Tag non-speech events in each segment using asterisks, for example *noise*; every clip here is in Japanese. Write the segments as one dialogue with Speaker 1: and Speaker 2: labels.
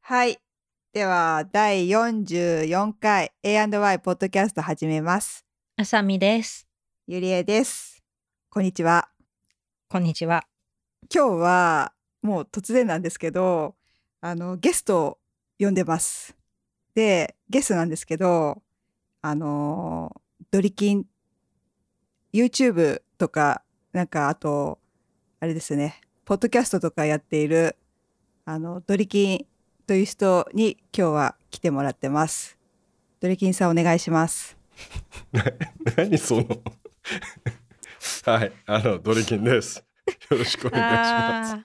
Speaker 1: はい。では、第44回 A&Y ポッドキャスト始めます。
Speaker 2: あさみです。
Speaker 1: ゆりえです。こんにちは。
Speaker 2: こんにちは。
Speaker 1: 今日は、もう突然なんですけど、あの、ゲストを呼んでます。で、ゲストなんですけど、あの、ドリキン、YouTube とか、なんか、あと、あれですね、ポッドキャストとかやっている、あの、ドリキンという人に今日は来てもらってます。ドリキンさんお願いします。
Speaker 3: *laughs* 何そのはいあのドリキンですよろしくお願いしま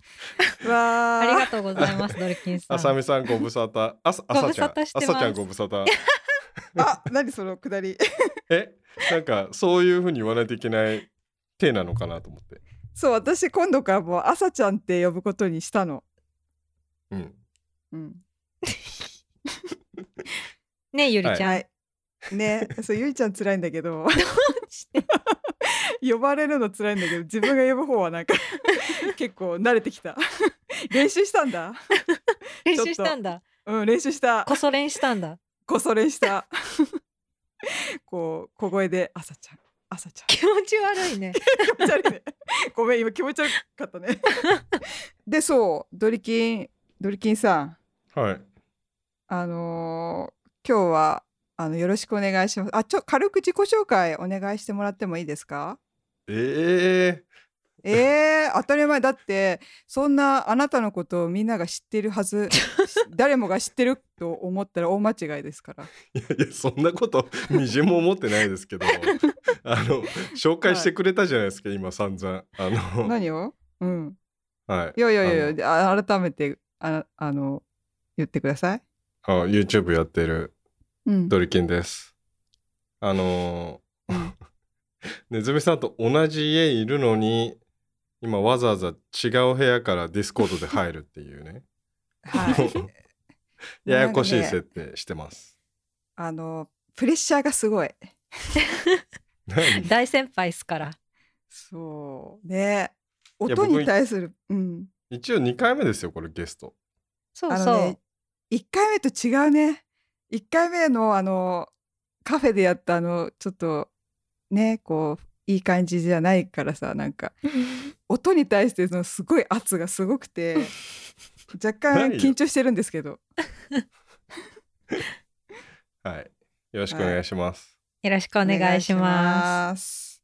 Speaker 2: あー
Speaker 3: す
Speaker 1: わ
Speaker 2: ありがとうございます、ドリキンさん。
Speaker 3: あさみさんご無沙汰あさあさちゃん
Speaker 2: ご無沙汰して
Speaker 3: あ
Speaker 2: ます
Speaker 3: さちゃんご無沙
Speaker 2: *laughs*
Speaker 3: 汰
Speaker 1: あ、何そのくだり。 *laughs*
Speaker 3: えなんかそういう風に言わないといけない手なのかなと思って
Speaker 1: そう、私今度からもう朝ちゃんって呼ぶことにしたの。
Speaker 3: うん
Speaker 1: うん。
Speaker 2: ねゆりちゃん。
Speaker 1: はい。ね、そうゆいちゃん辛いんだけ
Speaker 2: *laughs*
Speaker 1: ど、
Speaker 2: して
Speaker 1: *laughs* 呼ばれるの辛いんだけど、自分が呼ぶ方は
Speaker 2: *laughs*
Speaker 1: なんか結構慣れてきた。練習したんだ。
Speaker 2: 練習したんだ。
Speaker 1: うん、練習した。
Speaker 2: こそ練したんだ。
Speaker 1: こそ練した。 *laughs* こう小声で朝ちゃん、朝ちゃん。
Speaker 2: 気持ち悪いね。
Speaker 1: 気
Speaker 2: *laughs*
Speaker 1: 持ち悪いね。ごめん、今気持ち悪かったね。で、そう、ドリキン、ドリキンさん。
Speaker 3: はい
Speaker 1: あのー今日はあのよろしくお願いします。あ、ちょ軽く自己紹介お願いしてもらってもいいですか？
Speaker 3: え
Speaker 1: えー、当たり前だってそんなあなたのことをみんなが知ってるは
Speaker 3: *laughs*
Speaker 1: ず、し誰もが知ってると思ったら大間違いですから。
Speaker 3: *laughs* ー、いやいやそんなことみじんも思ってないで
Speaker 2: *laughs*
Speaker 3: すけどあの紹介してくれたじゃないですか、今散々あの
Speaker 1: 何を？うん。
Speaker 3: はい
Speaker 1: いやいや
Speaker 3: あ
Speaker 1: い
Speaker 3: の
Speaker 1: や、あ改めてああの言ってください。
Speaker 3: あ YouTube やってる
Speaker 1: うん。
Speaker 3: ドリキンです。あの
Speaker 1: うん
Speaker 3: ー、 *laughs* ネズミさんと同じ家いるのに、今わざわざ違う部屋からディスコードで入るっていうね、
Speaker 1: はい。
Speaker 3: *laughs* ややこし
Speaker 1: なん
Speaker 3: い
Speaker 1: かね
Speaker 3: 設定してます。
Speaker 1: あのプレッシャーがすごい。
Speaker 3: 何
Speaker 2: 大先輩っすから。
Speaker 1: そうね。
Speaker 3: いや
Speaker 1: 音に
Speaker 3: 僕
Speaker 1: 対するうん。
Speaker 3: *laughs* 一応2回目ですよ、これゲスト。
Speaker 2: そう
Speaker 1: あ
Speaker 2: そ
Speaker 1: の
Speaker 2: う。
Speaker 1: ね、1回目と違うね。1回目のあのカフェでやったあのちょっとねこういい感じじゃないからさなんか音に対してそのすごい圧がすごく
Speaker 2: *laughs*
Speaker 1: て若干
Speaker 3: 何よ
Speaker 1: 緊張してるんですけど。
Speaker 3: はい。よろしくお願いします。
Speaker 2: よろしくお願いします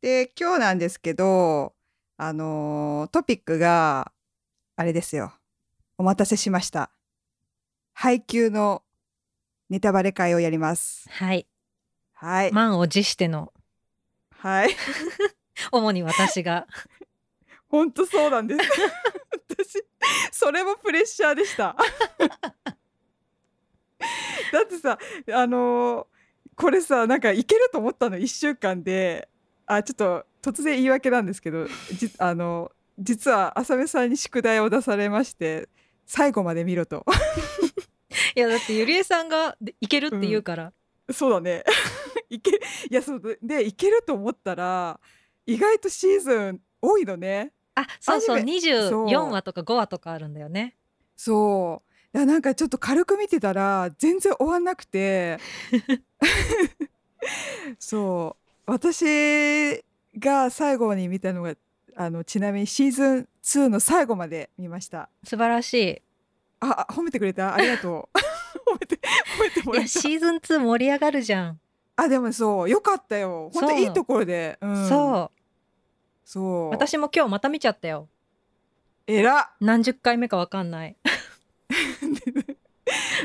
Speaker 1: で今日なんですけどあのートピックがあれですよお待たせしました配給のネタバレ会をやります
Speaker 2: す。。はい。
Speaker 1: はい。
Speaker 2: 満を持しての、
Speaker 1: はい。 *laughs*
Speaker 2: 主に私が。
Speaker 1: ほんとそうなんです。私、それもプレッシャーでした。 *laughs* だってさ、あのーこれさ、なんかいけると思ったの、1週間で。あ、ちょっと突然言い訳なんですけど、じ *laughs* あの実は浅見さんに宿題を出されまして、最後まで見ろと。 *laughs*
Speaker 2: いや、だってゆりえさんがでいけるって言うから。
Speaker 1: そうだね。 *laughs* いけ、いや、そうで、いけると思ったら、意外とシーズン多いのね。
Speaker 2: あ、そうそう、
Speaker 1: アニそう
Speaker 2: 24話とか5話とかあるんだよね。
Speaker 1: そう。いやなんかちょっと軽く見てたら全然終わんなく *laughs* てそう私が最後に見たのがあのちなみにシーズン2の最後まで見ました
Speaker 2: 素晴らしい。
Speaker 1: ああ褒めてくれたありがとう *laughs* 褒めて褒めても
Speaker 2: い
Speaker 1: らっ
Speaker 2: や、
Speaker 1: た
Speaker 2: シーズン2盛り上がるじゃん。
Speaker 1: あでもそうよかったよ本当
Speaker 2: そう
Speaker 1: いいところで、うん、
Speaker 2: そう。
Speaker 1: そう
Speaker 2: 私も今日また見ちゃったよ
Speaker 1: えらっ
Speaker 2: 何十回目かわかんない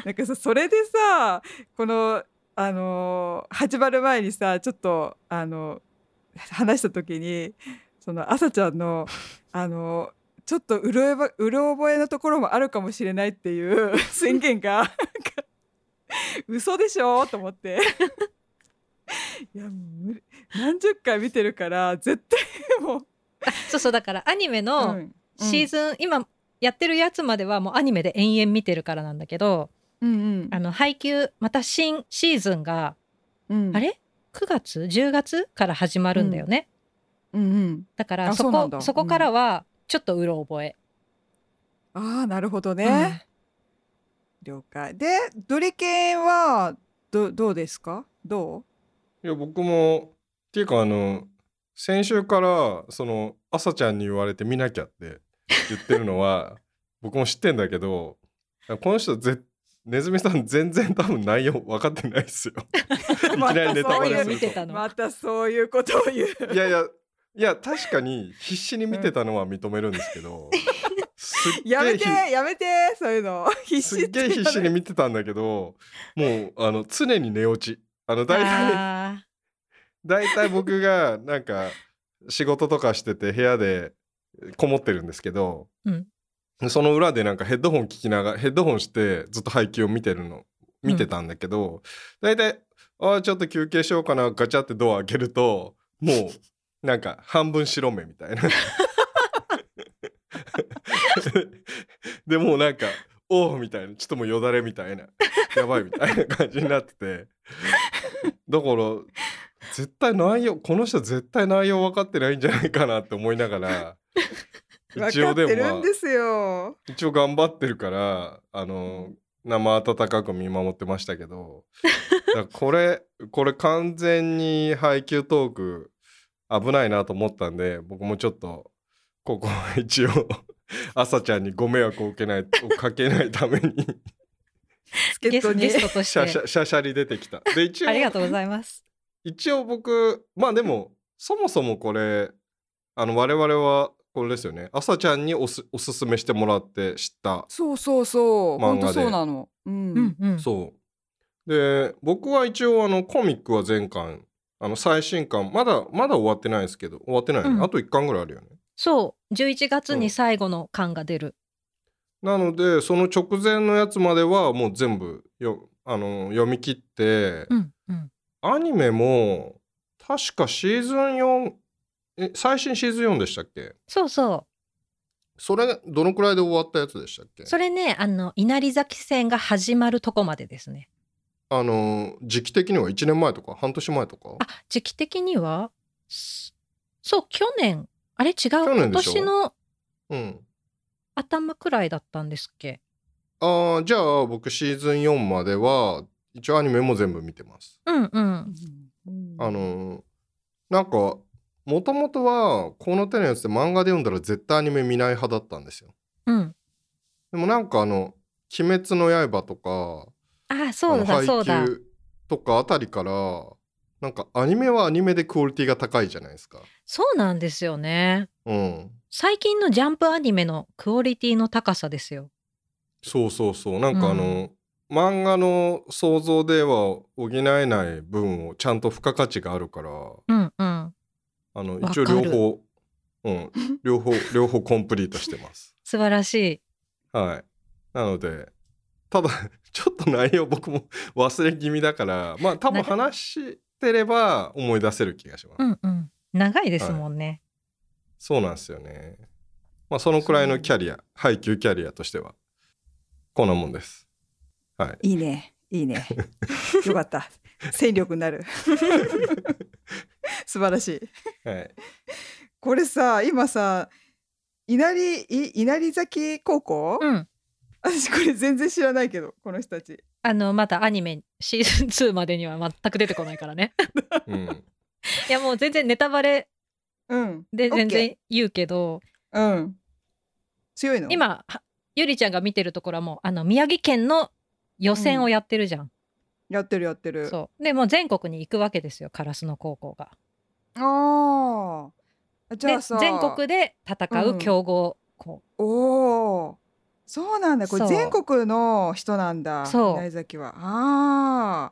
Speaker 1: なんかさそれでさこのあのー始まる前にさちょっとあの話した時にその朝ちゃんのあのちょっとうろえばうろ覚えのところもあるかもしれないっていう *laughs* 宣言がなんか嘘でしょと思って。いやもう無理何十回見てるから絶対もう、
Speaker 2: *laughs* そうそうだからアニメ
Speaker 1: う
Speaker 2: の
Speaker 1: ん
Speaker 2: シーズン、今やってるやつまではもうアニメで延々見てるからなんだけど、
Speaker 1: うん
Speaker 2: あの配給また新シーズンが、
Speaker 1: うんうん
Speaker 2: あれ9月10月から始まるんだよね、
Speaker 1: うんうん
Speaker 2: だか
Speaker 1: あ
Speaker 2: ら
Speaker 1: そ
Speaker 2: そう
Speaker 1: な
Speaker 2: こ
Speaker 1: んだ
Speaker 2: そこからはちょっとうろ覚え、
Speaker 1: ああなるほどね、
Speaker 2: うん
Speaker 1: 了解。で、ドリケンは、ど、どうですかど
Speaker 3: いや僕もっていうかあの先週からその朝ちゃんに言われて見なきゃって言ってるのは *laughs* 僕も知ってんだけどこの人ぜネズミさん全然多分内容 *laughs* 分かってないですよ。
Speaker 1: う
Speaker 3: いきなりネタバレ
Speaker 2: 何
Speaker 3: す
Speaker 2: を
Speaker 3: る
Speaker 2: 見
Speaker 3: と
Speaker 2: てたの、
Speaker 1: またそういうことを言う。
Speaker 3: いやいやいや確かに必死に見てたのは認めるんですけど、すっげえ
Speaker 1: やめて
Speaker 3: ひ
Speaker 1: やめてそういうの必
Speaker 3: す
Speaker 1: 死
Speaker 3: っげえ必死に見てたんだけどもうあの常に寝落ちあの大体
Speaker 2: あ
Speaker 3: *laughs* 大体僕がなんか仕事とかしてて部屋でこもってるんですけど、
Speaker 2: うん
Speaker 3: その裏でなんかヘッドホン聞きながらヘッドホンしてずっと配給を見てるの見てたんだけど、大体「ああちょっと休憩しようかな」ガチャってドア開けるともうなんか半分白目みたい
Speaker 2: *laughs*
Speaker 3: な。 *laughs* *laughs* でもうなんか「おお」みたいなちょっともうよだれみた
Speaker 1: *laughs*
Speaker 3: いなやばいみたいな感じになっててだから絶対内容この人絶対内容分かってないんじゃないかなって思いながら
Speaker 1: *laughs* 分
Speaker 3: 一
Speaker 1: か
Speaker 3: 応
Speaker 1: っ
Speaker 3: で
Speaker 1: て
Speaker 3: も、
Speaker 1: るん
Speaker 3: ま
Speaker 1: ですよ。
Speaker 3: あ、一応頑張ってるからあの生温かく見守ってました
Speaker 2: *laughs*
Speaker 3: けどだからこれこれ完全に配給トーク危ないなと思ったんで僕もちょっとここは一応 *laughs* 朝ちゃんにご迷惑を受けないをかけないた
Speaker 2: *laughs*
Speaker 3: めに
Speaker 1: 助
Speaker 2: ー
Speaker 1: っ
Speaker 2: ゲ
Speaker 1: 人
Speaker 2: ス
Speaker 1: に
Speaker 2: ゲストと
Speaker 3: シャ
Speaker 2: し
Speaker 3: シ
Speaker 2: て
Speaker 3: ャシャシャリ出てきた。で一応
Speaker 2: ありがとうございます
Speaker 3: 一応僕まあでもそもそもこれあの我々はこれですよね朝ちゃんにおすおすすめしてもらって知った、
Speaker 1: そうそうそう
Speaker 3: 漫画
Speaker 1: 本
Speaker 3: で
Speaker 1: 当そうなの。うん、
Speaker 2: うんうん
Speaker 3: そうで僕は一応あのコミックは前巻あの最新巻まだまだ終わってないですけど終わってないよね、
Speaker 2: うん
Speaker 3: あと1巻ぐらいあるよね
Speaker 2: そう11月
Speaker 3: うん
Speaker 2: に最後の巻が出る、
Speaker 3: なのでその直前のやつまではもう全部よあの読み切って、
Speaker 2: うんうん、
Speaker 3: アニメも確かシーズン4え最新シーズン4でしたっけ
Speaker 2: そうそ
Speaker 3: それどのくらいで終わったやつでしたっけ
Speaker 2: うそれねあの稲荷崎戦が始まるとこまでですね
Speaker 3: あの時期的には1年前とか半年前とか
Speaker 2: あ時期的にはすそう去年あれ違う
Speaker 3: 去年
Speaker 2: 今
Speaker 3: でしょ
Speaker 2: 年の
Speaker 3: うん
Speaker 2: 頭くらいだったんですっけ
Speaker 3: あーじゃあ僕シーズン4までは一応アニメも全部見てます
Speaker 2: うんうん
Speaker 1: うん
Speaker 3: あのなんかもともとはこの手のやつで漫画で読んだら絶対アニメ見ない派だったんですよ
Speaker 2: うん
Speaker 3: でもなんかあの「鬼滅の刃」とか
Speaker 2: あそう
Speaker 3: あ
Speaker 2: だそ
Speaker 3: の
Speaker 2: うだ
Speaker 3: 配給とかあたりからなんかアニメはアニメでクオリティが高いじゃないですか
Speaker 2: そうなんですよね
Speaker 3: うん
Speaker 2: 最近のジャンプアニメのクオリティの高さですよ
Speaker 3: そうそうそうなんかあ
Speaker 2: うん
Speaker 3: の、漫画の想像では補えない分をちゃんと付加価値があるから
Speaker 2: うんうん
Speaker 3: あの
Speaker 2: わ
Speaker 3: 一応
Speaker 2: か
Speaker 3: 両
Speaker 2: る
Speaker 3: 方うん
Speaker 1: *laughs*
Speaker 3: 両方両方コンプリートしてます
Speaker 2: 素晴らしい
Speaker 3: はいなのでただ *laughs* ちょっと内容僕も *laughs* 忘れ気味だからまあ多分
Speaker 2: なんか
Speaker 3: 話してれば思い出せる気がします、
Speaker 2: うんうん長いですもんね、
Speaker 3: そうなんですよねまあそのくらいのキャリア配給キャリアとしてはこんなもんですはい
Speaker 1: いいねいいねよかった戦力になる素晴らしい。
Speaker 3: はい
Speaker 1: これさ今さ稲荷い稲荷崎高校、
Speaker 2: うん
Speaker 1: 私これ全然知らないけどこの人たち。
Speaker 2: あのまたアニメシーズン2までには全く出てこないから *laughs* ね
Speaker 1: *laughs*
Speaker 3: うん
Speaker 2: いやもう全然ネタバレ
Speaker 1: うん
Speaker 2: で全
Speaker 1: OK
Speaker 2: 然言うけど、
Speaker 1: うん強いの
Speaker 2: 今はゆりちゃんが見てるところはもうあの宮城県の予選をやってるじゃん、
Speaker 1: やってるやってる。
Speaker 2: そうでもう全国に行くわけですよ烏野高校が。
Speaker 1: ああ。じゃ
Speaker 2: で
Speaker 1: あさ、
Speaker 2: 全国で戦
Speaker 1: うん
Speaker 2: う強豪校、
Speaker 1: おお。そうなんだ。これ
Speaker 2: そう
Speaker 1: 全国の人なんだ。
Speaker 2: そう
Speaker 1: 内崎は。ああ。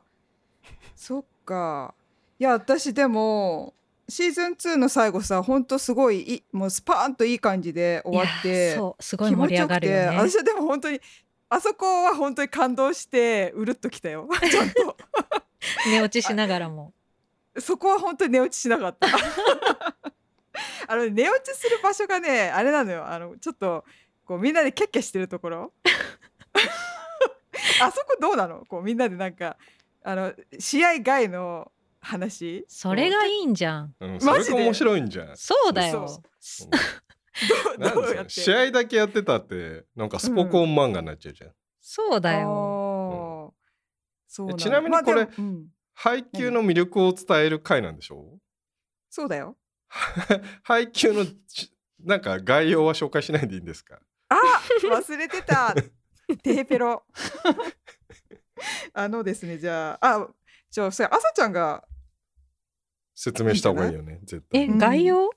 Speaker 1: そっか。いや、私でも。シーズン2の最後さ、本当すごいいい、もうスパーンといい感じで終わっ
Speaker 2: いや
Speaker 1: て
Speaker 2: ー。そうすごい盛り上がるよ
Speaker 1: 気
Speaker 2: ね
Speaker 1: 持ちよくて私はでも本当に。あそこは本当に感動して、うるっときた
Speaker 2: *laughs*
Speaker 1: よ。ちゃんと。
Speaker 2: 寝落ちしながらも
Speaker 1: そこは本当に寝落ちしなか
Speaker 2: *laughs*
Speaker 1: った。あの寝落ちする場所がね、あれなのよ。あのちょっとこうみんなでキャッキャしてるとこ
Speaker 2: *laughs*
Speaker 1: ろ。あそこどうなの？こうみんなでなんかあの試合外の話。
Speaker 2: それがいいんじゃん
Speaker 3: うん、そ
Speaker 1: マ
Speaker 3: れ
Speaker 1: ジで
Speaker 3: が面白いんじゃん
Speaker 2: そうだ
Speaker 1: *laughs*
Speaker 2: よ
Speaker 1: そう
Speaker 2: す
Speaker 1: こう
Speaker 3: なん
Speaker 1: どう
Speaker 3: で
Speaker 1: やって
Speaker 3: 試合だけやってたってなんかスポコン漫画になっちゃうじゃん、
Speaker 2: そうだよ
Speaker 1: そうの
Speaker 3: えちなみに
Speaker 1: まあ
Speaker 3: これ
Speaker 1: でもうん
Speaker 3: 配給の魅力を伝える回なんでしょ *laughs*
Speaker 1: そうだよ。
Speaker 3: う配給のちなんか概要は紹介しないでいいんですか
Speaker 1: あ忘れて *laughs* たテヘペロ *laughs* あのですねじゃああちょそれ朝ちゃんが
Speaker 3: 説明した方がいいよね絶
Speaker 2: え、
Speaker 3: 対
Speaker 1: うん
Speaker 2: 概要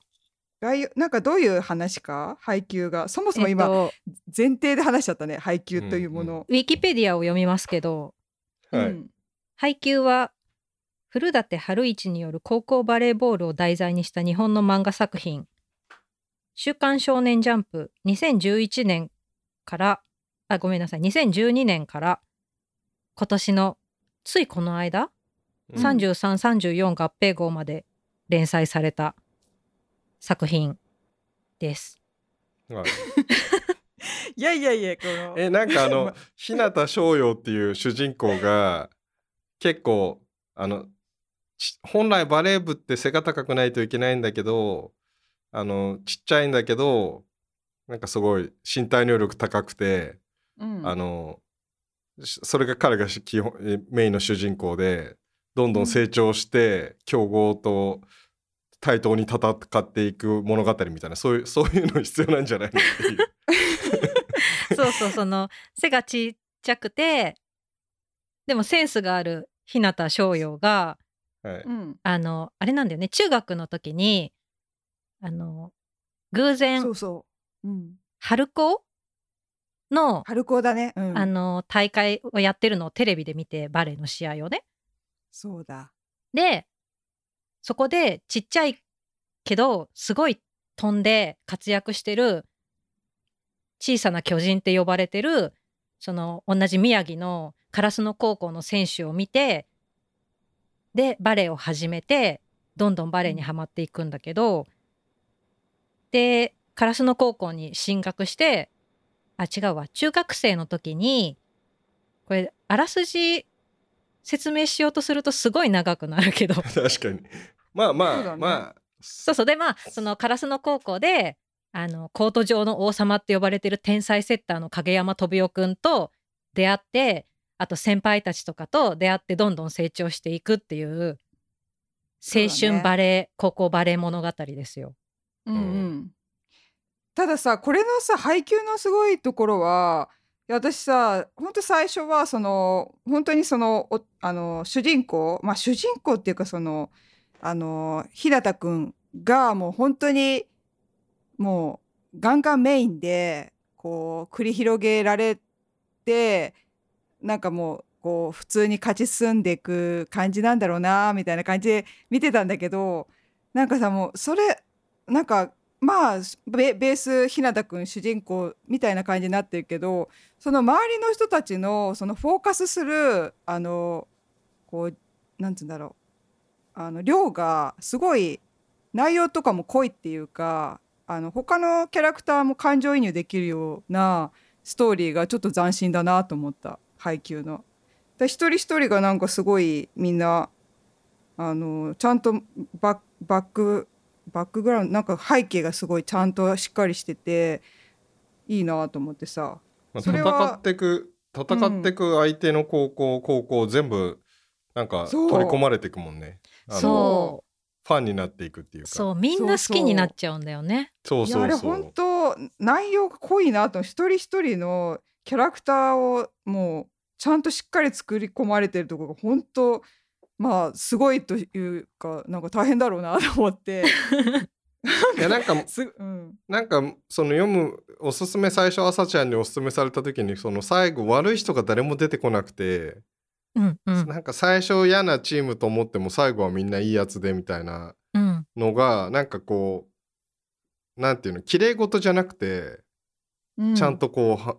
Speaker 1: 概要なんかどういう話か配給がそもそも
Speaker 2: えっ
Speaker 1: 今
Speaker 2: と
Speaker 1: 前提で話しちゃったね配給というもの、
Speaker 2: ウィキペディアを読みますけど
Speaker 1: うん
Speaker 3: はい
Speaker 2: 配給は古舘春一による高校バレーボールを題材にした日本の漫画作品「週刊少年ジャンプ」2011年からあごめんなさい2012年から今年のついこの間、
Speaker 3: うん
Speaker 2: 3334合併号まで連載された作品です。
Speaker 3: はい
Speaker 1: いやいやいやこの
Speaker 3: えなんか
Speaker 1: ま
Speaker 3: あ
Speaker 1: *laughs*
Speaker 3: の日向翔陽っていう主人公が結構あのち本来バレー部って背が高くないといけないんだけどあのちっちゃいんだけどなんかすごい身体能力高くて、
Speaker 1: うん
Speaker 3: あのしそれが彼がし基本えメインの主人公でどんどん成長して、強豪と対等に戦っていく物語みたいなそう *laughs* いうそういうの必要なんじゃないのってい
Speaker 1: *laughs*
Speaker 3: う。
Speaker 2: そうそうその *laughs* 背がちっちゃくてでもセンスがある日向翔陽が
Speaker 3: はい
Speaker 1: うん
Speaker 2: あのあれなんだよね中学の時にあの偶然
Speaker 1: そうそう、うん、
Speaker 2: 春高の,、
Speaker 1: 春高だね、うん、
Speaker 2: あの大会をやってるのをテレビで見てバレーの試合をね。
Speaker 1: そうだ
Speaker 2: でそこでちっちゃいけどすごい飛んで活躍してる小さな巨人って呼ばれてるその同じ宮城の烏野高校の選手を見てでバレエを始めてどんどんバレエにはまっていくんだけど、で烏野高校に進学してあ違うわ中学生の時にこれあらすじ説明しようとするとすごい長くなるけど
Speaker 3: *laughs* 確かにまあ
Speaker 1: そう
Speaker 3: ま
Speaker 1: だね
Speaker 3: あまあ
Speaker 2: そうそうでまあその烏野高校であのコート上の王様って呼ばれてる天才セッターの影山飛雄くんと出会ってあと先輩たちとかと出会ってどんどん成長していくっていう青
Speaker 1: そうだね
Speaker 2: 春バレー、高校バレー物語ですよ。
Speaker 1: うん
Speaker 3: ん
Speaker 1: うん、たださこれのさ配給のすごいところはいや私さ本当最初はその本当にそのおあの主人公まあ主人公っていうかそのあの日向くんがもう本当にもうガンガンメインでこう繰り広げられてなんかもうこう普通に勝ち進んでいく感じなんだろうなみたいな感じで見てたんだけどなんかさもうそれなんかまあベベース日向くん主人公みたいな感じになってるけどその周りの人たちのそのフォーカスするあのこうなんつうんだろうあの量がすごい内容とかも濃いっていうかあの他のキャラクターも感情移入できるようなストーリーがちょっと斬新だなと思った配給の。で一人一人がなんかすごいみんなあのちゃんとバッバックバックグラウンドなんか背景がすごいちゃんとしっかりしてていいなと思ってさ
Speaker 3: まあ
Speaker 1: それ
Speaker 3: 戦
Speaker 1: は
Speaker 3: ってく戦ってく相手の高校、高校全部なんか
Speaker 1: そう
Speaker 3: 取り込まれていくもんねあの
Speaker 2: そ
Speaker 3: ファンになっていくってい
Speaker 2: う
Speaker 3: うか
Speaker 2: そうみんな好きになっちゃうんだよね。
Speaker 3: そう
Speaker 1: いや
Speaker 3: そ
Speaker 1: あ
Speaker 3: う
Speaker 1: れ
Speaker 3: そう
Speaker 1: 本当内容が濃いなと一人一人のキャラクターをもうちゃんとしっかり作り込まれてるところが本当まあすごいというかなんか大変だろうなと思って
Speaker 3: *laughs* いやなんか
Speaker 1: すうん
Speaker 3: なんかその読むおすすめ最初朝ちゃんにおすすめされた時にその最後悪い人が誰も出てこなくて、
Speaker 2: うんうん
Speaker 3: なんか最初嫌なチームと思っても最後はみんないいやつでみたいな
Speaker 2: うん
Speaker 3: のがなんかこうなんていうの綺麗事じゃなくて
Speaker 1: うん
Speaker 3: ちゃんとこうは、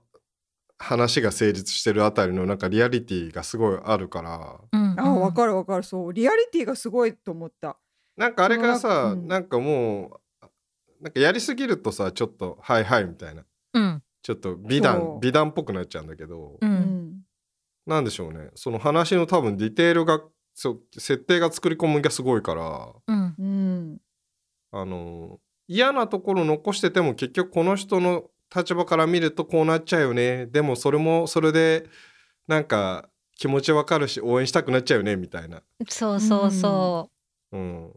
Speaker 3: 話が成立してるあたりのなんかリアリティがすごいあるから
Speaker 2: うん。
Speaker 1: あわかるわかるそうリアリティがすごいと思った
Speaker 3: なんかあれが
Speaker 1: その
Speaker 3: さ、
Speaker 1: うん
Speaker 3: なんかもうなんかやりすぎるとさちょっと「はいはい」みたいな
Speaker 2: うん
Speaker 3: ちょっと美
Speaker 1: そう
Speaker 3: 談美談っぽくなっちゃうんだけど、
Speaker 2: う
Speaker 1: うんん
Speaker 3: なんでしょうねその話の多分ディテールがそう設定が作り込むがすごいから
Speaker 2: うん
Speaker 1: うん
Speaker 3: あの嫌なところ残してても結局この人の立場から見るとこうなっちゃうよねでもそれもそれでなんか気持ちわかるし応援したくなっちゃうよねみたいな、
Speaker 2: そうそうそ
Speaker 3: うん、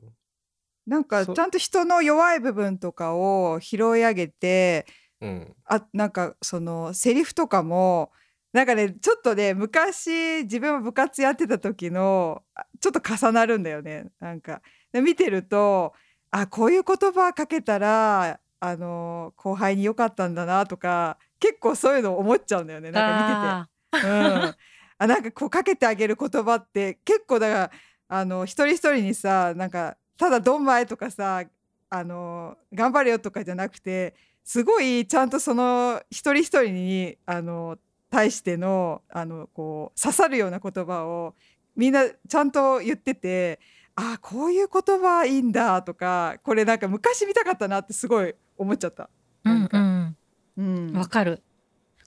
Speaker 1: なんか
Speaker 3: そう
Speaker 1: ちゃんと人の弱い部分とかを拾い上げて
Speaker 3: うん、
Speaker 1: あなんかそのセリフとかもなんかねちょっとね昔自分も部活やってた時のあちょっと重なるんだよねなんかで見てるとあこういう言葉かけたらあの後輩に良かったんだなとか結構そういうの思っちゃうんだよね
Speaker 2: う。
Speaker 1: なんか
Speaker 2: あ
Speaker 1: 見てて。うん、あなんかこうかけてあげる言葉って結構だからあの一人一人にさなんかただ「どんまい」とかさあの頑張れよとかじゃなくてすごいちゃんとその一人一人にあの対してのあのこう刺さるような言葉をみんなちゃんと言っててああこういう言葉いいんだとかこれなんか昔見たかったなってすごい思っちゃった。
Speaker 2: ー
Speaker 1: なんか
Speaker 2: うん
Speaker 1: う
Speaker 2: うんん。わかる。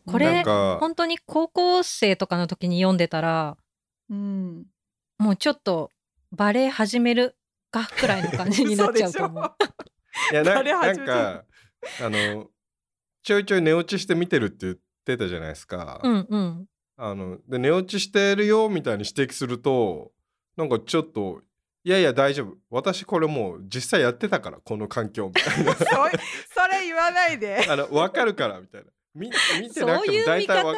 Speaker 2: こ
Speaker 3: なん
Speaker 2: れ
Speaker 3: か
Speaker 2: 本当に高校生とかの時に読んでたら、 *laughs*
Speaker 1: うん、
Speaker 2: もうちょっとバレエ始めるかくらいの感じになっちゃうと思
Speaker 3: *laughs*
Speaker 1: 嘘
Speaker 2: う。
Speaker 1: でし
Speaker 3: いやな
Speaker 1: 誰
Speaker 3: な
Speaker 1: 初
Speaker 3: ん
Speaker 1: めて
Speaker 3: かあのちょいちょい寝落ちして見てるって言ってたじゃないですか。
Speaker 2: うんうん。
Speaker 3: あので寝落ちしてるよみたいに指摘するとなんかちょっと「いやいや大丈夫私これもう実際やってたからこの環境」みたいな。
Speaker 1: ょそいそれ言わないで
Speaker 3: あの分かるからみたいなみ見てなくても大体
Speaker 2: そうい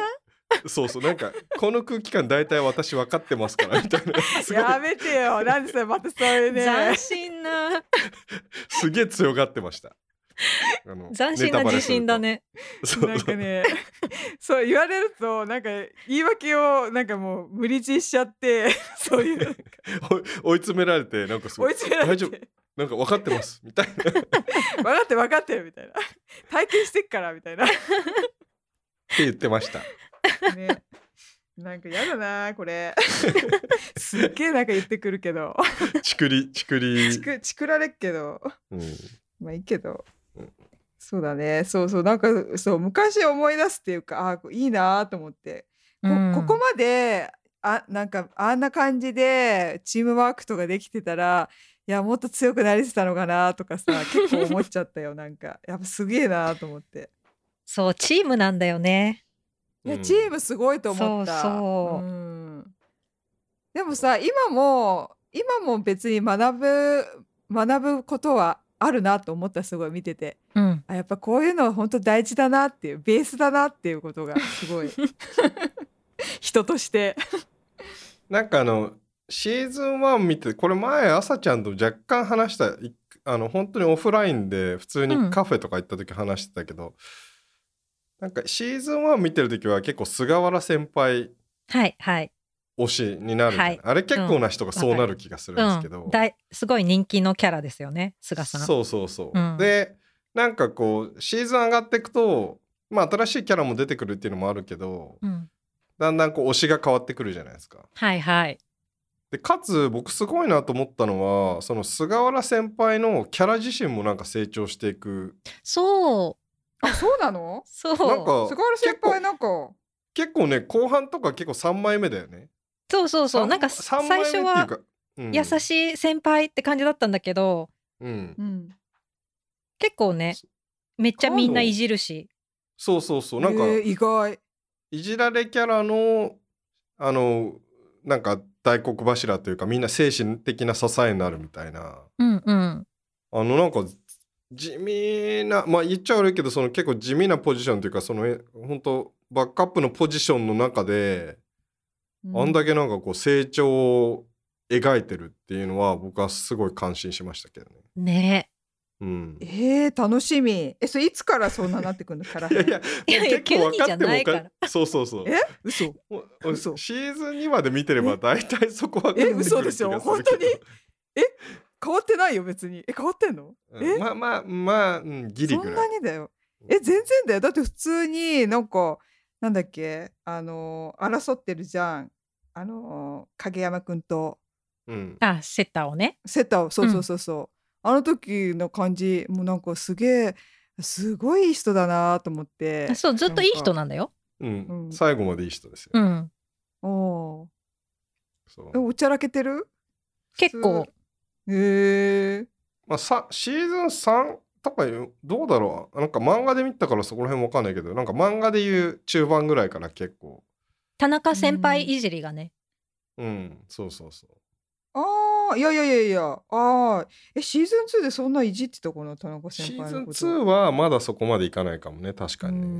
Speaker 2: う
Speaker 3: わそうそうなんかこの空気感大体私分かってますからみたいなすごい
Speaker 1: やめてよ。なんでそれまたそういうね。
Speaker 2: 斬新な
Speaker 3: すげえ強がってました。あの
Speaker 2: 斬新
Speaker 3: ネタ
Speaker 2: な
Speaker 3: バレ
Speaker 2: 自
Speaker 3: すると
Speaker 2: 信だね。
Speaker 3: そう
Speaker 1: なんかね、そう言われるとなんか言い訳をなんかもう無理強いしちゃって、そういう
Speaker 3: 追い追い詰められてなんかすご
Speaker 1: 追い
Speaker 3: い
Speaker 1: 詰められて、
Speaker 3: 大
Speaker 1: 分
Speaker 3: 丈なんか分かってますみたいなって
Speaker 1: かってる分かってるみたいな、体験してっからみたいな。
Speaker 3: 言ってました。
Speaker 1: ね、なんかやだなこれ。すっげえなんか言ってくるけど、
Speaker 3: ちくりちくり。
Speaker 1: ちくちくられっけど、
Speaker 3: うん
Speaker 1: まあいいけど
Speaker 3: うん。
Speaker 1: そうだね、そうそうなんかそう昔思い出すっていうか、あーいいなと思って。こ
Speaker 2: うん
Speaker 1: ここまであなんかあんな感じでチームワークとかできてたらいやもっと強くなれてたのかなとか
Speaker 2: *laughs*
Speaker 1: さ結構思っちゃったよなんかやっぱすげえなと思って
Speaker 2: そうチームなんだよね。
Speaker 1: いや、
Speaker 3: うん
Speaker 1: チームすごいと思った
Speaker 2: そうそう
Speaker 1: うんでもさ今も今も別に学ぶ学ぶことはあるなと思ったすごい見てて
Speaker 2: うん。
Speaker 1: あやっぱこういうのは本当大事だなっていうベースだなっていうことがす
Speaker 2: *laughs*
Speaker 1: ごい人として
Speaker 3: なんかあのシーズン1見てこれ前朝ちゃんと若干話したいあの本当にオフラインで普通
Speaker 2: うん
Speaker 3: にカフェとか行った時話してたけど、なんかシーズン1見てる時は結構菅原先輩
Speaker 2: はいはい。
Speaker 3: 推しになるじゃない、
Speaker 2: はい
Speaker 3: あれ結構な人がそうなる気がするんですけど、
Speaker 2: うん、だいすごい人気のキャラですよね菅さん。
Speaker 3: そうそうそ
Speaker 2: う
Speaker 3: う、
Speaker 2: ん
Speaker 3: でなんかこうシーズン上がっていくとまあ新しいキャラも出てくるっていうのもあるけど
Speaker 2: うん、
Speaker 3: だんだんこう推しが変わってくるじゃないですか。
Speaker 2: はいはい。
Speaker 3: でかつ僕すごいなと思ったのはその菅原先輩のキャラ自身もなんか成長していく
Speaker 2: そう
Speaker 1: あそうなの
Speaker 2: そう
Speaker 3: なんか
Speaker 1: 菅原先輩なんか
Speaker 3: 結構ね後半とか結構3枚目だよね
Speaker 2: そうそうそう
Speaker 3: 三
Speaker 2: なんか
Speaker 3: 三
Speaker 2: 最
Speaker 3: 枚目っ
Speaker 2: 初
Speaker 3: ていう
Speaker 2: は
Speaker 3: かうん
Speaker 2: 優しい先輩って感じだったんだけど
Speaker 3: うん
Speaker 1: ん
Speaker 2: 結構ねめっちゃみんないじるし
Speaker 3: そうそうそうなんか
Speaker 1: えー意外
Speaker 3: いじられキャラのあのなんか大黒柱というかみんな精神的な支えになるみたいな
Speaker 2: うんうん
Speaker 3: あのなんか地味なまあ言っちゃ悪いけどその結構地味なポジションというかそのえ本当バックアップのポジションの中であんだ
Speaker 1: け
Speaker 3: けなんかこう成長を描いてるっていうのは僕はすごい感心しましたけどね。
Speaker 2: ね
Speaker 3: うん、い
Speaker 1: えー、楽しみえそれいつからそんななってくんのから
Speaker 3: やいや
Speaker 2: いやいや
Speaker 3: もう結構分かって
Speaker 2: 急にじゃ
Speaker 3: も
Speaker 2: ない
Speaker 3: お
Speaker 2: から
Speaker 3: かそうそうそう
Speaker 1: え嘘
Speaker 3: もう俺シ
Speaker 1: 嘘
Speaker 3: ーズン2まで見てれば大体そこは
Speaker 1: え嘘でしょ本当に変わってないよ別にえ変わってんのえ
Speaker 3: まあまあまあ、うん、ギリ
Speaker 1: そ
Speaker 3: ぐ
Speaker 1: ん
Speaker 3: ら
Speaker 1: ないにだよえ全然だよだって普通になんかなんだっけあのー争ってるじゃんあのー影山くんと
Speaker 3: うん、
Speaker 2: あセッターをね
Speaker 1: セタをそうそうそうそう、あの時の感じもうなんかすげえすごいいい人だなと思って
Speaker 2: そうずっといい人なんだよ
Speaker 3: うん
Speaker 1: うん
Speaker 3: 最後までいい人ですよ、
Speaker 2: うん
Speaker 1: おー
Speaker 3: そう
Speaker 1: えおちゃらけてる
Speaker 2: 結構
Speaker 1: へえ
Speaker 3: まあ、さシーズン3とかいうどうだろうなんか漫画で見たからそこら辺わかんないけどなんか漫画でいう中盤ぐらいから結構
Speaker 2: 田中先輩いじりがね、
Speaker 3: うんそうそうそう
Speaker 1: ああ、いやいやいやいや、ああ、え、シーズン2でそんないじってたかな、田中
Speaker 3: シ
Speaker 1: 先
Speaker 3: ー
Speaker 1: 輩
Speaker 3: ズン
Speaker 1: のこと。
Speaker 3: 2はまだそこまでいかないかもね確かに
Speaker 1: う
Speaker 3: ね
Speaker 1: ん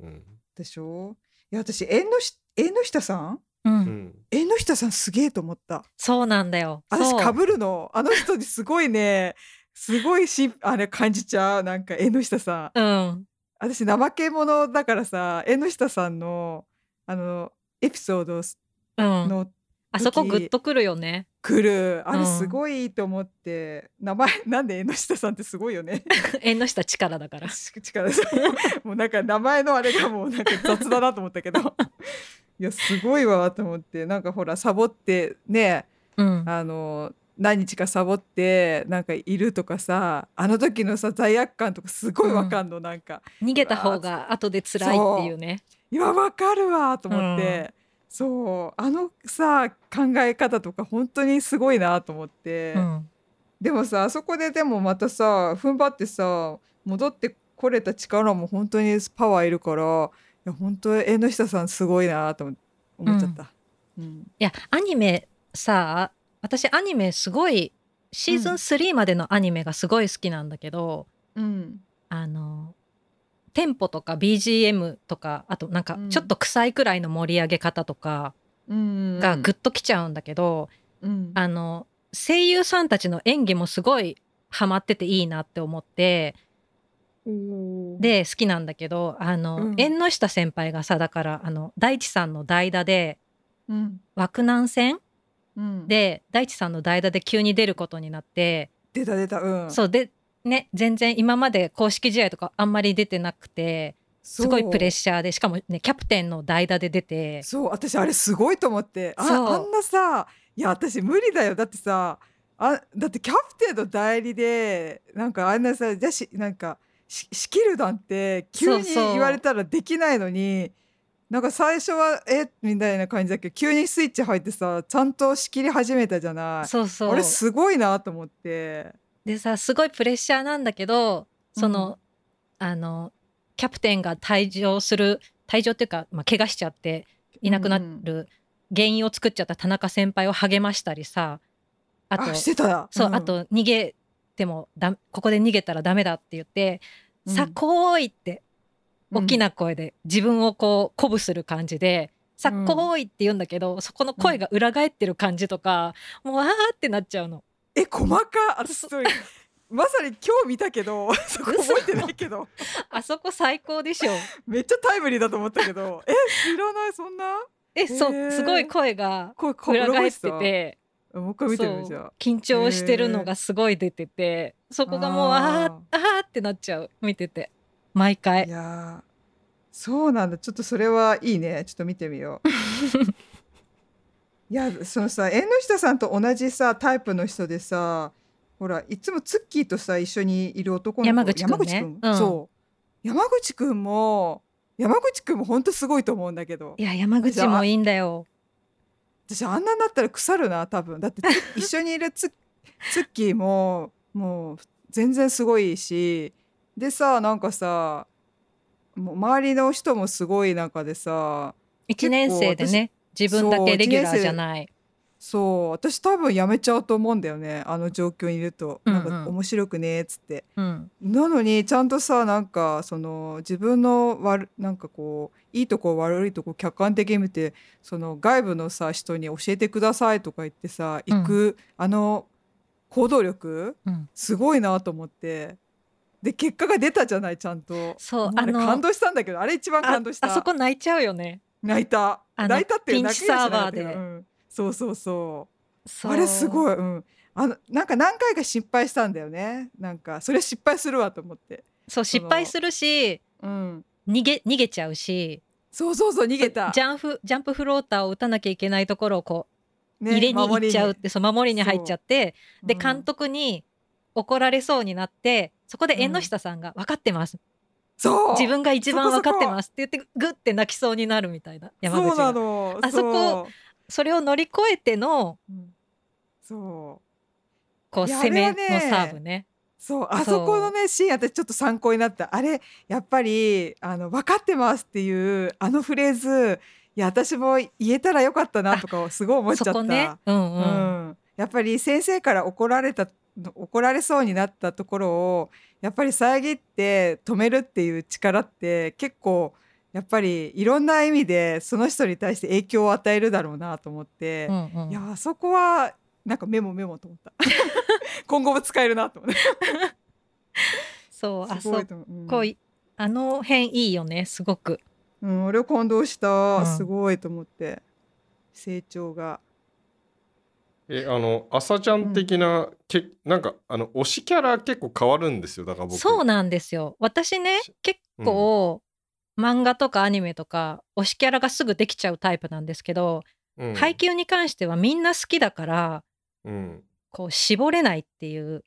Speaker 3: うん、
Speaker 1: でしょいや、私、縁のし、縁の下さん
Speaker 2: うん
Speaker 3: うん、
Speaker 1: 縁の下さんすげえと思った。
Speaker 2: そうなんだよ
Speaker 1: 私、
Speaker 2: そう
Speaker 1: かぶるの。あの人にすごいね、すごいし、あれ感じちゃう。なんか、縁の下さん。
Speaker 2: うん
Speaker 1: 私、怠け者だからさ、縁の下さんの、あの、エピソード
Speaker 2: うん
Speaker 1: の
Speaker 2: あそこグッとくるよね *laughs*
Speaker 1: 来る、あ
Speaker 2: うん
Speaker 1: れすごいと思って、名前、 *laughs* なんで縁の下さんってすごいよ
Speaker 2: *laughs*
Speaker 1: ね。
Speaker 2: 縁の下力だから
Speaker 1: 力さ *laughs* もうなんか名前のあれがもうなんか雑だなと思ったけど *laughs* いやすごいわと思ってなんかほらサボってね
Speaker 2: うん
Speaker 1: あの何日かサボってなんかいるとかさあの時のさ罪悪感とかすごいわかんの、なんか
Speaker 2: 逃げた方が後で辛いっていうね
Speaker 1: いやわかるわと思って、そうあのさ考え方とか本当にすごいなと思って、
Speaker 2: うん
Speaker 1: でもさあそこででもまたさ踏ん張ってさ戻ってこれた力も本当にパワーいるからいや本当縁の下さんすごいなと思思っちゃった。うん
Speaker 2: いやアニメさ私アニメすごいシーズン3までのアニメがすごい好きなんだけど、
Speaker 1: うん
Speaker 2: あのテンポとか BGM とかあとなんか
Speaker 1: うん
Speaker 2: ちょっと臭いくらいの盛り上げ方とか
Speaker 1: うん
Speaker 2: がグッときちゃうんだけど、
Speaker 1: うん
Speaker 2: あの声優さんたちの演技もすごいハマってていいなって思ってで好きなんだけどあの、
Speaker 1: うん
Speaker 2: 縁の下先輩がさだからあの大地さんの代打で
Speaker 1: うん
Speaker 2: 枠南戦
Speaker 1: うん、
Speaker 2: で大地さんの代打で急に出ることになって。
Speaker 1: 出た出たうん
Speaker 2: そうでね全然今まで公式試合とかあんまり出てなくてすごいプレッ
Speaker 1: シ
Speaker 2: シャーでしかもねキャプテンの代打で出て
Speaker 1: そう私あれすごいと思ってあ
Speaker 2: そう
Speaker 1: あんなさいや私無理だよだってさあだってキャプテンの代理でなんかあんなさじゃしなんかし仕切るなんて急に
Speaker 2: そうそう
Speaker 1: 言われたらできないのになんか最初はえみたいな感じだけど急にスイッチ入ってさちゃんと仕切り始めたじゃない
Speaker 2: そうそう
Speaker 1: あれすごいなと思って
Speaker 2: でさすごいプレッシャーなんだけどその、あのキャプテンが退場する退場っていうか、まあ、怪我しちゃっていなくなる原因を作っちゃった田中先輩を励ましたりさあ
Speaker 1: あ
Speaker 2: と
Speaker 1: してた
Speaker 2: そう、
Speaker 1: ん
Speaker 2: あと逃げてもだここで逃げたらダメだって言って「
Speaker 1: うん
Speaker 2: さこーい!」って
Speaker 1: うん
Speaker 2: 大きな声で自分をこう鼓舞する感じで「さ
Speaker 1: うん
Speaker 2: こーい!」って言うんだけどそこの声が裏返ってる感じとか、もうあーってなっちゃうの。
Speaker 1: え細か私それまさに今日見たけどそこ覚えてないけど
Speaker 2: あそこ最高でし
Speaker 1: *laughs*
Speaker 2: ょ。
Speaker 1: めっちゃタイムリーだと思ったけど *laughs* え知らないそんな
Speaker 2: えそ
Speaker 1: へ
Speaker 2: う
Speaker 1: ー
Speaker 2: すごい声が
Speaker 1: ここ
Speaker 2: 裏返って
Speaker 1: 裏返
Speaker 2: て。
Speaker 1: たもう一回見てみるじゃ
Speaker 2: そ
Speaker 1: あ
Speaker 2: う緊張してるのがすごい出ててそこがもうあー
Speaker 1: あ
Speaker 2: あーってなっちゃう見てて毎
Speaker 1: い
Speaker 2: 回
Speaker 1: やーそうなんだちょっとそれはいいねちょっと見てみよう *laughs* いやそのさ縁の下さんと同じさタイプの人でさほらいつもツッキーとさ一緒にいる男の子
Speaker 2: 山口くんね
Speaker 1: くん
Speaker 2: うん
Speaker 1: そう山口くんも山口くんもほんとすごいと思うんだけど
Speaker 2: いや山口もいいんだよ
Speaker 1: 私あんなになったら腐るな多分だ
Speaker 2: *laughs*
Speaker 1: ってつ一緒にいるツツッキーももう全然すごいしでさなんかさもう周りの人もすごい中でさ
Speaker 2: 1年生でね自分だけレギュラーじゃない
Speaker 1: そう私多分やめちゃうと思うんだよねあの状況にいると、
Speaker 2: うんうん
Speaker 1: なんか面白くねーっつって
Speaker 2: うん
Speaker 1: なのにちゃんとさなんかその自分の悪なんかこういいとこ悪いとこ客観的に見てその外部のさ人に教えてくださいとか言ってさ
Speaker 2: うん
Speaker 1: 行く、あの行動力
Speaker 2: うん
Speaker 1: すごいなと思ってで結果が出たじゃないちゃんと
Speaker 2: そう
Speaker 1: もうあれ
Speaker 2: あの
Speaker 1: 感動したんだけどあれ一番
Speaker 2: あ
Speaker 1: 感動した
Speaker 2: あそこ泣いちゃうよね
Speaker 1: 泣いた
Speaker 2: あの
Speaker 1: 泣いたっていう
Speaker 2: ピンチ
Speaker 1: 泣くようにしなかったけど
Speaker 2: サーバーで
Speaker 1: うんそうそうそう
Speaker 2: そう
Speaker 1: あれすごい、うん、あのなんか何回か失敗したんだよねなんかそれ失敗するわと思って。
Speaker 2: そう
Speaker 1: その
Speaker 2: 失敗するし
Speaker 1: うん
Speaker 2: 逃げ逃げちゃうし
Speaker 1: そうそうそう逃げた。
Speaker 2: ジャンプジャンプフローターを打たなきゃいけないところをこう、
Speaker 1: ね
Speaker 2: 入れに行っちゃうってそう守りに入っちゃってで
Speaker 1: うん
Speaker 2: 監督に怒られそうになってそこで縁の下さんが「分かってます
Speaker 1: そう
Speaker 2: 自分が一番
Speaker 1: そこそ
Speaker 2: 分
Speaker 1: こ
Speaker 2: かってます」って言ってグッて泣きそうになるみたいな山
Speaker 1: そう
Speaker 2: 口
Speaker 1: な
Speaker 2: がそ
Speaker 1: の
Speaker 2: あ
Speaker 1: う
Speaker 2: それを乗り越えての
Speaker 1: うんそう
Speaker 2: こう
Speaker 1: いや
Speaker 2: 攻め
Speaker 1: あ
Speaker 2: の
Speaker 1: れはね
Speaker 2: サーブね
Speaker 1: そうあそこのねシーン私ちょっと参考になったあれやっぱりあの分かってますっていうあのフレーズや私も言えたらよかったなとかをすごい思っちゃった。
Speaker 2: そこね、うん
Speaker 1: う
Speaker 2: うん
Speaker 1: ん、やっぱり先生から怒られた怒られそうになったところをやっぱり遮って止めるっていう力って結構やっぱりいろんな意味でその人に対して影響を与えるだろうなと思って、
Speaker 2: うんうん
Speaker 1: いやあそこはなんかメモメモと思った
Speaker 2: *laughs*
Speaker 1: 今後も使えるなと思って
Speaker 2: そう *laughs* あ
Speaker 1: す
Speaker 2: そ
Speaker 1: ごい
Speaker 2: こと
Speaker 1: 思う、
Speaker 2: こ
Speaker 1: うん
Speaker 2: いあの辺いいよねすごく
Speaker 1: うん、俺は感動した、
Speaker 2: うん
Speaker 1: すごいと思って成長が
Speaker 3: えあの朝ちゃん的な、けなんかあの推しキャラ結構変わるんですよだから僕
Speaker 2: そうなんですよ私ね
Speaker 3: し
Speaker 2: 結構、漫画とかアニメとか推しキャラがすぐできちゃうタイプなんですけど、
Speaker 3: うん
Speaker 2: 配給に関してはみんな好きだから
Speaker 3: うん
Speaker 2: こう絞れないっていう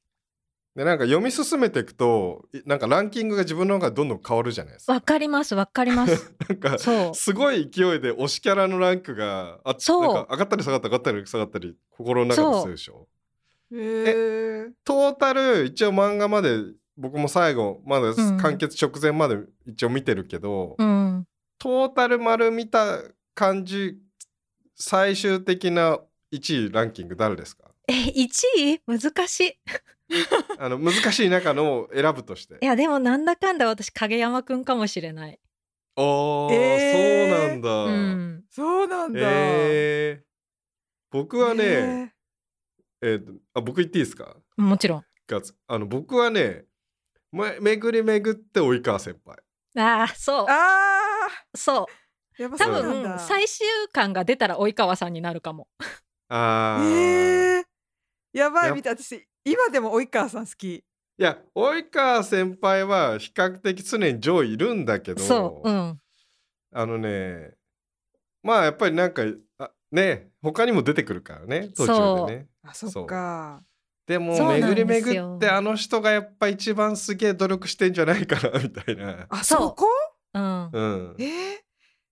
Speaker 3: でなんか読み進めていくといなんかランキングが自分の中でどんどん変わるじゃないですか
Speaker 2: わかりますわかります
Speaker 3: *laughs* なんか
Speaker 2: そう
Speaker 3: すごい勢いで推しキャラのランクがあ
Speaker 2: そう
Speaker 3: なんか上がったり下がったり上がったり下がったり心の中でするでしょ
Speaker 1: へえ
Speaker 3: トータル一応漫画まで僕も最後まだ
Speaker 2: ん
Speaker 3: 完結直前まで一応見てるけど、
Speaker 2: うん
Speaker 3: トータル丸見た感じ最終的な1位ランキング誰ですか
Speaker 2: え1位難しい
Speaker 3: あの難しい中のを選ぶとして
Speaker 2: いやでもなんだかんだ私影山くんかもしれない、
Speaker 3: あー、
Speaker 1: えー
Speaker 3: そうなんだ、
Speaker 2: うん、
Speaker 1: そうなんだ、
Speaker 3: えー僕はね、
Speaker 1: へ
Speaker 3: えーとあ僕言っていいですか
Speaker 2: もちろん
Speaker 3: ガツあの僕はねめ巡り巡って及川先輩
Speaker 2: ああそう
Speaker 1: ーあー
Speaker 2: そう
Speaker 1: やっぱ
Speaker 2: 多
Speaker 1: そうなん
Speaker 2: 分
Speaker 1: だ。
Speaker 2: 最終巻が出たら及川さんになるかも
Speaker 3: あー
Speaker 1: えー、やば
Speaker 3: や
Speaker 1: い
Speaker 3: っ
Speaker 1: 見て私今でも及川さん好き。
Speaker 3: いや及川先輩は比較的常に上位いるんだけど
Speaker 2: そううん
Speaker 3: あのねまあやっぱりなんかあね他にも出てくるからね途中でね
Speaker 1: あそっか。
Speaker 3: でも
Speaker 2: そうなん
Speaker 3: 巡
Speaker 2: です
Speaker 3: り
Speaker 2: よ
Speaker 3: 巡ってあの人がやっぱ一番すげえ努力してんじゃないかなみたいな
Speaker 1: あ
Speaker 2: そう
Speaker 1: そこ？
Speaker 2: うん
Speaker 3: うん
Speaker 1: えー、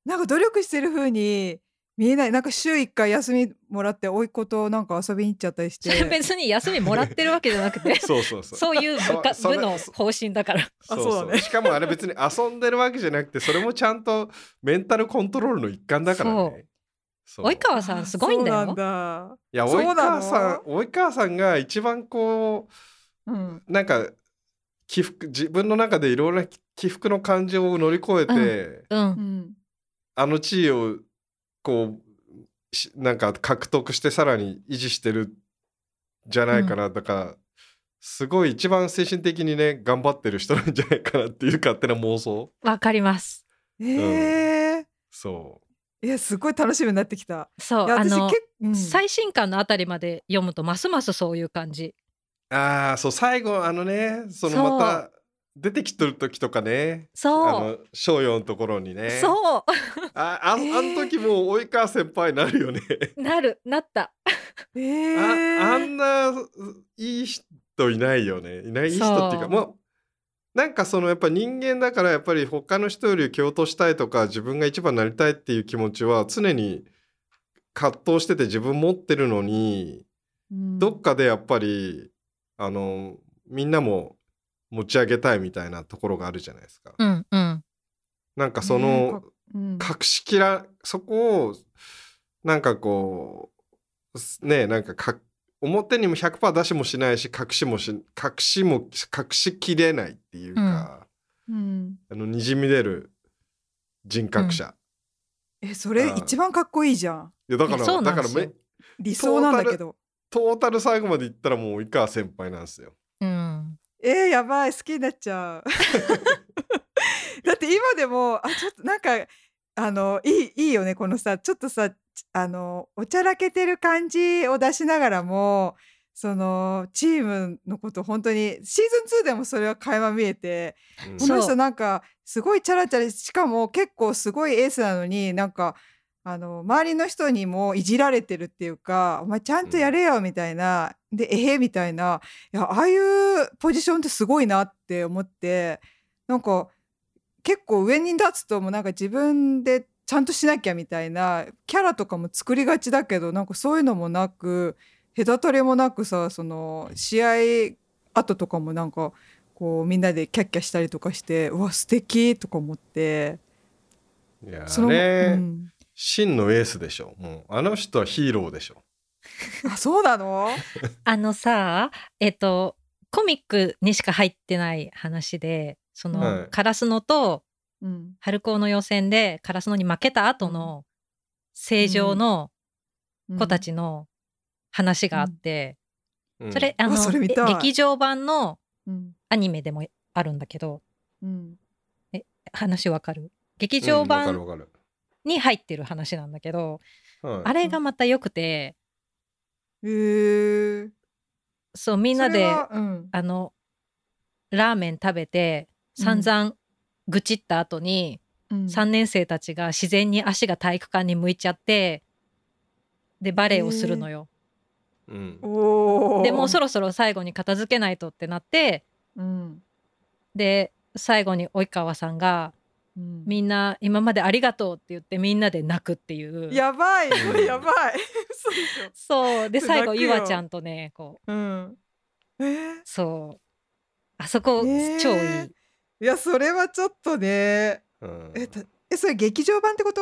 Speaker 1: なんか努力してる風に見えない。なんか週一回休みもらって甥いっ子となんか遊びに行っちゃったりし
Speaker 2: そ
Speaker 1: て。
Speaker 2: れ *laughs* 別に休みもらってるわけじゃなくて
Speaker 3: そうそうそう
Speaker 2: そういう部
Speaker 3: そ
Speaker 2: 下
Speaker 3: それ
Speaker 2: 部の方針だから
Speaker 1: あ
Speaker 3: そうそ
Speaker 1: そううだね
Speaker 3: しかもあれ別に遊んでるわけじゃなくてそれもちゃんとメンタルコントロールの一環だからね。そう
Speaker 2: 及川さんすごいんだ
Speaker 1: あそうな
Speaker 2: よ
Speaker 1: んだ。
Speaker 3: いや
Speaker 1: そう
Speaker 3: 及
Speaker 1: なの
Speaker 3: 川さん及川さんが一番こ
Speaker 1: うん。
Speaker 3: うなんか起伏自分の中でいろいろな起伏の感情を乗り越えて、
Speaker 2: う
Speaker 1: うんん。
Speaker 3: あの地位をこうしなんか獲得してさらに維持してるんじゃないかな、だからすごい一番精神的にね頑張ってる人なんじゃないかなっていう勝手な妄想
Speaker 2: わかります
Speaker 1: えー、
Speaker 3: そう
Speaker 1: いやすごい楽しみになってきた。
Speaker 2: そ
Speaker 1: いうや
Speaker 2: あ
Speaker 1: 私
Speaker 2: の
Speaker 1: 結構、うん
Speaker 2: 最新刊のあたりまで読むとますますそういう感じ
Speaker 3: ああそう最後あのねそ
Speaker 2: そ
Speaker 3: の
Speaker 2: う
Speaker 3: また出てきてる時とかねあ
Speaker 2: そう
Speaker 3: の翔陽のところにね
Speaker 2: そ
Speaker 3: あああ
Speaker 1: えー
Speaker 3: の時もう及川先輩になるよね、
Speaker 2: う *laughs* なるなった
Speaker 1: え
Speaker 3: ああ
Speaker 1: ー、
Speaker 3: んないい人いないよねいないいい人っていう
Speaker 2: そ
Speaker 3: か
Speaker 2: う
Speaker 3: もうなんかそのやっぱ人間だからやっぱり他の人より共闘したいとか自分が一番になりたいっていう気持ちは常に葛藤してて自分持ってるのに
Speaker 1: うん
Speaker 3: どっかでやっぱりあのみんなも持ち上げたいみたいなところがあるじゃないですか。
Speaker 2: うんうん
Speaker 3: なんかそ
Speaker 1: ねえか
Speaker 3: の
Speaker 1: うん
Speaker 3: 隠しきらそこをなんかこうすねなんかか表にも100%出しもしないし隠しもし隠しも隠しきれないっていうか、
Speaker 1: うん
Speaker 3: あのにじみ出る人格者、
Speaker 1: えそれ一番かっこいいじゃん。
Speaker 3: いやだか
Speaker 2: いやそ
Speaker 3: ら
Speaker 2: うな
Speaker 3: だ
Speaker 2: んで
Speaker 3: から
Speaker 2: すよ
Speaker 3: め
Speaker 1: 理想なんだけど。
Speaker 3: トータル最後までいったらもう井川先輩なんですよ。
Speaker 2: うん
Speaker 1: えー、やばい好きになっちゃう *laughs* だって今でもあちょっとなんかあのいいいいよねこのさちょっとさちあのおちゃらけてる感じを出しながらもそのチームのこと本当にシーズン2でもそれは垣間見えて
Speaker 3: うん
Speaker 1: こ
Speaker 2: そう
Speaker 1: の人なんかすごいチャラチャラしかも結構すごいエースなのになんかあの周りの人にもいじられてるっていうか「お前ちゃんとやれよ」みたいな「でえへ」みたいないやああいうポジションってすごいなって思ってなんか結構上に立つともうなんか自分でちゃんとしなきゃみたいなキャラとかも作りがちだけどなんかそういうのもなく隔たりもなくさその試合後とかもなんかこうみんなでキャッキャしたりとかしてうわ素敵とか思って
Speaker 3: いやー
Speaker 1: その、
Speaker 3: ね、
Speaker 1: うん
Speaker 3: 真のエースでしょもうあの人はヒーローでしょ
Speaker 1: あ、そうなの
Speaker 2: あのさえっとコミックにしか入ってない話でその、
Speaker 3: はい
Speaker 2: カラスノと
Speaker 1: うん。
Speaker 2: 春高の予選でカラスノに負けた後の正常の子たちの話があって、
Speaker 3: うん
Speaker 2: それあ
Speaker 1: う
Speaker 2: の
Speaker 1: わそれ見たい
Speaker 2: え劇場版の
Speaker 1: うん。
Speaker 2: アニメでもあるんだけど
Speaker 1: うん。
Speaker 2: 話わかる劇
Speaker 3: うん
Speaker 2: 場
Speaker 3: わかる
Speaker 2: 版
Speaker 3: わかる、
Speaker 2: に入ってる話なんだけど、
Speaker 3: はい
Speaker 2: あれがまた良くて
Speaker 1: へえ。
Speaker 2: そうみんな
Speaker 1: それ
Speaker 2: で
Speaker 1: はうん。
Speaker 2: あのラーメン食べて散々愚痴った後
Speaker 1: う
Speaker 2: に、
Speaker 1: ん
Speaker 2: 3年生たちが自然に足が体育館に向いちゃってでバレエをするのよ。
Speaker 3: うん
Speaker 1: おお。
Speaker 2: でもうそろそろ最後に片付けないとってなって
Speaker 1: うん。
Speaker 2: で最後に及川さんが
Speaker 1: うん
Speaker 2: 「みんな今までありがとう」って言ってみんなで泣くっていう。
Speaker 1: やばい、それやばい。そうでしょ。
Speaker 2: そうで
Speaker 1: それ
Speaker 2: 最後
Speaker 1: 泣く
Speaker 2: い
Speaker 1: よ
Speaker 2: わちゃんとねこう
Speaker 1: うん。えー、
Speaker 2: そうあそこ、
Speaker 1: ねえ
Speaker 2: 超いい
Speaker 1: いや、それはちょっとね。
Speaker 3: うん
Speaker 1: え、たえ、それ劇場版ってこと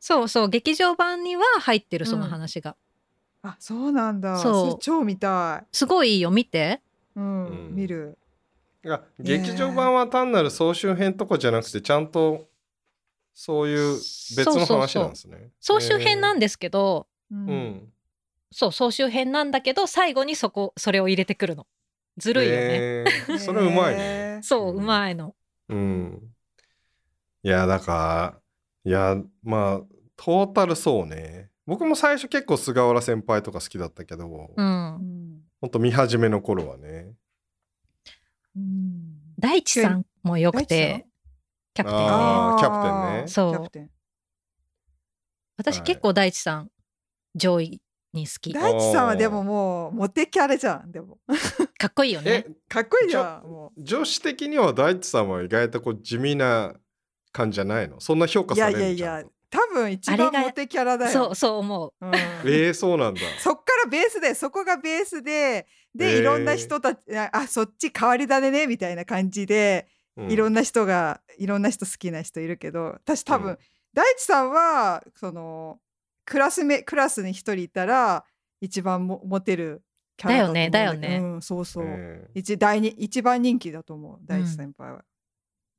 Speaker 2: そうそう劇場版には入ってるその話が、
Speaker 1: あ、そうなんだ。
Speaker 2: そう
Speaker 1: それ超見た
Speaker 2: すごいいいよ見て
Speaker 1: い。うん、
Speaker 3: うん
Speaker 1: 見る。
Speaker 3: あ劇場版は単なる総集編とかじゃなくてちゃんとそういう別の話なんですね。
Speaker 2: 総集編なん
Speaker 3: で、
Speaker 2: ですけど、
Speaker 1: う
Speaker 3: えーうん、
Speaker 2: そう総集編なんだけど最後にそこそれを入れてくるのずるいよね、
Speaker 3: えーそれうまいね。
Speaker 2: そうう
Speaker 3: い。
Speaker 2: まいの
Speaker 3: うん、いやだからいやまあトータルそうね。僕も最初結構菅原先輩とか好きだったけど、
Speaker 1: う
Speaker 2: う
Speaker 1: んん。
Speaker 3: ほんと見始めの頃はね。
Speaker 1: うん。
Speaker 2: 大地さんもよく
Speaker 1: 大地
Speaker 2: てキャプテンね
Speaker 3: あー
Speaker 2: キャプテンねそう
Speaker 1: キャプテン。
Speaker 2: 私
Speaker 3: はい
Speaker 2: 結構大地さん上位に好きか
Speaker 1: 大地さんはでももう、モテキャレじゃん、でも。 *laughs*
Speaker 2: っこいいよね
Speaker 3: え
Speaker 1: かっこいいじゃ
Speaker 3: ち
Speaker 1: ん、
Speaker 3: ょ
Speaker 1: も
Speaker 3: 女子的には大地さんは意外とこう地味な感じじゃないのそんな評価されるんじ
Speaker 1: いやい
Speaker 3: ゃん
Speaker 1: やいや多分一番
Speaker 2: あれが
Speaker 1: モテキャラだよ。
Speaker 2: そうそう思う
Speaker 1: うん。
Speaker 3: えー、そうなんだ。
Speaker 1: そっからベースでそこがベースでで、
Speaker 3: えー
Speaker 1: いろんな人たちあそっち変わり種ねみたいな感じで、
Speaker 3: うん
Speaker 1: いろんな人がいろんな人好きな人いるけど私多分、
Speaker 3: うん
Speaker 1: 大地さんはそのクラスめクラスに一人いたら一番もモテるキャラだと思うん
Speaker 2: だよねだよね
Speaker 1: うん、そうそう、
Speaker 3: えー
Speaker 1: 一大に一番人気だと思う大地先輩は。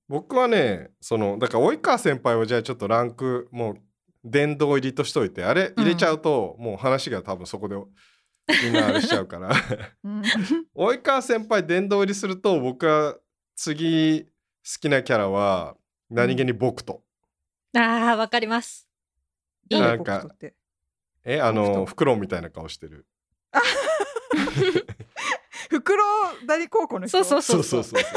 Speaker 3: 僕はねそのだから及川先輩をじゃあちょっとランクもう殿堂入りとしといてあれ入れちゃうと、もう話が多分そこで *laughs* みんなあれしちゃうから *laughs*
Speaker 1: うん *laughs*
Speaker 3: 及川先輩殿堂入りすると僕は次好きなキャラは何気に僕と、
Speaker 2: あーわかりますいい
Speaker 1: 誰
Speaker 3: なん
Speaker 1: 僕
Speaker 3: か
Speaker 1: とって
Speaker 3: えあ
Speaker 1: 僕と
Speaker 3: のフクロウみたいな顔してる
Speaker 1: 袋谷高校の人
Speaker 2: そうそうそうそう
Speaker 3: そ
Speaker 2: *laughs*
Speaker 3: うそう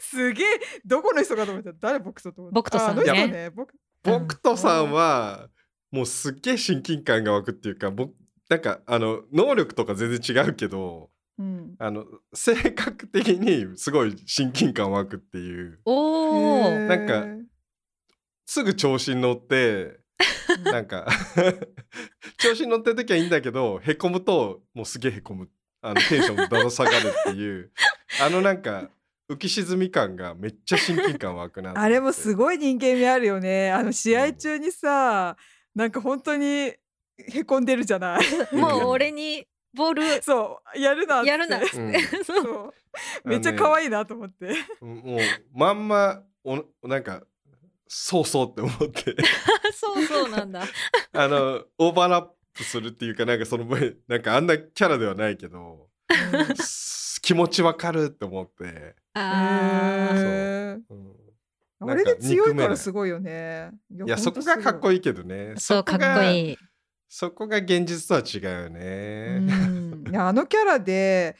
Speaker 1: すげえどこの人かと思ったら誰僕とと思った
Speaker 2: 僕とさんね
Speaker 1: ああの人ね僕
Speaker 3: 僕とさんはもうすっげえ親近感が湧くっていうか僕なんかあの能力とか全然違うけど
Speaker 1: うん
Speaker 3: あの性格的にすごい親近感湧くっていう
Speaker 2: お
Speaker 1: へー
Speaker 2: ー
Speaker 3: なんかすぐ調子に乗ってなんか *laughs* 調子に乗ってる時はいいんだけどへこむともうすげえへこむあのテンションもだだ下がるっていうあのなんか浮き沈み感がめっちゃ親近感湧くなと思って
Speaker 1: あれもすごい人間味あるよねあの試合中にさ、なんか本当にへこんでるじゃない *laughs*
Speaker 2: もう俺にボール *laughs*
Speaker 1: そうやるなっつって
Speaker 2: やるな、
Speaker 3: うん
Speaker 1: *laughs*
Speaker 2: *laughs*
Speaker 1: そうめっちゃ可愛いなと思って、
Speaker 3: もうまんまおなんかそうそうって思って
Speaker 2: そうそうな
Speaker 1: *laughs*
Speaker 2: んだ。
Speaker 3: あのオーバーラップするっていうかなんかその分なんかあんなキャラではないけどす *laughs* 気持ちわかるって思って、
Speaker 2: あー
Speaker 1: へー
Speaker 3: うん
Speaker 1: あれで強いからすごいよね
Speaker 3: いやそこがかっこ
Speaker 1: いい
Speaker 3: いいけどね
Speaker 2: そうか
Speaker 3: こ
Speaker 2: っ
Speaker 3: が
Speaker 2: こいい。
Speaker 3: そこが現実とは違うよ
Speaker 1: う
Speaker 3: ね、
Speaker 1: んいやあのキャラで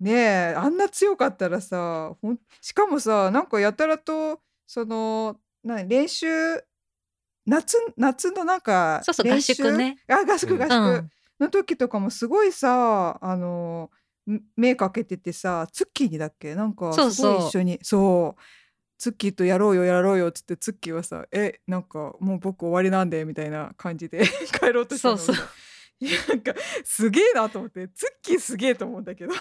Speaker 1: ねえあんな強かったらさほんしかもさなんかやたらとそのな練習夏夏のなんか
Speaker 2: そうそう
Speaker 1: 練
Speaker 2: 合
Speaker 1: 習
Speaker 2: 宿ね。
Speaker 1: あ合
Speaker 3: う
Speaker 1: 宿
Speaker 3: ん
Speaker 1: 合宿、
Speaker 2: うん。
Speaker 1: の時とかもすごいさあのん目かけててさツッキーにだっけなんか
Speaker 2: そう
Speaker 1: す
Speaker 2: そう
Speaker 1: ごい一緒にそうツッキーとやろうよやろうよっつってツッキーはさ「えなんかもう僕終わりなんで」みたいな感じで *laughs* 帰ろうとしたの
Speaker 2: そうそう
Speaker 1: いやなんかすげえなと思ってツッキーすげえと思うんだけど、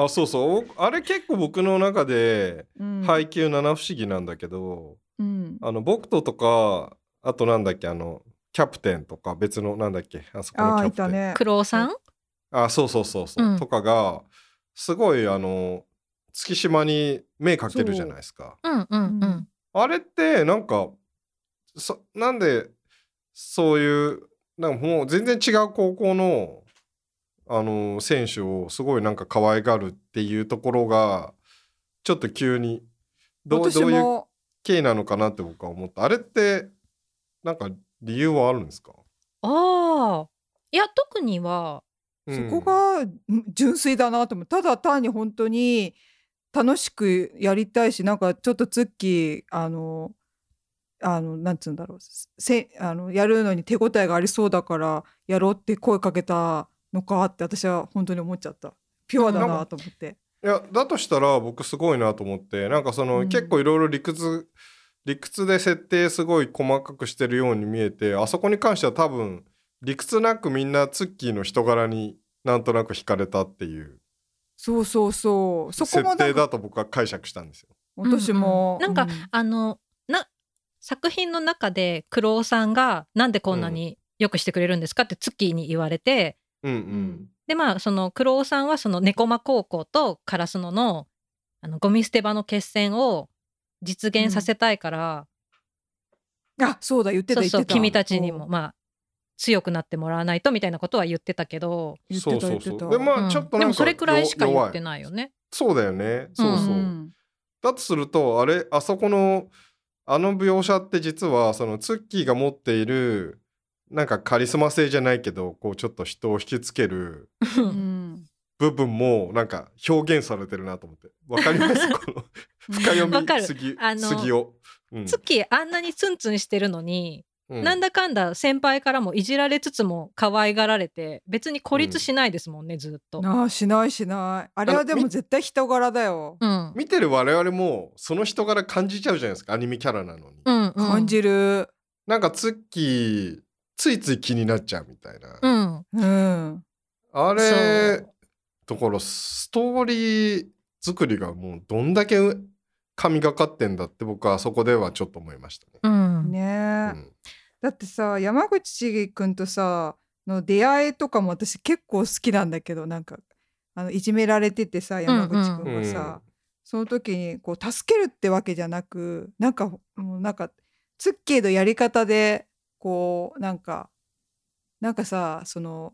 Speaker 3: あそうそうおあれ結構僕の中で
Speaker 1: い、
Speaker 3: 配給七不思議なんだけど、
Speaker 1: うん
Speaker 3: あの僕ととかあとなんだっけあのキャプテンとか別のなんだっけあそこ
Speaker 1: あ
Speaker 3: のキ
Speaker 1: あ
Speaker 3: ャ
Speaker 1: い
Speaker 3: プテン
Speaker 1: たね
Speaker 2: 黒尾さん、
Speaker 3: あそうそうそうそう、
Speaker 2: うん
Speaker 3: とかがすごいあの月島に目かけるじゃないですか
Speaker 2: うんうんうん
Speaker 3: あれってなんかそなんでそういうなんかもう全然違う高校のあの選手をすごいなんか可愛がるっていうところがちょっと急にどう
Speaker 1: 私
Speaker 3: どういう
Speaker 1: も
Speaker 3: 経緯なのかなって僕は思ったあれってなんか理由はあるんですか、
Speaker 2: ああいや特には
Speaker 3: う
Speaker 1: そ
Speaker 3: ん
Speaker 1: こがうん純粋だなと思うただ単に本当に楽しくやりたいしなんかちょっとツッキーあのあのなんつうんだろうせあのやるのに手応えがありそうだからやろうって声かけたのかって私は本当に思っちゃったピュアだなと思って。
Speaker 3: いやだとしたら僕すごいなと思ってなんかその、
Speaker 1: うん
Speaker 3: 結構いろいろ理屈理屈で設定すごい細かくしてるように見えてあそこに関しては多分理屈なくみんなツッキーの人柄になんとなく惹かれたっていう
Speaker 1: そうそうそうそこ
Speaker 3: 設
Speaker 1: もな
Speaker 3: 定
Speaker 1: んか
Speaker 3: だと僕は解釈したんですよ。
Speaker 1: 私も、
Speaker 2: うんうんなんかあのな作品の中で黒尾さんがなんでこんなによくしてくれるんですかってツッキーに言われて、
Speaker 3: うんうん
Speaker 1: ん
Speaker 2: でまあその黒尾さんはその猫間高校と烏野のあのゴミ捨て場の決戦を実現させたいから、
Speaker 1: あそうだ言ってた
Speaker 2: そ
Speaker 1: 言
Speaker 2: う
Speaker 1: って
Speaker 2: そ
Speaker 1: た
Speaker 2: う君たちにもまあ強くなってもらわないとみたいなことは言ってたけど、
Speaker 1: 言って
Speaker 3: そう
Speaker 1: た
Speaker 3: そ
Speaker 1: 言
Speaker 3: う
Speaker 1: って
Speaker 3: そ
Speaker 1: た
Speaker 3: うでまあ、
Speaker 2: うん
Speaker 3: ちょっ
Speaker 2: で
Speaker 3: となん
Speaker 2: も
Speaker 3: か
Speaker 2: それくらいしか
Speaker 3: よ
Speaker 2: 言
Speaker 3: 弱
Speaker 2: ってないよね。
Speaker 3: そうだよね
Speaker 2: うん
Speaker 3: そうそう、
Speaker 1: ん
Speaker 3: だとするとあれあそこのあの描写って実はそのツッキーが持っているなんかカリスマ性じゃないけどこうちょっと人を引きつける
Speaker 1: うん
Speaker 3: 部分もなんか表現されてるなと思ってわかります
Speaker 2: *laughs*
Speaker 3: この深読
Speaker 2: わか
Speaker 3: み
Speaker 2: る
Speaker 3: すぎ
Speaker 2: あの
Speaker 3: すぎを、うん
Speaker 2: ツッキーあんなにツンツンしてるのに、
Speaker 3: う
Speaker 2: なんだかんだ先輩からもいじられつつも可愛がられて別に孤立しないですもんね、ずっと。
Speaker 1: なあしないしないあれはで
Speaker 3: あの
Speaker 1: も
Speaker 3: み
Speaker 1: 絶対人柄だよ、
Speaker 2: うん、
Speaker 3: 見てる我々もその人柄感じちゃうじゃないですかアニメキャラなのに、
Speaker 2: うんうん、
Speaker 1: 感じる
Speaker 3: なんかツッキーついつい気になっちゃうみたいな、
Speaker 2: うん
Speaker 1: うん
Speaker 3: あれ
Speaker 2: そう
Speaker 3: ところストーリー作りがもうどんだけ神がかってんだって僕はあそこではちょっと思いましたね。
Speaker 2: うん
Speaker 1: ねえ、
Speaker 3: うん
Speaker 1: だってさ山口茂くんとさの出会いとかも私結構好きなんだけどなんかあのいじめられててさ山口くんがさ、
Speaker 3: うん
Speaker 1: その時にこう助けるってわけじゃなくなんかもうなんかツッキーのやり方でこうなんかなんかさその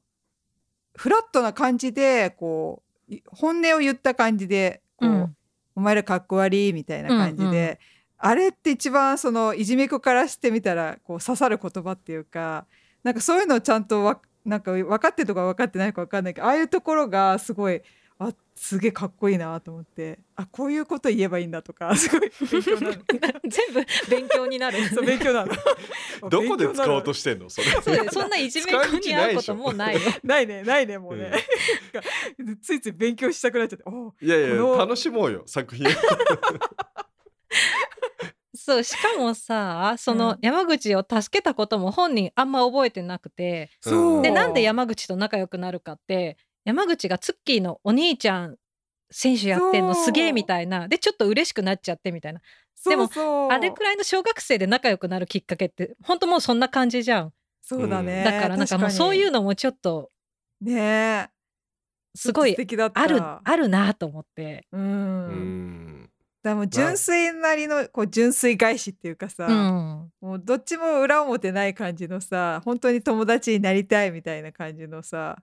Speaker 1: フラットな感じでこうい本音を言った感じでこう、
Speaker 2: うん
Speaker 1: お前らかっこ悪いみたいな感じで、
Speaker 2: うんうん
Speaker 1: あれって一番そのいじめっ子からしてみたらこう刺さる言葉っていうかなんかそういうのをちゃんとわなんか分かってるとか分かってないか分かんないけどああいうところがすごいあすげえかっこいいなと思ってあこういうこと言えばいいんだとかす *laughs* ごい勉強なの
Speaker 2: *laughs* 全部勉強になる、
Speaker 1: そう勉強なの
Speaker 3: *laughs* どこで使おうと
Speaker 1: し
Speaker 3: してんのそれ
Speaker 2: そうですそんないじめっ子に会うことも
Speaker 1: *laughs*
Speaker 2: うないよ。
Speaker 1: ないねないねもうね、なんかついつい勉強したくなっちゃっておう
Speaker 3: いやいや
Speaker 1: この
Speaker 3: 楽しもうよ作品。
Speaker 2: そうしかもさそ
Speaker 1: う
Speaker 2: の
Speaker 1: ん
Speaker 2: 山口を助けたことも本人あんま覚えてなくて
Speaker 1: そう
Speaker 2: でなんで山口と仲良くなるかって山口がツッキーのお兄ちゃん選手やってんの
Speaker 1: そう
Speaker 2: すげえみたいなでちょっと嬉しくなっちゃってみたいなでも
Speaker 1: そうそう
Speaker 2: あれくらいの小学生で仲良くなるきっかけってほんともうそんな感じじゃん
Speaker 1: そうだね、
Speaker 3: え
Speaker 2: だからなんかもうそういう
Speaker 1: の
Speaker 2: のもちょっと
Speaker 1: ねえ
Speaker 2: すごい
Speaker 1: 素敵だった
Speaker 2: あるあるなと思って
Speaker 1: う、
Speaker 3: うんん
Speaker 1: だからもう純粋なりのこう純粋返しっていうかさ、
Speaker 2: うん
Speaker 1: もうどっちも裏表ない感じのさ本当に友達になりたいみたいな感じのさ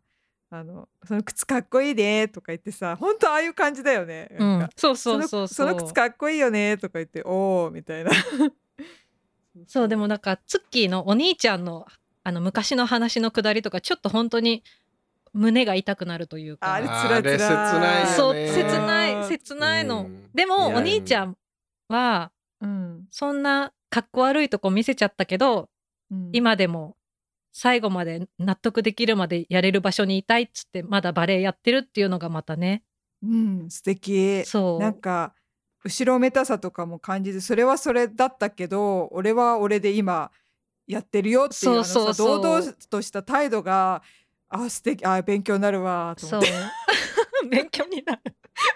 Speaker 1: あのその靴かっこいいねとか言ってさ本当ああいう感じだよね、
Speaker 2: う
Speaker 1: なん
Speaker 2: ん
Speaker 1: か
Speaker 2: そうそうそう
Speaker 1: そのその靴かっこいいよねとか言っておおみたいな
Speaker 2: *laughs* そうでもなんかツッキーのお兄ちゃんのあの昔の話のくだりとかちょっと本当に胸が痛くなるという
Speaker 1: あれ
Speaker 2: か
Speaker 1: つらつら
Speaker 3: あれつらい
Speaker 2: そ
Speaker 3: よ
Speaker 2: う
Speaker 3: ね
Speaker 2: 切ない切ないの、でもお兄ちゃんは
Speaker 1: うん
Speaker 2: そんなかっこ悪いとこ見せちゃったけど
Speaker 1: うん
Speaker 2: 今でも最後まで納得できるまでやれる場所にいたいっつってまだバレエやってるっていうのがまたね
Speaker 1: うん素敵
Speaker 2: そう
Speaker 1: なんか後ろめたさとかも感じてそれはそれだったけど俺は俺で今やってるよっていう
Speaker 2: そうそう
Speaker 1: あのさ
Speaker 2: そう
Speaker 1: 堂々とした態度があ素敵あ勉強になるわと思って
Speaker 2: そう *laughs* 勉強になる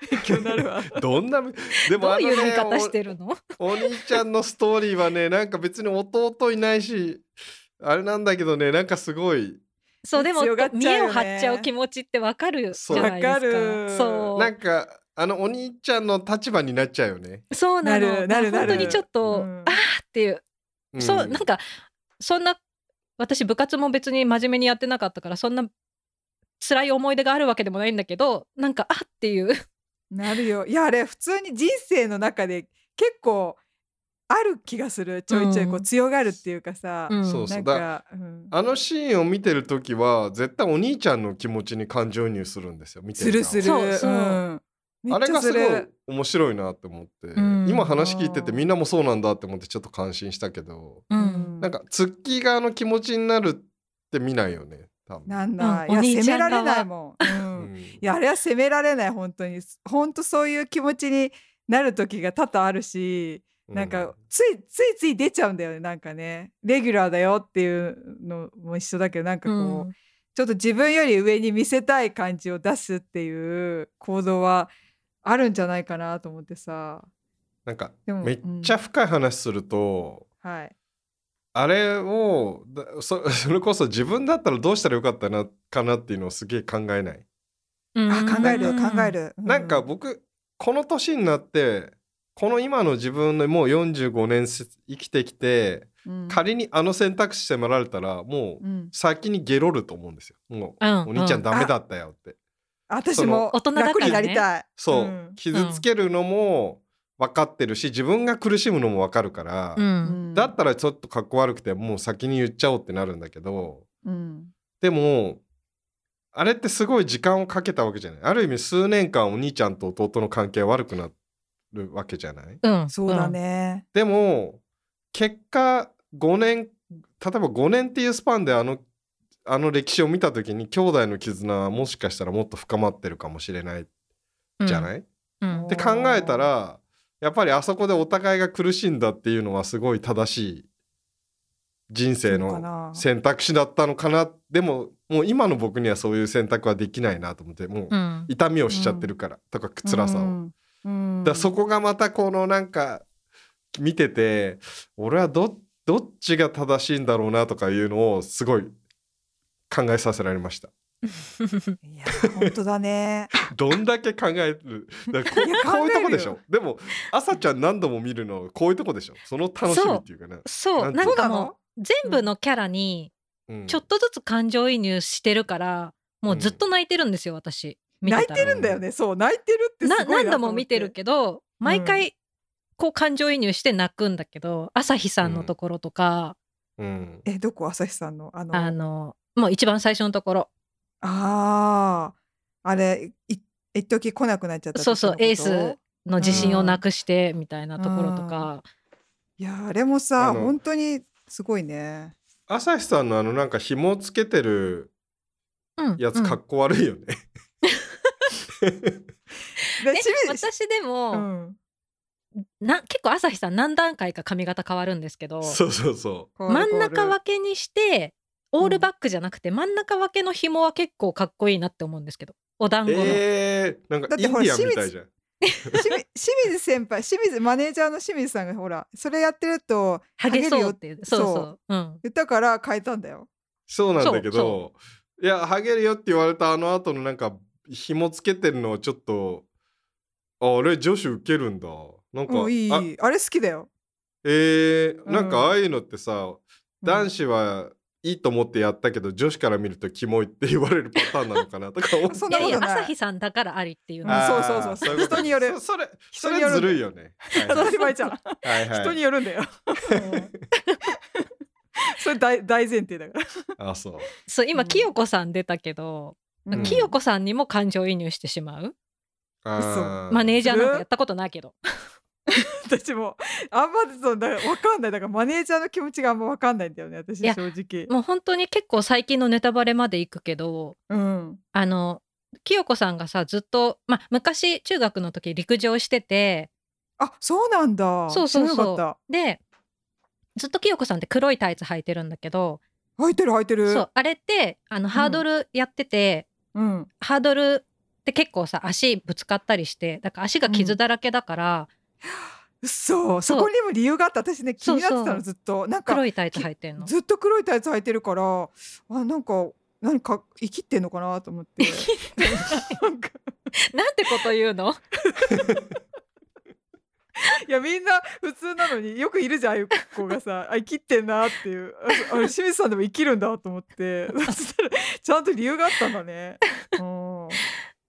Speaker 1: 勉強にな
Speaker 2: *laughs*
Speaker 1: るわ
Speaker 3: どんなでも
Speaker 2: ど
Speaker 3: あ
Speaker 2: う
Speaker 3: の
Speaker 2: いう見
Speaker 3: ね
Speaker 2: 方してるの
Speaker 3: おお兄ちゃんのストーリーはねなんか別に弟いないしあれなんだけどねなんかすごい
Speaker 2: そうでも
Speaker 1: 強がっち
Speaker 2: 見
Speaker 1: ゃう
Speaker 2: 栄
Speaker 1: よね
Speaker 2: を張っちゃう気持ちってわかるじゃないですか。
Speaker 1: わかる
Speaker 2: そう
Speaker 3: なんかあのお兄ちゃんの立場になっちゃうよね。
Speaker 2: そうなの
Speaker 1: なるなるなる
Speaker 2: 本当にちょっと、
Speaker 1: うん
Speaker 2: あーっていう、
Speaker 3: うん
Speaker 2: そうなんかそんな私部活も別に真面目にやってなかったからそんな辛い思い出があるわけでもないんだけどなんかあーっていう
Speaker 1: なるよいやあれ普通に人生の中で結構ある気がするちょいちょいこ
Speaker 2: う
Speaker 1: うん強がるっていうかさ、
Speaker 2: うん
Speaker 3: そうそ
Speaker 1: な
Speaker 3: うんだ
Speaker 1: か、うん
Speaker 3: あのシーンを見てる時は絶対お兄ちゃんの気持ちに感情移入するんですよ見て
Speaker 1: す
Speaker 3: る
Speaker 1: る
Speaker 3: 側
Speaker 1: す
Speaker 3: は
Speaker 1: る
Speaker 2: そうそうん
Speaker 1: め
Speaker 3: あ
Speaker 1: っ
Speaker 3: れ
Speaker 1: ちゃ
Speaker 3: が
Speaker 1: す
Speaker 3: すごい
Speaker 1: る
Speaker 3: 面白いなって思って、
Speaker 2: ん
Speaker 3: 今話聞いててみんなもそうなんだって思ってちょっと感心したけど、
Speaker 2: う、
Speaker 1: うん
Speaker 3: なんかツッキー側の気持ちになるって見ないよね多分。
Speaker 1: なんだ、
Speaker 2: うんお
Speaker 1: いや
Speaker 2: 兄
Speaker 1: 責
Speaker 2: ち
Speaker 1: め
Speaker 2: ゃん
Speaker 1: ら
Speaker 2: 側
Speaker 1: れないもん、う、
Speaker 3: うん
Speaker 1: い
Speaker 3: ん
Speaker 1: やあれは責められない本当に本当そういう気持ちになる時が多々あるしなんかついついつい出ちゃうんだよねなんかねレギュラーだよっていうのも一緒だけどなんかこう、
Speaker 2: うん
Speaker 1: ちょっと自分より上に見せたい感じを出すっていう行動はあるんじゃないかなと思ってさ
Speaker 3: なんか
Speaker 1: でも
Speaker 3: めっちゃ深い話すると、
Speaker 1: はい
Speaker 3: あれをだそ *laughs* それこそ自分だったらどうしたらよかったなかなっていうのをすげえ考えない。
Speaker 2: うん
Speaker 1: あ考える
Speaker 2: う
Speaker 1: 考える、う
Speaker 3: なんか僕この年になってこの今の自分でもう45年せ生きてきて
Speaker 1: うん
Speaker 3: 仮にあの選択肢迫られたらもう
Speaker 1: うん
Speaker 3: 先にゲロると思うんですよ。も
Speaker 2: うん
Speaker 3: うお兄ちゃんダメだったよって。
Speaker 1: 私も
Speaker 2: その大人だ
Speaker 1: 楽
Speaker 2: から
Speaker 1: に
Speaker 2: ね
Speaker 1: なりたい、
Speaker 3: そ
Speaker 1: う
Speaker 3: う、
Speaker 1: ん
Speaker 3: 傷つけるのも分かってるし自分が苦しむのも分かるから、
Speaker 2: うん
Speaker 1: うん
Speaker 3: だったらちょっとかっこ悪くてもう先に言っちゃおうってなるんだけど
Speaker 1: うん
Speaker 3: でもあれってすごい時間をかけたわけじゃないある意味数年間お兄ちゃんと弟の関係は悪くなるわけじゃない
Speaker 2: うん
Speaker 1: そうだね、
Speaker 3: でも結果5年例えば5年っていうスパンであのあの歴史を見た時に兄弟の絆はもしかしたらもっと深まってるかもしれないじゃない、
Speaker 2: うん
Speaker 3: って考えたらやっぱりあそこでお互いが苦しんだっていうのはすごい正しい人生
Speaker 1: そうかな
Speaker 3: の選択肢だったのかなでももう今の僕にはそういう選択はできないなと思ってもう
Speaker 1: *laughs*
Speaker 2: うん
Speaker 3: 痛みをしちゃってるから、とか辛さを。
Speaker 1: うんうん
Speaker 3: だからそこがまたこのなんか見てて俺はどどっちが正しいんだろうなとかいうのをすごい考えさせられました。
Speaker 1: いや本当だね
Speaker 3: どんだけ考えるだから
Speaker 1: い
Speaker 3: こ
Speaker 1: や
Speaker 3: こういうとこでし
Speaker 1: 考
Speaker 3: ょでも朝ちゃん何度も見るのこういうとこでしょその楽しみっていうかね
Speaker 2: *laughs* そうな
Speaker 3: な
Speaker 2: ん
Speaker 3: てい
Speaker 2: ん
Speaker 3: うの
Speaker 2: かもう全部のキャラに
Speaker 3: うん
Speaker 2: ちょっとずつ感情移入してるから、もうずっと泣いてるんですよ私見
Speaker 1: 泣い
Speaker 2: たら
Speaker 1: てるんだよねそう泣いてるって
Speaker 2: な
Speaker 1: すごい
Speaker 2: 何
Speaker 1: な
Speaker 2: 度も見てる
Speaker 1: ど
Speaker 2: けど毎回こう感情移入して泣くんだけど朝日さんのところとか、
Speaker 3: うん
Speaker 1: えどこ朝日さんのあの
Speaker 2: あのもう一番最初のところ
Speaker 1: あああれい一時来なくなっちゃった
Speaker 2: そうそう
Speaker 1: 時
Speaker 2: エ
Speaker 1: の
Speaker 2: ー
Speaker 1: こと
Speaker 2: スの自信をなくしてみたいなところとか、
Speaker 1: いやあれもさ
Speaker 3: あの
Speaker 1: 本当にすごいね
Speaker 3: 朝日さんのあのなんか紐をつけてる
Speaker 2: うん
Speaker 3: やつかっこ悪いよね、
Speaker 1: で
Speaker 2: え
Speaker 1: 清水
Speaker 2: 私でも、
Speaker 1: うん
Speaker 2: な結構朝日さん何段階か髪型変わるんですけど
Speaker 3: そうそうそ
Speaker 2: 真ん中分けにしてオー
Speaker 1: う
Speaker 2: ル
Speaker 1: ん
Speaker 2: バックじゃなくて、真ん中分けの紐は結構かっこいいなって思うんですけどお団
Speaker 3: う
Speaker 2: 子の、
Speaker 3: えー、なんか
Speaker 1: だっ
Speaker 3: イ
Speaker 1: て
Speaker 3: ンデ
Speaker 1: ほら
Speaker 3: ィアンみたいじゃん
Speaker 1: 清水清水先輩清水マネージャーの清水さんがほらそれやってるとハ
Speaker 2: ハゲ
Speaker 1: ゲる
Speaker 2: そう
Speaker 1: よ
Speaker 2: っていうそうそううん
Speaker 1: 言ったから変えたんだよ
Speaker 3: そうなんだ
Speaker 2: そう
Speaker 3: けどいやハゲるよって言われたあの後のなんか紐つけてるのはちょっとああれ女子ウケるんだなんか、
Speaker 1: もういい
Speaker 3: あ
Speaker 1: あれ好きだよ
Speaker 3: えー、
Speaker 1: うん
Speaker 3: なんかああいうのってさ、男子はいいと思ってやったけど女子から見るとキモいって言われるパターンなのかなとか思って
Speaker 1: *laughs* そん
Speaker 2: い
Speaker 1: な
Speaker 2: や
Speaker 1: こと
Speaker 2: い
Speaker 1: な
Speaker 2: や
Speaker 1: い
Speaker 2: 朝日さんだからありっていうの
Speaker 1: あ
Speaker 2: は
Speaker 1: ー
Speaker 3: あ
Speaker 1: そうそうそう
Speaker 3: いこと
Speaker 1: 人による
Speaker 3: そそれそ
Speaker 1: 人によ
Speaker 3: れ
Speaker 1: る
Speaker 3: ずるいよね
Speaker 1: 当たり前
Speaker 3: は
Speaker 1: じゃん
Speaker 3: い
Speaker 1: *laughs*
Speaker 3: はいはい
Speaker 1: 人によるんだよ *laughs* それ大大前提だから
Speaker 3: あそう
Speaker 2: そう今
Speaker 1: うん
Speaker 2: 清子さん出たけど、
Speaker 3: ん
Speaker 1: うん
Speaker 2: 清子さんにも感情移入してしまう、
Speaker 3: あ
Speaker 2: マネージャーなんかやったことないけど
Speaker 1: 私もあんまりそうだわかんないだからマネージャーの気持ちがあんまわかんないんだよね私
Speaker 2: いや
Speaker 1: 正直
Speaker 2: もう本当に結構最近のネタバレまで行くけど
Speaker 1: うん
Speaker 2: あの清子さんがさずっと、まあ、昔中学の時陸上してて
Speaker 1: あそうなんだ
Speaker 2: そうそう
Speaker 1: 知らな
Speaker 2: そ
Speaker 1: かっ
Speaker 2: うでずっと清子さんって黒いタイツ履いてるんだけど、
Speaker 1: た履いてる履いてる
Speaker 2: そうあれってあのハードルやってて、
Speaker 1: うん
Speaker 2: ハードルって結構さ足ぶつかったりしてだから足が傷だらけだから、
Speaker 1: そう
Speaker 2: そ
Speaker 1: そうこにも理由があって私ね気になって
Speaker 2: そ
Speaker 1: た
Speaker 2: うそ
Speaker 1: の
Speaker 2: う
Speaker 1: ずっとなんか
Speaker 2: 黒いタイツ履いてんの
Speaker 1: ずっと黒いタイツ履いてるからあなんか何か生きってんのかなと思ってなんか
Speaker 2: *laughs* なんてこと言うの
Speaker 1: いやみんな普通なのによくいるじゃんああいう子がさあ生きってんなっていうああれ清水さんでも生きるんだと思ってそしたらちゃんと理由があったんだね。うん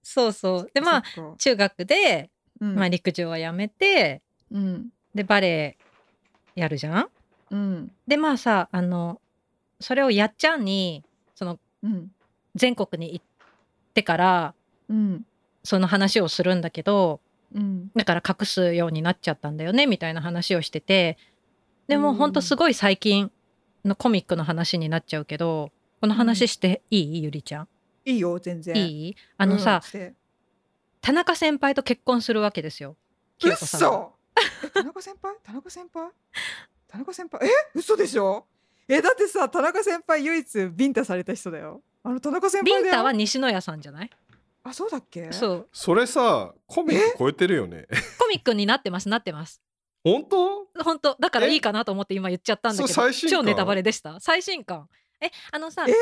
Speaker 2: そうそうでまあ
Speaker 1: そっか
Speaker 2: 中学で、
Speaker 1: うん
Speaker 2: まあ、陸上はやめて
Speaker 1: うん
Speaker 2: でバレエやるじゃん
Speaker 1: うん
Speaker 2: でまあさあのそれをやっちゃんにその
Speaker 1: うん
Speaker 2: 全国に行ってから
Speaker 1: うん
Speaker 2: その話をするんだけど
Speaker 1: うん
Speaker 2: だから隠すようになっちゃったんだよねみたいな話をしててでも
Speaker 1: うん
Speaker 2: ほんとすごい最近のコミックの話になっちゃうけどこの話していい、ゆりちゃん
Speaker 1: いいよ全然。い
Speaker 2: いいあのさ、
Speaker 1: うん、
Speaker 2: 田中先輩と結婚するわけですよ
Speaker 1: う
Speaker 2: 清
Speaker 1: っ
Speaker 2: 子さんが
Speaker 1: そえ田中先輩田中先輩田中先輩え嘘でしょえだってさ田中先輩唯一ビンタされた人だよあの田中先輩だ
Speaker 2: リ
Speaker 1: よ
Speaker 2: ンタは西野屋さんじゃない
Speaker 1: あそうだっけ
Speaker 2: そう
Speaker 3: それさコミック超えてるよね
Speaker 2: コミックになってますなってます
Speaker 3: *laughs* 本当
Speaker 2: 本当だから
Speaker 3: え
Speaker 2: いいかなと思って今言っちゃったんだけ
Speaker 3: そ
Speaker 2: ど
Speaker 3: れ最新刊
Speaker 2: 超ネタバレでした最新刊えあのさ
Speaker 1: えー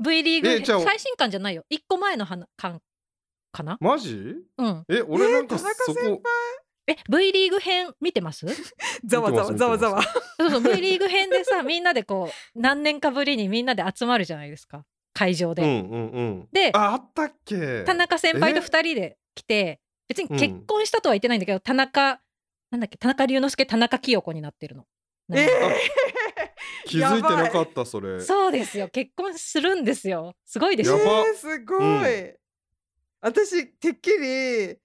Speaker 2: V リー
Speaker 3: え
Speaker 2: グ
Speaker 3: じゃあ
Speaker 2: 最新刊じゃないよ一個前の話刊かな
Speaker 3: マジ
Speaker 2: うん
Speaker 3: え俺なん
Speaker 1: え
Speaker 3: か
Speaker 1: 田中
Speaker 3: そ
Speaker 1: 先輩
Speaker 3: こ
Speaker 2: え V リーグ編見てます *laughs*
Speaker 1: ざわざわ
Speaker 3: 見
Speaker 1: ざ
Speaker 3: て
Speaker 1: わ
Speaker 3: ます
Speaker 1: ざわ
Speaker 2: そうそう V リーグ編でさみんなでこう何年かぶりにみんなで集まるじゃないですか会場で、
Speaker 3: うんうんうん
Speaker 2: で
Speaker 3: ああったっけ
Speaker 2: 田中先輩と2人で来て別に結婚したとは言ってないんだけど、田中なんだっけ田中龍之介田中清子になってるの。
Speaker 1: ええ *laughs*
Speaker 3: 気づいてなかったそれ
Speaker 2: そうですよ結婚するんですよすごいで
Speaker 1: え
Speaker 2: しょ
Speaker 3: やば
Speaker 1: ー、すごい、私てっきり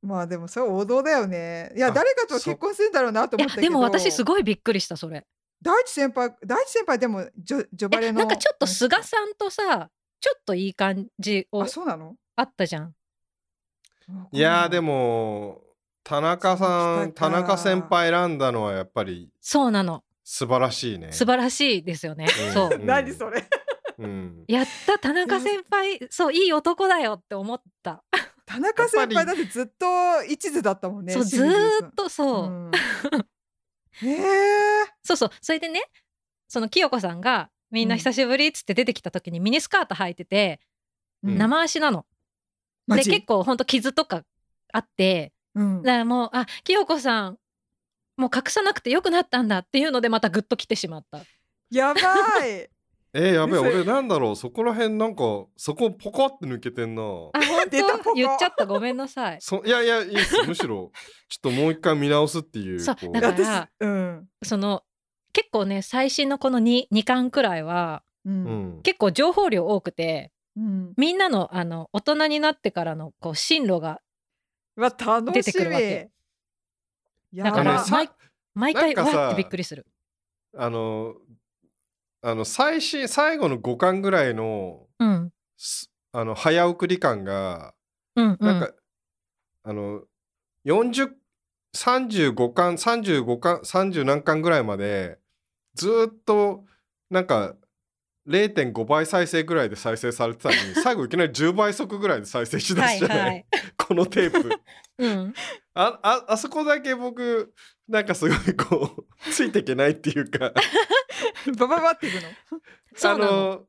Speaker 1: まあでもそれは王道だよねいや
Speaker 3: あ
Speaker 1: 誰かと結婚するんだろうなと
Speaker 2: い
Speaker 1: 思
Speaker 2: や
Speaker 1: ったけど
Speaker 2: でも私すごいびっくりしたそれ
Speaker 1: 大地先輩大地先輩でもジョジョバレ
Speaker 2: え
Speaker 1: の
Speaker 2: なんかちょっと菅さんとさちょっといい感じを
Speaker 1: あそうなの
Speaker 2: あったじゃん
Speaker 3: いやーで
Speaker 1: *laughs* も
Speaker 3: も田中さ
Speaker 1: そうんきたか
Speaker 3: 田中先輩選んだのはやっぱり
Speaker 2: そうなの
Speaker 3: 素晴らしいね
Speaker 2: 素晴らしいですよね、
Speaker 3: うん
Speaker 2: そう
Speaker 1: 何それ
Speaker 3: うん
Speaker 2: やった田中先輩そういい男だよって思った、
Speaker 1: 田中先輩だってずっと一途だった *laughs* もんね。
Speaker 2: そうず
Speaker 1: 清水さ
Speaker 2: ー
Speaker 1: ん
Speaker 2: っとそう、
Speaker 1: う
Speaker 2: *laughs*
Speaker 1: んねえ。
Speaker 2: そうそうそれでねその清子さんがみんな久しぶりっつって出てきた時にミニスカート履いてて、
Speaker 3: うん
Speaker 2: 生足なの、
Speaker 1: マ
Speaker 2: で
Speaker 1: ジ
Speaker 2: 結構ほんと傷とかあって
Speaker 1: うん
Speaker 2: だからもうあ清子さんもう隠さなくてよくなったんだっていうのでまたグッと来てしまった
Speaker 1: やばい。
Speaker 3: えーやべえ
Speaker 1: 嘘
Speaker 3: 俺なんだろうそこら辺なんかそこポコって抜けてんな
Speaker 2: あ *laughs* 本
Speaker 1: 出たポ
Speaker 2: 当
Speaker 1: コ
Speaker 2: 言っちゃったごめんなさ
Speaker 3: *laughs*
Speaker 2: い
Speaker 3: そいやいやいいっすむしろちょっともう一回見直すっていう
Speaker 2: そう
Speaker 3: こ
Speaker 2: だか
Speaker 1: 私、
Speaker 2: ら
Speaker 1: うん。
Speaker 2: その結構ね最新のこの 2, 2巻くらいは
Speaker 1: う。
Speaker 3: うんん、
Speaker 2: 結構情報量多くて
Speaker 1: うん。
Speaker 2: みんなのあの大人になってからのこう進路が
Speaker 1: うわ、楽
Speaker 2: 出
Speaker 1: してみ
Speaker 2: くるわけ。
Speaker 1: や
Speaker 2: だ
Speaker 1: ば
Speaker 2: か
Speaker 1: い
Speaker 3: あ
Speaker 2: ら
Speaker 3: のさ
Speaker 2: 毎毎回
Speaker 3: なんかさ
Speaker 2: わーってびっくりする。
Speaker 3: あのあの最新最後の5巻ぐらいの
Speaker 2: うん
Speaker 3: すあの早送り感が
Speaker 2: うんう
Speaker 3: なん
Speaker 2: ん
Speaker 3: か、あの4035巻35巻30何巻ぐらいまでずーっとなんか0.5倍再生ぐらいで再生されてたの
Speaker 2: *laughs*
Speaker 3: に最後いきなり10倍速ぐらいで再生しだ
Speaker 2: は
Speaker 3: す
Speaker 2: い
Speaker 3: じゃない、
Speaker 2: はい。
Speaker 3: *laughs* このテープ
Speaker 2: うん、
Speaker 3: あああそこだけ僕なんかすごいこうついていけないっていうか
Speaker 1: バババっていくの。
Speaker 2: そうなの。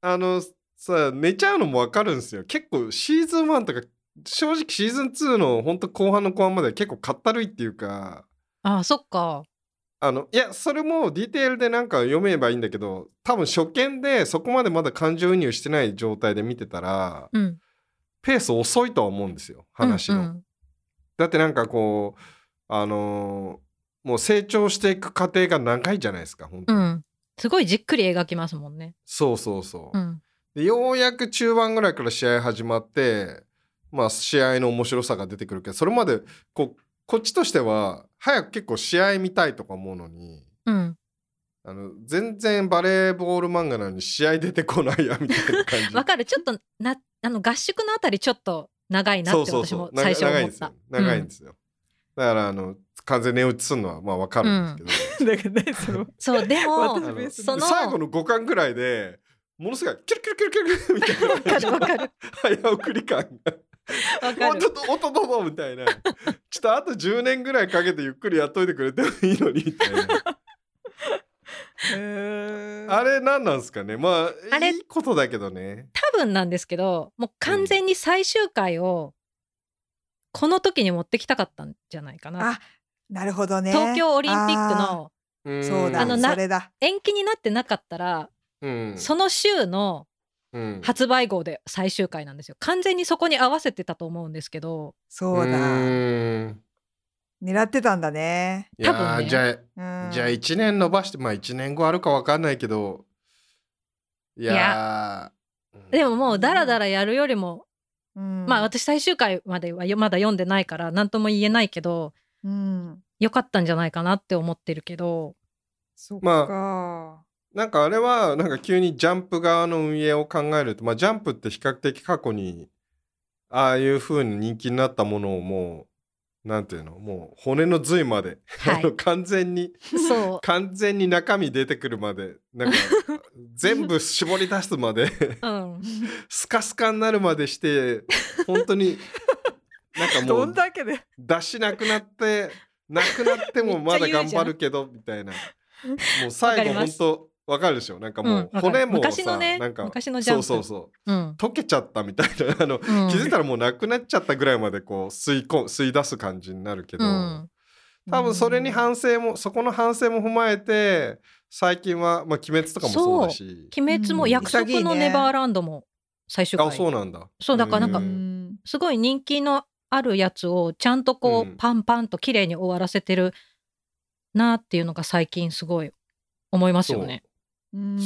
Speaker 3: あのあのさ寝ちゃうのもわかるんですよ結構シーズン1とか正直シーズン2のほんと後半の後半まで結構かったるいっていうか
Speaker 2: あそっか。
Speaker 3: あのいやそれもディテールでなんか読めばいいんだけど多分初見でそこまでまだ感情移入してない状態で見てたら
Speaker 2: うん。
Speaker 3: ペース遅いとは思うんですよ話の。
Speaker 2: うん
Speaker 3: だってなんかこうあのーもう成長していく過程が長いじゃないですか本
Speaker 2: う
Speaker 3: 当
Speaker 2: ん、
Speaker 3: に、
Speaker 2: うんすごいじっくり描きますもんね。
Speaker 3: そうそうそう、
Speaker 2: うん。
Speaker 3: でようやく中盤ぐらいから試合始まってまあ試合の面白さが出てくるけどそれまでこうこっちとしては早く結構試合見たいとか思うのに
Speaker 2: うん。
Speaker 3: あの全然バレーボール漫画なのに試合出てこないやみたいな感
Speaker 2: *laughs*
Speaker 3: じ
Speaker 2: わかる。ちょっとなあの合宿のあたりちょっと長いな
Speaker 3: そ
Speaker 2: っ
Speaker 3: う
Speaker 2: て
Speaker 3: そう
Speaker 2: 私
Speaker 3: そう
Speaker 2: も最初
Speaker 3: 長い
Speaker 2: 思
Speaker 3: ん
Speaker 2: っ
Speaker 3: ですよ
Speaker 2: た。
Speaker 3: 長いんですよ、だからあの完全に寝落ちするのはまあわかるんですけど、
Speaker 1: だからね、その。
Speaker 2: そうで
Speaker 3: *laughs*
Speaker 2: も
Speaker 1: 私ベース
Speaker 2: その
Speaker 3: 最後の5巻ぐ *laughs* らいでものすごいキュルキュルキュルキュルキュルみたいな
Speaker 2: わかるわかる。
Speaker 3: 早送り感が
Speaker 2: わ
Speaker 3: も
Speaker 2: か
Speaker 3: うちょ
Speaker 2: る
Speaker 3: っとおとととみたいな *laughs* ちょっとあと10年ぐらいかけてゆっくりやっといてくれてもいいのにみたいなあ
Speaker 1: あ
Speaker 3: れ何なんですかねま
Speaker 2: あ
Speaker 3: あ
Speaker 2: れ
Speaker 3: いいことだけどね
Speaker 2: 多分なんですけどもう完全に最終回をこの時に持ってきたかったんじゃないかな、
Speaker 1: あなるほどね
Speaker 2: 東京オリンピックの
Speaker 1: あーそうだ
Speaker 2: あのな
Speaker 1: それだ
Speaker 2: 延期になってなかったら、
Speaker 3: うん
Speaker 2: その週の
Speaker 3: うん
Speaker 2: 発売号で最終回なんですよ完全にそこに合わせてたと思うんですけど
Speaker 1: そうだ
Speaker 3: ーん
Speaker 1: 狙ってたんだね
Speaker 3: いや
Speaker 2: 多分
Speaker 3: ー
Speaker 2: ね
Speaker 3: じゃあ
Speaker 1: うん
Speaker 3: じゃあ1年延ばしてまあ1年後あるかわかんないけどいやー
Speaker 2: でももうダラダラやるよりも、
Speaker 1: うん
Speaker 2: まあ私最終回まではよまだ読んでないから何とも言えないけど
Speaker 1: うん
Speaker 2: よかったんじゃないかなって思ってるけど
Speaker 1: そっか、
Speaker 3: なんかあれはなんか急にジャンプ側の運営を考えると、まあ、ジャンプって比較的過去にああいう風に人気になったものをもうなんていうのもう骨の髄まで、
Speaker 2: は
Speaker 3: *laughs* あの
Speaker 2: い
Speaker 3: 完全に
Speaker 2: そう
Speaker 3: 完全に中身出てくるまでなんか全部絞り出すまで
Speaker 2: うん、
Speaker 3: スカスカになるまでして本当になんか
Speaker 1: *laughs*
Speaker 3: も
Speaker 1: ど
Speaker 3: うん
Speaker 1: だけで
Speaker 3: 出しなくなってなくなっ
Speaker 2: *laughs*
Speaker 3: てもまだ頑張るけどみたいなもう
Speaker 2: わ
Speaker 3: 最後
Speaker 2: かりま
Speaker 3: 本
Speaker 2: す
Speaker 3: 当わかるでしょなんか
Speaker 2: うん
Speaker 3: もう
Speaker 2: わかる
Speaker 3: 骨もさ、
Speaker 2: 昔のね
Speaker 3: なんか
Speaker 2: 昔のジャンプ
Speaker 3: そうそうそう
Speaker 2: うん
Speaker 3: 溶けちゃったみたいなあ
Speaker 2: う
Speaker 3: の、
Speaker 2: ん
Speaker 3: 気づいたらもうなくなっちゃったぐらいまでこう吸いこ吸い出す感じになるけど、
Speaker 2: うん
Speaker 3: 多分それに反省もそこの反省も踏まえて最近は、まあ、鬼滅とかもそうだし
Speaker 2: 鬼滅も
Speaker 1: うん
Speaker 2: 約束のネバーランドも最終回、
Speaker 3: あそうなんだ
Speaker 2: そうだからなんか
Speaker 1: うん
Speaker 2: すごい人気のあるやつをちゃんとこう、
Speaker 3: うん
Speaker 2: パンパンと綺麗に終わらせてるなっていうのが最近すごい思いますよね。
Speaker 1: うん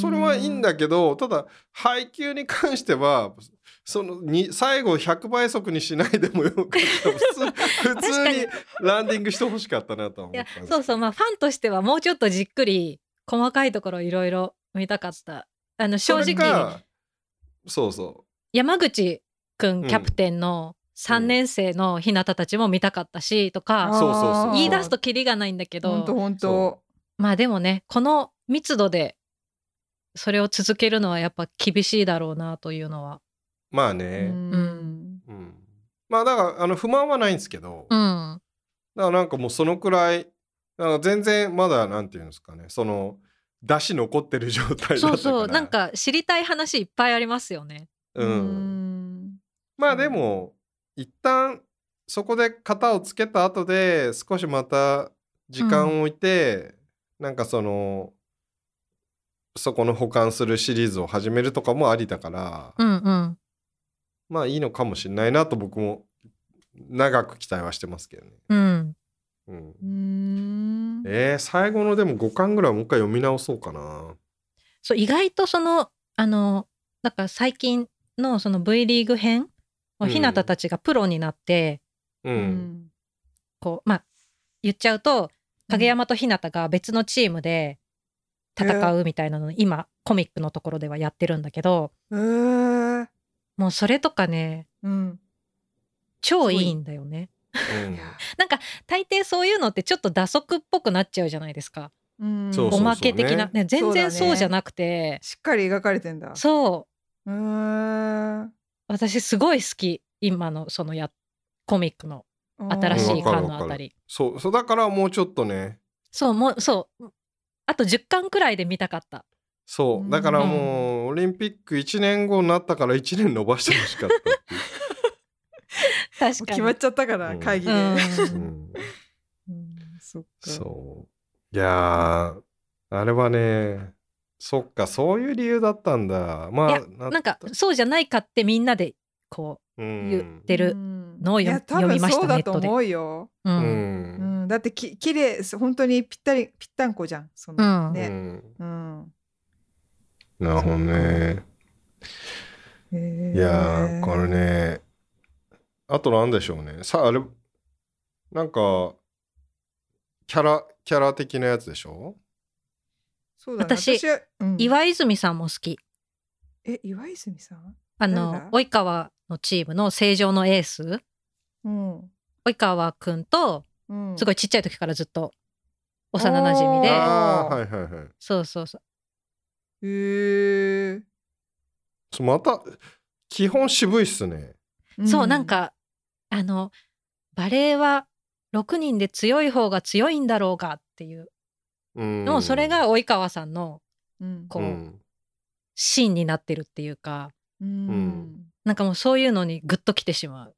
Speaker 3: それはいいんだけどただ配給に関してはそのに最後100倍速にしないでもよ
Speaker 2: *laughs*
Speaker 3: かった普通普通にランディングしてほしかったなとはい思っ
Speaker 2: や
Speaker 3: たんです
Speaker 2: そうそうまあファンとしてはもうちょっとじっくり細かいところいろいろ見たかった。あの正
Speaker 3: それ
Speaker 2: 直
Speaker 3: かそうそ
Speaker 2: 山口く
Speaker 3: うん
Speaker 2: んキャプテンの3年生のひなたたちも見たかったしと
Speaker 1: あ
Speaker 2: か、
Speaker 1: ー
Speaker 3: そうそうそう
Speaker 2: 言い出すとキリがないんだけ
Speaker 1: 本当
Speaker 2: ど
Speaker 1: 本
Speaker 3: そ
Speaker 1: 当
Speaker 2: まあでもねこの密度でそれを続けるのはやっぱ厳しいだろうなというのは。
Speaker 3: うまあ
Speaker 1: う
Speaker 3: ね、
Speaker 1: ん
Speaker 3: うんまあだからあの不満はないんですけ
Speaker 2: うん、
Speaker 3: ど、だからなんかもうそのくらいなんか全然まだなんていうんですかねその出汁残ってる状態だったか
Speaker 2: そ
Speaker 3: ら
Speaker 2: うそうなんか知りたい話いっぱいありますよね。
Speaker 3: うん、
Speaker 1: うん
Speaker 3: まあでも、一旦そこで型をつけた後で少しまた時間を置いて、なんかそのそこの保管するシリーズを始めるとかもありだから、
Speaker 2: うんうん、
Speaker 3: まあいいのかもしれないなと僕も長く期待はしてますけどね。
Speaker 2: うん、
Speaker 3: うん
Speaker 1: うん
Speaker 3: えー最後のでも5巻ぐらいもう一回読み直そうかな。
Speaker 2: そう意外とそのあのなんか最近のその V リーグ編
Speaker 3: うん
Speaker 2: ひなたたちがプロになって、
Speaker 3: う
Speaker 1: うんん
Speaker 2: こうまあ言っちゃうと影山とひなたが別のチームで戦うみたいなのを今コミックのところではやってるんだけど
Speaker 1: えー
Speaker 2: もうそれとかね
Speaker 1: うん
Speaker 2: 超いいんだよね。
Speaker 1: いや
Speaker 2: なんか大抵そういうのってちょっと打足っぽくなっちゃうじゃないですか
Speaker 1: うん
Speaker 3: そうそう
Speaker 2: おまけ的な、ね、
Speaker 1: そ
Speaker 2: 全然
Speaker 1: うだね
Speaker 2: そうじゃなくて
Speaker 1: しっかり描かれてんだ
Speaker 2: そう
Speaker 1: うーん
Speaker 2: 私すごい好き今のそのやコミックの新しい
Speaker 3: わかる
Speaker 2: 巻のあたり
Speaker 3: そうそうだからもうちょっとね
Speaker 2: そうもうそうあと10巻くらいで見たかった
Speaker 3: そううんだからもうオリンピック1年後になったから1年伸ばしてほしかったってい
Speaker 1: も
Speaker 3: う。
Speaker 2: 確
Speaker 1: う
Speaker 2: か
Speaker 1: 決
Speaker 2: に
Speaker 1: まっちゃったから
Speaker 3: うん
Speaker 1: 会議で
Speaker 2: う
Speaker 3: うんん
Speaker 1: うんそっか
Speaker 3: そう。いやー、あれはね、そっか、そういう理由だったんだ。ま
Speaker 2: い
Speaker 3: あ
Speaker 2: や、なんかそうじゃないかってみんなでこ
Speaker 3: う、
Speaker 2: うん言ってる、のを
Speaker 1: いや
Speaker 2: 読
Speaker 1: 多
Speaker 2: 読み
Speaker 1: 分
Speaker 2: まし
Speaker 1: そう
Speaker 2: た
Speaker 1: だ
Speaker 2: ネッ
Speaker 1: と
Speaker 2: トで
Speaker 1: 思うよ
Speaker 2: う
Speaker 3: うん。
Speaker 1: うんんだってき綺麗本当にぴったりぴったんこじゃんその
Speaker 2: うん
Speaker 3: う
Speaker 1: ね
Speaker 3: ん
Speaker 1: うん
Speaker 3: なるほどね。
Speaker 1: へー
Speaker 3: いやー、これね、あとなんでしょうね。さあ、れ、なんか、キャラ、キャラ的なやつでしょ
Speaker 1: そうだね
Speaker 2: 私
Speaker 1: はうん
Speaker 2: 岩泉さんも好き
Speaker 1: え岩泉さん
Speaker 2: あ
Speaker 1: 誰だ
Speaker 2: の及川のチームの成城のエース
Speaker 1: うん
Speaker 2: 及川くんと
Speaker 1: うん
Speaker 2: すごいちっちゃい時からずっと幼なじみで
Speaker 1: えおー
Speaker 3: ああ、はいはいはい。
Speaker 2: そうそうそう
Speaker 1: へえ
Speaker 3: そうまた、基本渋いっすね。
Speaker 2: そうなん、かあのバレエは6人で強い方が強いんだろうがっていう
Speaker 3: うん
Speaker 2: のをそれが及川さんの
Speaker 1: うん
Speaker 2: こう
Speaker 3: うん
Speaker 2: シーンになってるっていうか
Speaker 1: うん
Speaker 2: なんかもうそういうのにグッときてしまう。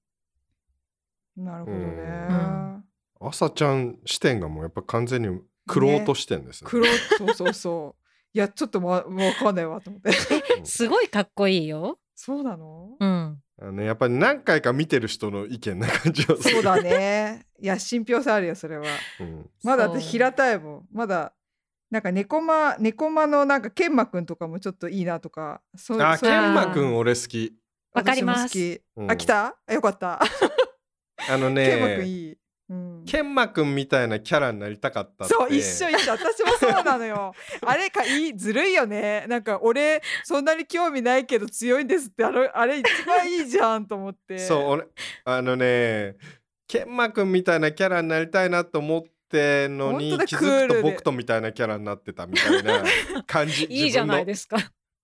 Speaker 1: なるほど
Speaker 3: うん
Speaker 1: ね。
Speaker 3: 朝ちゃん視点がもうやっぱ完全にクロート視点ですね
Speaker 1: 黒そうそうそう。いやちょっとまわかんないわと思って。 *laughs*
Speaker 2: すごいかっこいいよ。
Speaker 1: そうなの？
Speaker 2: うん。
Speaker 3: あのやっぱり何回か見てる人の意見な感じはする
Speaker 1: そうだね。いや信憑性あるよそれは。
Speaker 3: うん
Speaker 1: まだ
Speaker 2: そう
Speaker 1: 私平たいもん。まだなんか猫間猫間のなんか研磨くんとかもちょっといいなとか。そう
Speaker 3: あ
Speaker 1: そ
Speaker 3: ケ
Speaker 1: ういう
Speaker 3: ンマくん俺好き、
Speaker 2: わかります
Speaker 1: 私も好き
Speaker 3: うん
Speaker 1: あ来た？よかった。
Speaker 3: あの
Speaker 1: *laughs* 研磨くん
Speaker 3: ね
Speaker 1: いい。うん
Speaker 3: ケンマくんみたいなキャラになりたかったって
Speaker 1: そう一緒一緒私もそうなの
Speaker 3: *laughs*
Speaker 1: よあれかいいずるいよねなんか俺そんなに興味ないけど強いんですってあれあれ一番いいじゃんと思って
Speaker 3: そう俺あのねケンマくんみたいなキャラになりたいなと思ってのに
Speaker 1: 本当だ
Speaker 3: 気
Speaker 1: クー
Speaker 3: づ
Speaker 1: ル
Speaker 3: く
Speaker 1: で
Speaker 3: と僕とみたいなキャラになってたみた
Speaker 1: *laughs*
Speaker 3: いな感じ
Speaker 2: いいじゃない
Speaker 3: す
Speaker 2: ですか。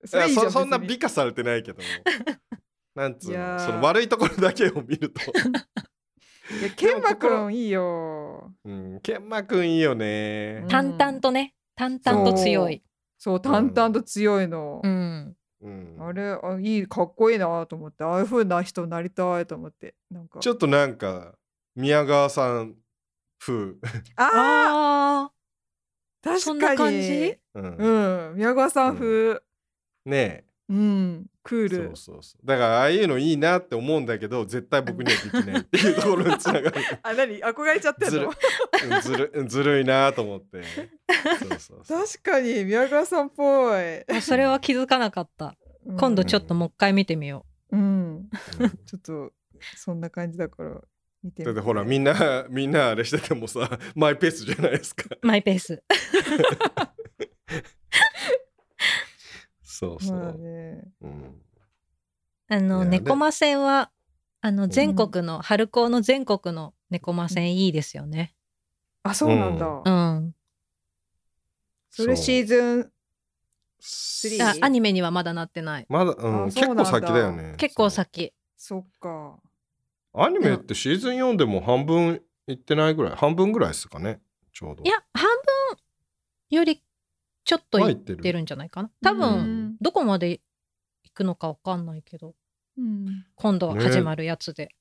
Speaker 1: それいいじゃ
Speaker 3: そそんな
Speaker 1: 別に
Speaker 3: 美化されてないけどもなんつう
Speaker 1: いや
Speaker 3: の
Speaker 1: ー
Speaker 3: その悪いところだけを見ると、
Speaker 1: いやケンマくんいいよ
Speaker 3: うん、ケンマくんいいよね
Speaker 1: うん
Speaker 2: 淡々とね淡々と強い。
Speaker 1: そう淡々と強いの、
Speaker 2: うん。
Speaker 3: うん
Speaker 1: あれあいいかっこいいなと思ってああいう風な人になりたいと思ってなんか
Speaker 3: ちょっとなんか宮川さん風、 *laughs*
Speaker 1: あ
Speaker 2: ああ
Speaker 1: ー確かに
Speaker 2: そんな感じ
Speaker 3: うん
Speaker 1: うん宮川さん風
Speaker 3: ね
Speaker 1: うん、ク
Speaker 3: え
Speaker 1: ール
Speaker 3: そうそうそうだからああいうのいいなって思うんだけど絶対僕にはできないっていうところにつ
Speaker 1: *laughs*
Speaker 3: ながる
Speaker 1: あ何憧れちゃってん
Speaker 3: ずる
Speaker 1: の
Speaker 3: うんずるうんずるいなと思ってそうそうそう
Speaker 1: 確かに宮川さんっぽい。
Speaker 2: ー。あそれは気づかなかった。
Speaker 1: うん
Speaker 2: 今度ちょっともう一回見てみよ
Speaker 1: うん、
Speaker 3: うん
Speaker 1: ちょっとそんな感じだから見てみ
Speaker 3: だ
Speaker 1: て
Speaker 3: ってほらみんなみんなあれしててもさマイペースじゃないですか
Speaker 2: う。マイペー
Speaker 1: *laughs*
Speaker 2: ス。
Speaker 3: そうそう、
Speaker 1: まあね、
Speaker 3: うん
Speaker 2: あ
Speaker 3: い
Speaker 2: の
Speaker 3: や
Speaker 2: 猫魔戦はあの
Speaker 3: ん
Speaker 2: 全国の、春高の全国の猫魔戦いいですよね。
Speaker 1: あそうなんだ、
Speaker 3: う
Speaker 2: うん。
Speaker 1: それシーズン
Speaker 2: だから
Speaker 1: いい
Speaker 2: アニメにはまだなってない。
Speaker 3: まだ、うん、
Speaker 1: あ
Speaker 3: 結
Speaker 1: そうなんだ
Speaker 3: 構先だよね
Speaker 2: 結構先。
Speaker 1: そっか
Speaker 3: アニメってシーズン4でも半分いってないぐらい半分ぐらいですかねちょうど
Speaker 2: いや半分よりちょっと
Speaker 3: まあ
Speaker 2: い
Speaker 3: い
Speaker 2: っ
Speaker 3: ってる
Speaker 2: てるんじゃないかな。多
Speaker 1: う
Speaker 2: 分
Speaker 1: ん
Speaker 2: どこまで行くのかわかんないけど
Speaker 1: うん
Speaker 2: 今度は始まるやつで。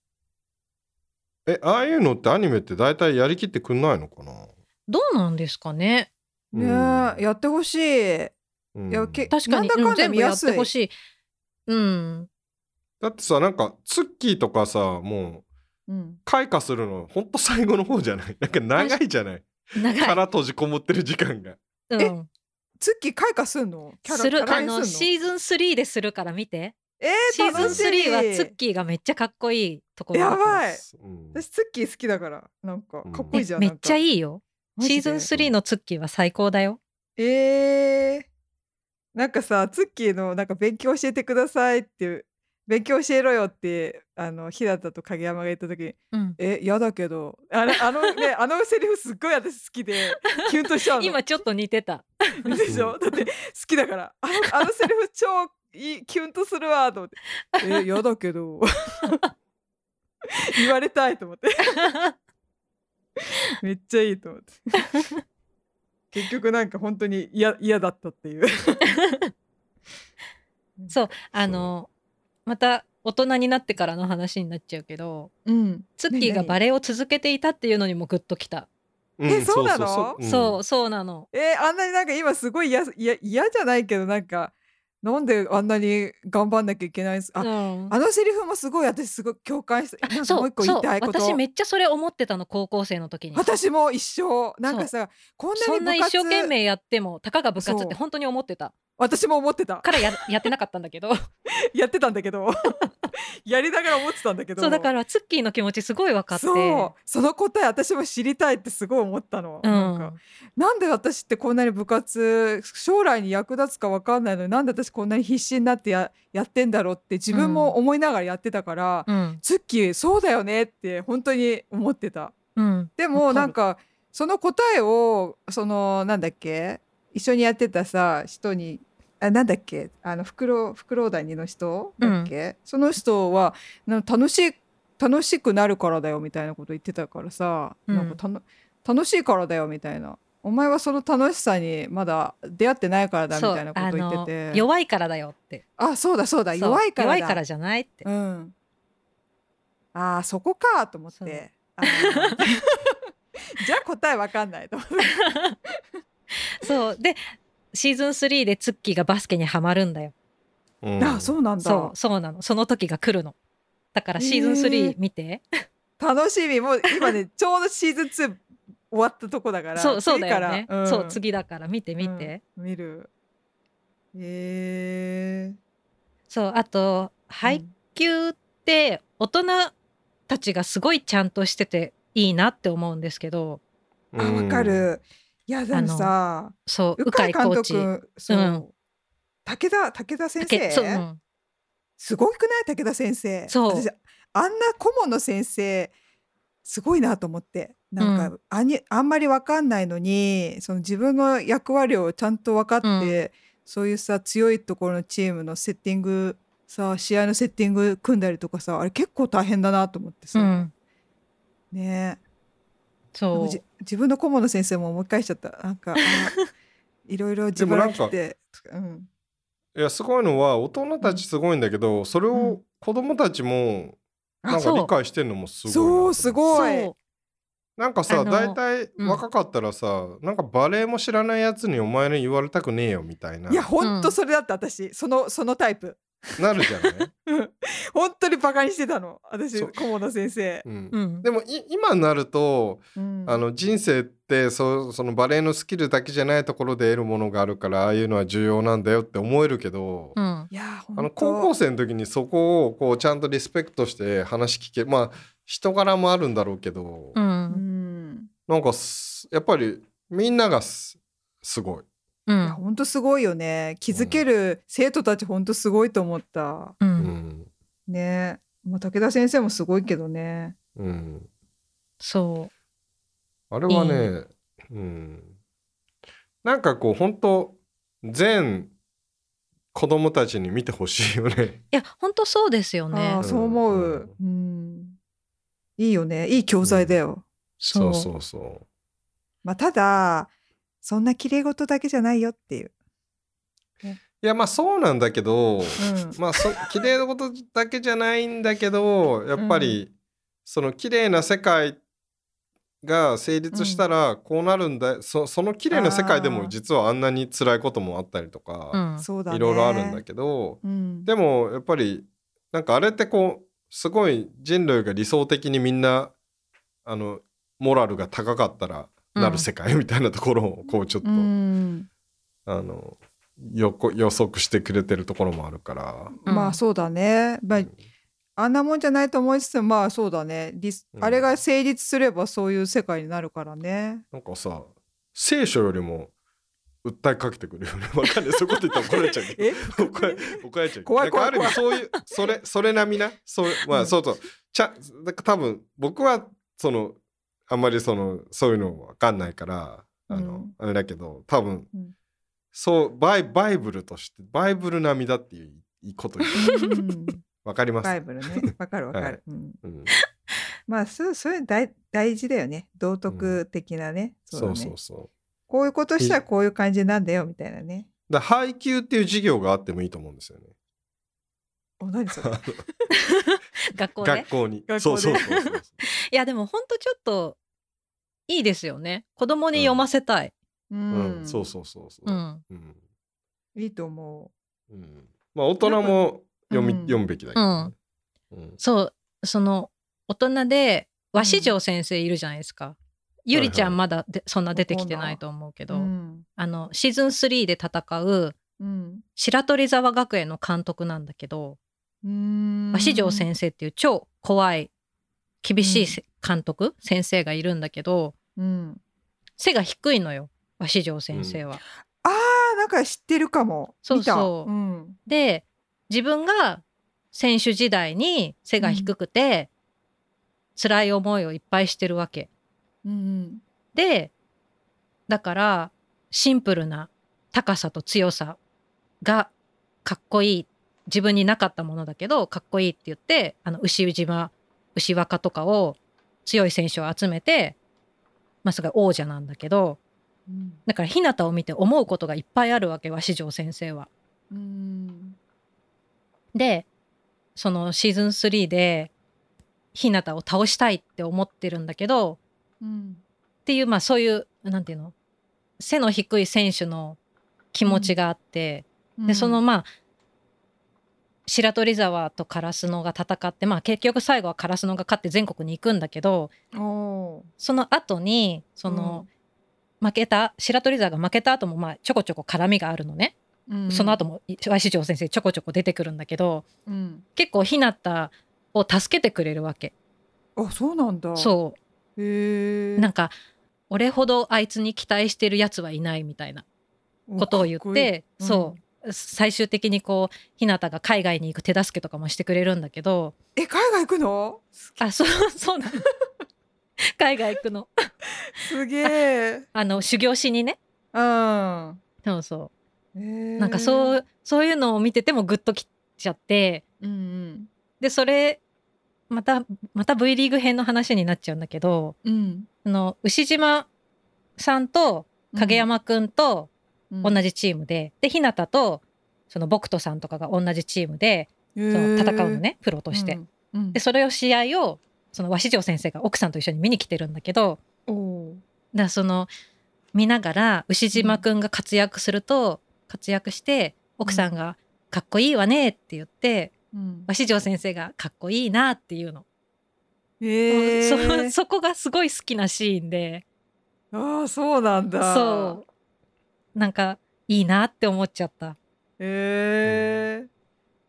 Speaker 3: えああいうのってアニメって大体やりきってくんないのかな
Speaker 2: どうなんですかね
Speaker 1: ねえ、
Speaker 3: うん
Speaker 1: やってほしい、
Speaker 3: うん
Speaker 1: いやけ
Speaker 2: 確かに
Speaker 1: なんだかんだ
Speaker 2: うん全部
Speaker 1: 見
Speaker 2: や
Speaker 1: や
Speaker 2: っ
Speaker 1: すい
Speaker 2: てほしい。うん。
Speaker 3: だってさなんかツッキーとかさもう
Speaker 1: うん、
Speaker 3: 開花するのほんと最後の方じゃないなん *laughs* か長いじゃない
Speaker 2: 長い。
Speaker 3: 殻閉じこもってる時間が
Speaker 2: うん、
Speaker 1: ツッキー開花すんのキャラ
Speaker 2: する
Speaker 1: キャラ
Speaker 2: あ
Speaker 1: 変
Speaker 2: の
Speaker 1: すんの
Speaker 2: シーズン3でするから見て。
Speaker 1: え
Speaker 2: シー
Speaker 1: ー、
Speaker 2: ズン
Speaker 1: 楽しみ
Speaker 2: 3はツッキーがめっちゃかっこいいところ
Speaker 1: やばい
Speaker 3: うん
Speaker 1: 私ツッキー好きだからなんか
Speaker 3: うん
Speaker 1: かっこいいじゃ
Speaker 2: え
Speaker 1: ん,、
Speaker 2: め
Speaker 1: なん、
Speaker 2: っちゃ
Speaker 1: い
Speaker 2: いいよシーズン3のツッキーは最高だよ
Speaker 1: えー、なんかさツッキーのなんか勉強教えてくださいっていう勉強教えろよってあの日向と影山が言った時に
Speaker 2: うん
Speaker 1: 「え嫌だけどあれあのねあのセリフすっごい私好きでキュンとしちゃうの
Speaker 2: 今ちょっと似てた
Speaker 1: でし
Speaker 2: *laughs*
Speaker 1: ょだって好きだからあのあのセリフ超いいキュンとするわと思って「え嫌だけど *laughs* 言われたい」と思
Speaker 2: *laughs*
Speaker 1: ってめっちゃいいと思って。結局なんか本当に嫌嫌だったっていう。
Speaker 2: *laughs* そうあのまた大人になってからの話になっちゃうけど
Speaker 1: うん。
Speaker 2: ツッキーがバレエを続けていたっていうのにもグッときた、
Speaker 3: うん
Speaker 1: えそうなの
Speaker 3: ん
Speaker 2: そうそうなの
Speaker 1: えーあんなになんか今すごい嫌嫌嫌じゃないけどなんかなんであんなに頑張んなきゃいけないんですあ、
Speaker 2: うん
Speaker 1: あのセリフもすごい私すごい共感してなんかも
Speaker 2: そう
Speaker 1: 一
Speaker 2: う
Speaker 1: 個言
Speaker 2: そ
Speaker 1: いうたいこと
Speaker 2: 私めっちゃそれ思ってたの高校生の時に
Speaker 1: 私も一生なんかさこんな
Speaker 2: そ
Speaker 1: に
Speaker 2: ん
Speaker 1: 部
Speaker 2: な
Speaker 1: 活
Speaker 2: 一生懸命やってもたかが部活っ
Speaker 1: そ
Speaker 2: て
Speaker 1: う
Speaker 2: 本当に思ってた
Speaker 1: 私も思ってた
Speaker 2: からややってなかったんだけど
Speaker 1: *laughs* やってたんだけど *laughs* やりながら思ってたんだけど
Speaker 2: そうだからツッキーの気持ちすごい分かって
Speaker 1: そうその答え私も知りたいってすごい思ったの、
Speaker 2: う
Speaker 1: なん
Speaker 2: ん
Speaker 1: か、なんで私ってこんなに部活将来に役立つか分かんないのになんで私こんなに必死になってややってんだろうって自分も思いながらやってたから、
Speaker 2: うん
Speaker 1: ツッキーそうだよねって本当に思ってた。
Speaker 2: うん、
Speaker 1: で
Speaker 2: わか
Speaker 1: も
Speaker 2: る
Speaker 1: なんかその答えをそのなんだっけ一緒にやってたさ人にあなんだっけあの袋袋谷の人だっけ、その人はなんか楽しい楽しくなるからだよみたいなこと言ってたからさ、
Speaker 2: うん
Speaker 1: なんかたの楽しいからだよみたいなお前はその楽しさにまだ出会ってないからだみ
Speaker 2: そう
Speaker 1: たいなこと言って
Speaker 2: あの
Speaker 1: て
Speaker 2: 弱いからだよって
Speaker 1: あそうだそうだ
Speaker 2: そう
Speaker 1: 弱いからだ
Speaker 2: 弱いからじゃないって、
Speaker 1: うん、あーそこかと思っ
Speaker 2: そう
Speaker 1: てあー *laughs* じゃあ答えわかんないと思って
Speaker 2: そうでシーズン3でツッキーがバスケにはまるんだよ
Speaker 3: うん
Speaker 1: あそうなんだ
Speaker 2: そうそうなのその時が来るのだからシーズン
Speaker 1: へ
Speaker 2: 3
Speaker 1: ー
Speaker 2: 見て、
Speaker 1: 楽しみもう今
Speaker 2: *laughs*
Speaker 1: ねちょうどシーズン2終わったとこだから
Speaker 2: そうそうだ
Speaker 1: 次か
Speaker 2: よ
Speaker 1: ら
Speaker 2: ね、
Speaker 1: ん
Speaker 2: そう次だから見て見て、
Speaker 1: うん見るえ
Speaker 2: そうあと
Speaker 1: ー、
Speaker 2: 配給って大人たちがすごいちゃんとしてていいなって思うんですけど
Speaker 1: うんあわか。るいやでもさ
Speaker 2: そう
Speaker 1: 鵜
Speaker 2: 鵜飼
Speaker 1: 飼
Speaker 2: コ
Speaker 1: 監
Speaker 2: ーチ
Speaker 1: 督そう、
Speaker 2: うん
Speaker 1: 武田武田先
Speaker 2: だけ
Speaker 1: 生、
Speaker 2: そう、うん
Speaker 1: すごくない武田先生
Speaker 2: そう
Speaker 1: 私あんな顧問の先生すごいなと思ってなんか、
Speaker 2: う
Speaker 1: あにあんまりわかんないのにその自分の役割をちゃんと分かって、
Speaker 2: う
Speaker 1: そういうさ強いところのチームのセッティングさ試合のセッティング組んだりとかさあれ結構大変だなと思ってさ、
Speaker 2: うん
Speaker 1: ねえなん
Speaker 2: そ
Speaker 1: かじ自分の顧問の先生も思い返しちゃったなんかあいろいろ自
Speaker 3: でもなん
Speaker 1: 分
Speaker 3: か
Speaker 1: って、うん、
Speaker 3: いやすごいのは大人たちすごいんだけど、それ
Speaker 1: うん
Speaker 3: を子供たちも
Speaker 2: あ
Speaker 3: なんか
Speaker 2: そう
Speaker 3: 理解してるのもすごいなと
Speaker 1: そ
Speaker 3: 思
Speaker 1: う
Speaker 3: う。
Speaker 1: す
Speaker 2: う
Speaker 1: ごい
Speaker 2: そう
Speaker 3: なんか
Speaker 2: あ
Speaker 3: さ
Speaker 2: の
Speaker 3: 大体
Speaker 2: うん
Speaker 3: 若かったらさ、なんかバレエも知らないやつにお前に言われたくねえよみたいない
Speaker 1: やほんとそれだった私そのそのタイプ
Speaker 3: なるじゃない、
Speaker 1: 本当にバカにしてたの私
Speaker 3: そう
Speaker 1: 顧問の先生
Speaker 3: う、ん
Speaker 2: うん
Speaker 3: でもい今になると
Speaker 1: うん
Speaker 3: あの人生ってそそのバレエのスキルだけじゃないところで得るものがあるからああいうのは重要なんだよって思えるけど、
Speaker 2: うん
Speaker 1: いや
Speaker 3: あ
Speaker 1: 本
Speaker 3: の
Speaker 1: 当
Speaker 3: 高校生の時にそこをこうちゃんとリスペクトして話聞けまあ人柄もあるんだろうけど、
Speaker 2: う
Speaker 1: うんん
Speaker 3: なんかすやっぱりみんながすすごい。
Speaker 2: う
Speaker 1: いや
Speaker 2: ん
Speaker 1: 本当すごいよね気づける生徒たち本当すごいと思った
Speaker 2: う
Speaker 3: うんん
Speaker 1: ねまあ武田先生もすごいけどね
Speaker 3: うん、
Speaker 2: そ
Speaker 3: あれはい
Speaker 2: い
Speaker 3: ね、うん、なんかこう本当全子供たちに見てほしいよね。
Speaker 2: ういや本当そうですよね
Speaker 1: ああそう思う、うんいいよねいい教材だよ、
Speaker 2: そ
Speaker 3: そううそうそう。
Speaker 1: まあただそんな綺麗事だけじゃないよっていう、
Speaker 3: いやまあそうなんだけど、
Speaker 1: うん
Speaker 3: まあそ *laughs* 綺麗なことだけじゃないんだけどやっぱり、その綺麗な世界が成立したらこうなるんだ、そその綺麗な世界で
Speaker 1: あー
Speaker 3: も実はあんなに辛いこともあったりと
Speaker 2: う
Speaker 3: か、
Speaker 2: ん
Speaker 1: そうだね
Speaker 3: いろいろあるんだけど
Speaker 1: うん
Speaker 3: でもやっぱりなんかあれってこうすごい人類が理想的にみんなあのモラルが高かったらなる世界みたいなところをこうちょっと、
Speaker 1: うん
Speaker 3: あの予こ予測してくれてるところもあるから。
Speaker 2: うん
Speaker 1: まあそうだね、まあ
Speaker 3: うん
Speaker 1: あんなもんじゃないと思いつつもまあそうだねリス
Speaker 3: うん
Speaker 1: あれが成立すればそういう世界になるからね。
Speaker 3: なんかさ聖書よりも訴えかけてくるよね。わかんない。そういうこと言ったら怒られちゃうけど。
Speaker 1: え
Speaker 3: *laughs* 怒られ怒られちゃうけど。
Speaker 1: 怖い怖い
Speaker 3: なんかある意味そういうそれそれ並みな。そうま
Speaker 1: うん
Speaker 3: あそうそう。ちゃなんか多分僕はそのあんまりそのそういうのわかんないからあの、
Speaker 1: うん
Speaker 3: あれだけど多分、
Speaker 1: うん
Speaker 3: そうバイバイブルとしてバイブル並みだっていうこと
Speaker 1: *laughs*
Speaker 3: 言う *laughs*
Speaker 1: うん
Speaker 3: わかります。
Speaker 1: バイブルねわかるわかる、
Speaker 3: はい
Speaker 1: うん
Speaker 3: うん
Speaker 1: まあそうそれ大大事だよね道徳的なね,、そうだね
Speaker 3: そうそうそう。
Speaker 1: こういうことしたらこういう感じなんだよみたいなね。
Speaker 3: だから配給っていう授業があってもいいと思うんですよね。
Speaker 1: お何それ
Speaker 2: 学校で
Speaker 3: 学校に。
Speaker 1: 学校で
Speaker 3: そうそうそうそう。
Speaker 2: いやでも本当ちょっといいですよね子供に読ませたい、
Speaker 1: *laughs* う
Speaker 3: *laughs* うん
Speaker 1: ん、
Speaker 3: そうそうそうそうう。
Speaker 2: ん
Speaker 3: うん
Speaker 1: いいと思
Speaker 3: うんまあ大人も読み
Speaker 1: うん
Speaker 3: 読むべきだけどね。うん
Speaker 2: そうその大人で和紙城先生いるじゃないですか、ゆりちゃ
Speaker 3: はいは
Speaker 2: ん
Speaker 3: い
Speaker 2: まだでそんな出てきてないと思うけ
Speaker 1: う。
Speaker 2: ど、
Speaker 1: うん
Speaker 2: あのシーズン3で戦う
Speaker 1: うん
Speaker 2: 白鳥沢学園の監督なんだけど、
Speaker 1: うん
Speaker 2: 和紙城先生っていう超怖い厳しいせ監督、先生がいるんだけど
Speaker 1: うん、
Speaker 2: 背が低いのよ和紙城先生は。
Speaker 1: あーなんか知ってるかも
Speaker 2: そう
Speaker 1: 見た
Speaker 2: そう
Speaker 1: うん
Speaker 2: で自分が選手時代に背が低くて、辛い思いをいっぱいしてるわけ
Speaker 1: うん
Speaker 2: でだからシンプルな高さと強さがかっこいい自分になかったものだけどかっこいいって言ってあの牛島牛若とかを強い選手を集めてまあすごい王者なんだけど
Speaker 1: うん
Speaker 2: だから日向を見て思うことがいっぱいあるわけは四条先生は。
Speaker 1: うん
Speaker 2: でそのシーズン3で日向を倒したいって思ってるんだけど
Speaker 1: うん
Speaker 2: っていうまあそういうなんていうの背の低い選手の気持ちがあって。でそのまあ白鳥沢と烏野が戦って、まあ、結局最後は烏野が勝って全国に行くんだけど
Speaker 1: おー
Speaker 2: その後にその、負けた白鳥沢が負けた後もまあちょこちょこ絡みがあるのね、
Speaker 1: うん
Speaker 2: その後も和市長先生ちょこちょこ出てくるんだけど
Speaker 1: うん
Speaker 2: 結構日向を助けてくれるわけ
Speaker 1: あそうなんだ
Speaker 2: そう
Speaker 1: へ
Speaker 2: うなんか俺ほどあいつに期待してるやつはいないみたいなことを言ってそう最終的にこう日向が海外に行く手助けとかもしてくれるんだけど、
Speaker 1: うんえ海外行くのす
Speaker 2: あ、そう、 *laughs* そうなの。海外行くの。
Speaker 1: すげえ
Speaker 2: あの、修行しにね。
Speaker 1: うん
Speaker 2: そうそ
Speaker 1: へ
Speaker 2: う。
Speaker 1: ー
Speaker 2: なんかそう、そういうのを見ててもグッときちゃって、
Speaker 1: うん
Speaker 2: で、それ、また、また V リーグ編の話になっちゃうんだけど、
Speaker 1: うんうん
Speaker 2: あの、牛島さんと影山くんと同じチームで、で、日向と、その北斗さんとかが同じチームで、
Speaker 1: そ
Speaker 2: その戦うのね、プロとして。で、それを試合を、その和紙城先生が奥さんと一緒に見に来てるんだけど、
Speaker 1: お
Speaker 2: だからその見ながら牛島くんが活躍すると、活躍して奥さんが「かっこいいわね」って言って和紙城先生が「かっこいいな」っていうの、
Speaker 1: ええ
Speaker 2: そそこがすごい好きなシーンで
Speaker 1: ああそうなんだ
Speaker 2: そうなんかいいなって思っちゃった
Speaker 1: ええ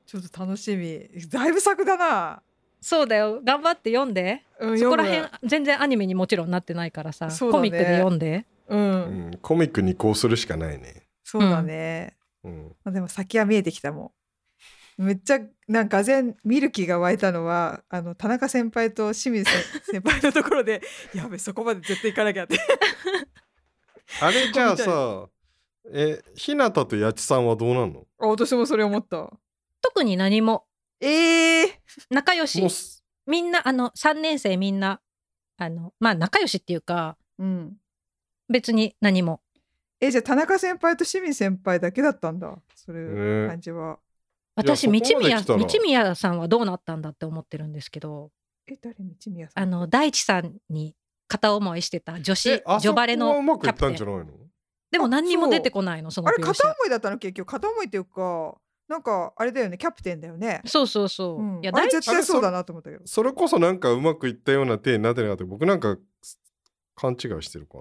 Speaker 1: ちょっと楽しみだいぶ作だな、
Speaker 2: そうだよ頑張って読んで
Speaker 1: うん、
Speaker 2: そこら
Speaker 1: 読む
Speaker 2: 辺全然アニメにもちろんなってないからさ、
Speaker 1: そうだ
Speaker 2: コ
Speaker 1: ね
Speaker 2: ミックで読んで
Speaker 1: うん、
Speaker 3: うん、コミックに移行するしかないね。
Speaker 1: そうだね、
Speaker 3: うん、
Speaker 1: まあでも先が見えてきたもんめっちゃなんか然見る気が湧いたのはあの田中先輩と清水先先輩のところで *laughs* やべそこまで絶対行かなきゃって
Speaker 3: あれじゃ
Speaker 2: *laughs*
Speaker 3: あさ、え、ひなたと八千さんはどうなんの
Speaker 1: あ私もそれ思った
Speaker 2: 特に何も
Speaker 1: ええ
Speaker 2: 仲良
Speaker 3: もう
Speaker 2: し
Speaker 3: す
Speaker 2: みんなあの3年生みんなあのまあ仲良しっていうか
Speaker 1: うん
Speaker 2: 別に何も
Speaker 1: えじゃあ田中先輩と清水先輩だけだったんだそれ
Speaker 3: ね
Speaker 1: 感じは、
Speaker 2: 私
Speaker 3: い
Speaker 2: 道
Speaker 3: やそこまで
Speaker 2: 宮
Speaker 3: 来た
Speaker 2: 道
Speaker 3: ら
Speaker 2: 宮さんはどうなったんだって思ってるんですけど
Speaker 1: え誰道宮さん
Speaker 2: あの大地さんに片思いしてた女子
Speaker 3: えあ
Speaker 2: ジ
Speaker 3: そ
Speaker 2: ョ
Speaker 3: こ
Speaker 2: バレ
Speaker 3: はうま
Speaker 2: の
Speaker 3: く
Speaker 2: キ
Speaker 3: い
Speaker 2: ャ
Speaker 3: っ
Speaker 2: プ
Speaker 3: た
Speaker 2: テ
Speaker 3: んじゃ
Speaker 2: ン
Speaker 3: ないの
Speaker 2: でも何にも
Speaker 1: そう
Speaker 2: 出てこないのその
Speaker 1: あれ
Speaker 2: 描写
Speaker 1: 片思いだったの結局片思いっていうかなんかあれだよねキャプテンだよね。
Speaker 2: そうそうそう、
Speaker 1: うん、
Speaker 2: いや
Speaker 1: あれ
Speaker 2: 大地
Speaker 1: 絶対そうだなと思ったけど。
Speaker 3: それこそなんかうまくいったような手になってなかった僕なんか勘違いしてるか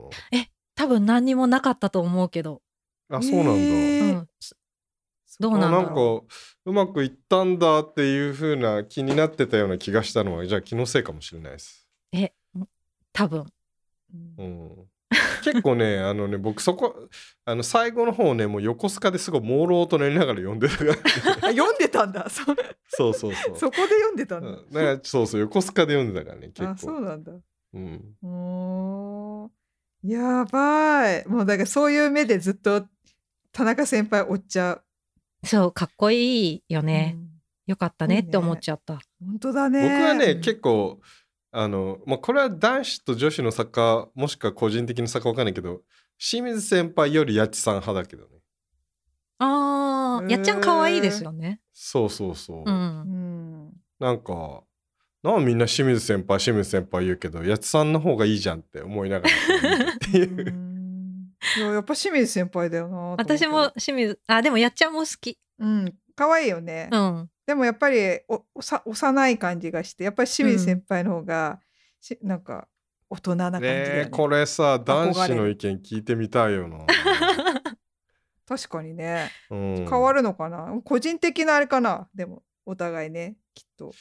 Speaker 2: 多分何にもなかったと思うけど、
Speaker 3: な。あ、そうなんだ。
Speaker 1: へえ
Speaker 2: うん、すどうなんだ
Speaker 3: あ
Speaker 2: ろ
Speaker 3: なんかうまくいったんだっていう風な気になってたような気がしたのはじゃあ気のせいかもしれないです。
Speaker 2: 多分
Speaker 1: うん
Speaker 3: うん、結構ね *laughs* あのね僕そこあの最後の方ねもう横須賀ですごい朦朧と寝ながら読んでたから
Speaker 1: あ読ん *laughs* でたんだ。そ
Speaker 3: *laughs* そうそう *laughs* そう。
Speaker 1: そこで読んでたん
Speaker 3: う
Speaker 1: だ。
Speaker 3: ん、だからそうそう横須賀で読んでたからね結構
Speaker 1: あそうなんだ。
Speaker 3: うん、
Speaker 1: うーん。やばい。もうだからそういう目でずっと田中先輩追っちゃ
Speaker 2: そうかっこいいよ
Speaker 1: う。
Speaker 2: ね、よかったねって思っちゃっ
Speaker 1: う
Speaker 2: た、
Speaker 1: ん。本当だね。
Speaker 3: 僕はね、
Speaker 1: うん
Speaker 3: 結構あの、まあ、これは男子と女子の作家もしくは個人的な作家わかんないけど清水先輩より八千さん派だけどね
Speaker 2: あー
Speaker 1: へー
Speaker 2: やっちゃん可愛いですよね
Speaker 3: そうそうそう、
Speaker 2: うん
Speaker 1: うん。
Speaker 3: なんかなんかみんな清水先輩清水先輩言うけど八つさんの方がいいじゃんって思いながらっていうう、
Speaker 1: んいややっぱ清水先輩だよなと思うけど。
Speaker 2: 私も清水あでもやっちゃんも好き
Speaker 1: うん可愛いよね。
Speaker 2: うん
Speaker 1: でもやっぱりおおさ幼い感じがしてやっぱり清水先輩の方が、しなんか大人な感じだよね
Speaker 3: ねえこれさ
Speaker 1: れる
Speaker 3: 男子の意見聞いてみたい
Speaker 1: *laughs*
Speaker 3: よな、
Speaker 1: 確かにね
Speaker 3: うん、
Speaker 1: 変わるのかな、個人的なあれかなでもお互いねきっと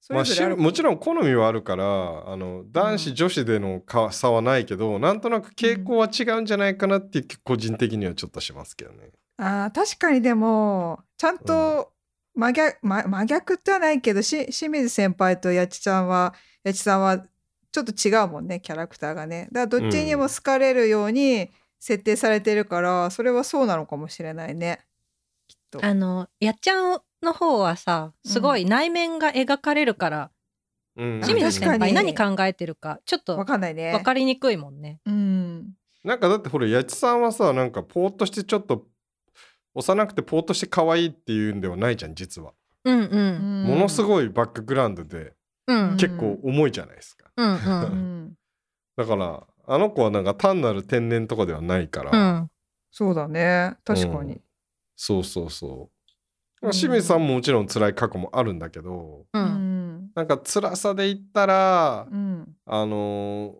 Speaker 1: そ
Speaker 3: ま
Speaker 1: れ
Speaker 3: あ、
Speaker 1: ぞ
Speaker 3: し
Speaker 1: れある
Speaker 3: もちろん好みはあるからあの男子女子でのか差はないけど、なんとなく傾向は違うんじゃないかなっていう気個人的にはちょっとしますけどね。
Speaker 1: あー確かにでもちゃんと真逆,、ま、真逆ってはないけどし清水先輩と八千ちゃんは八千さんはちょっと違うもんねキャラクターがねだからどっちにも好かれるように設定されてるから、それはそうなのかもしれないねきっと。
Speaker 2: あのやっちゃんの方はさすごい内面が描かれるから、
Speaker 3: うん
Speaker 1: ん
Speaker 2: 清水
Speaker 1: 確
Speaker 2: 先
Speaker 1: か
Speaker 2: 輩
Speaker 1: に
Speaker 2: 何考えてるかちょっ
Speaker 1: わ
Speaker 2: と
Speaker 1: かんないね。
Speaker 2: 分かりにくいもんね。
Speaker 1: うん。
Speaker 3: なんかだってほら八千さんはさなんかポーっとしてちょっと幼くてポーっとして可愛いっていうんではないじゃん実は、
Speaker 2: うん
Speaker 1: う
Speaker 2: う
Speaker 1: んん
Speaker 3: ものすごいバックグラウンドで
Speaker 2: うん
Speaker 3: 結構重いじゃないですか、
Speaker 2: うん
Speaker 1: う
Speaker 2: うん
Speaker 1: ん。
Speaker 3: だからあの子はなんか単なる天然とかではないから、
Speaker 2: うん
Speaker 1: そうだね。確かに。
Speaker 3: そうそうそう、
Speaker 1: うん
Speaker 3: 清水さんももちろん辛い過去もあるんだけど
Speaker 2: う
Speaker 1: うんん。
Speaker 3: なんか辛さで言ったら、
Speaker 1: うん。
Speaker 3: あの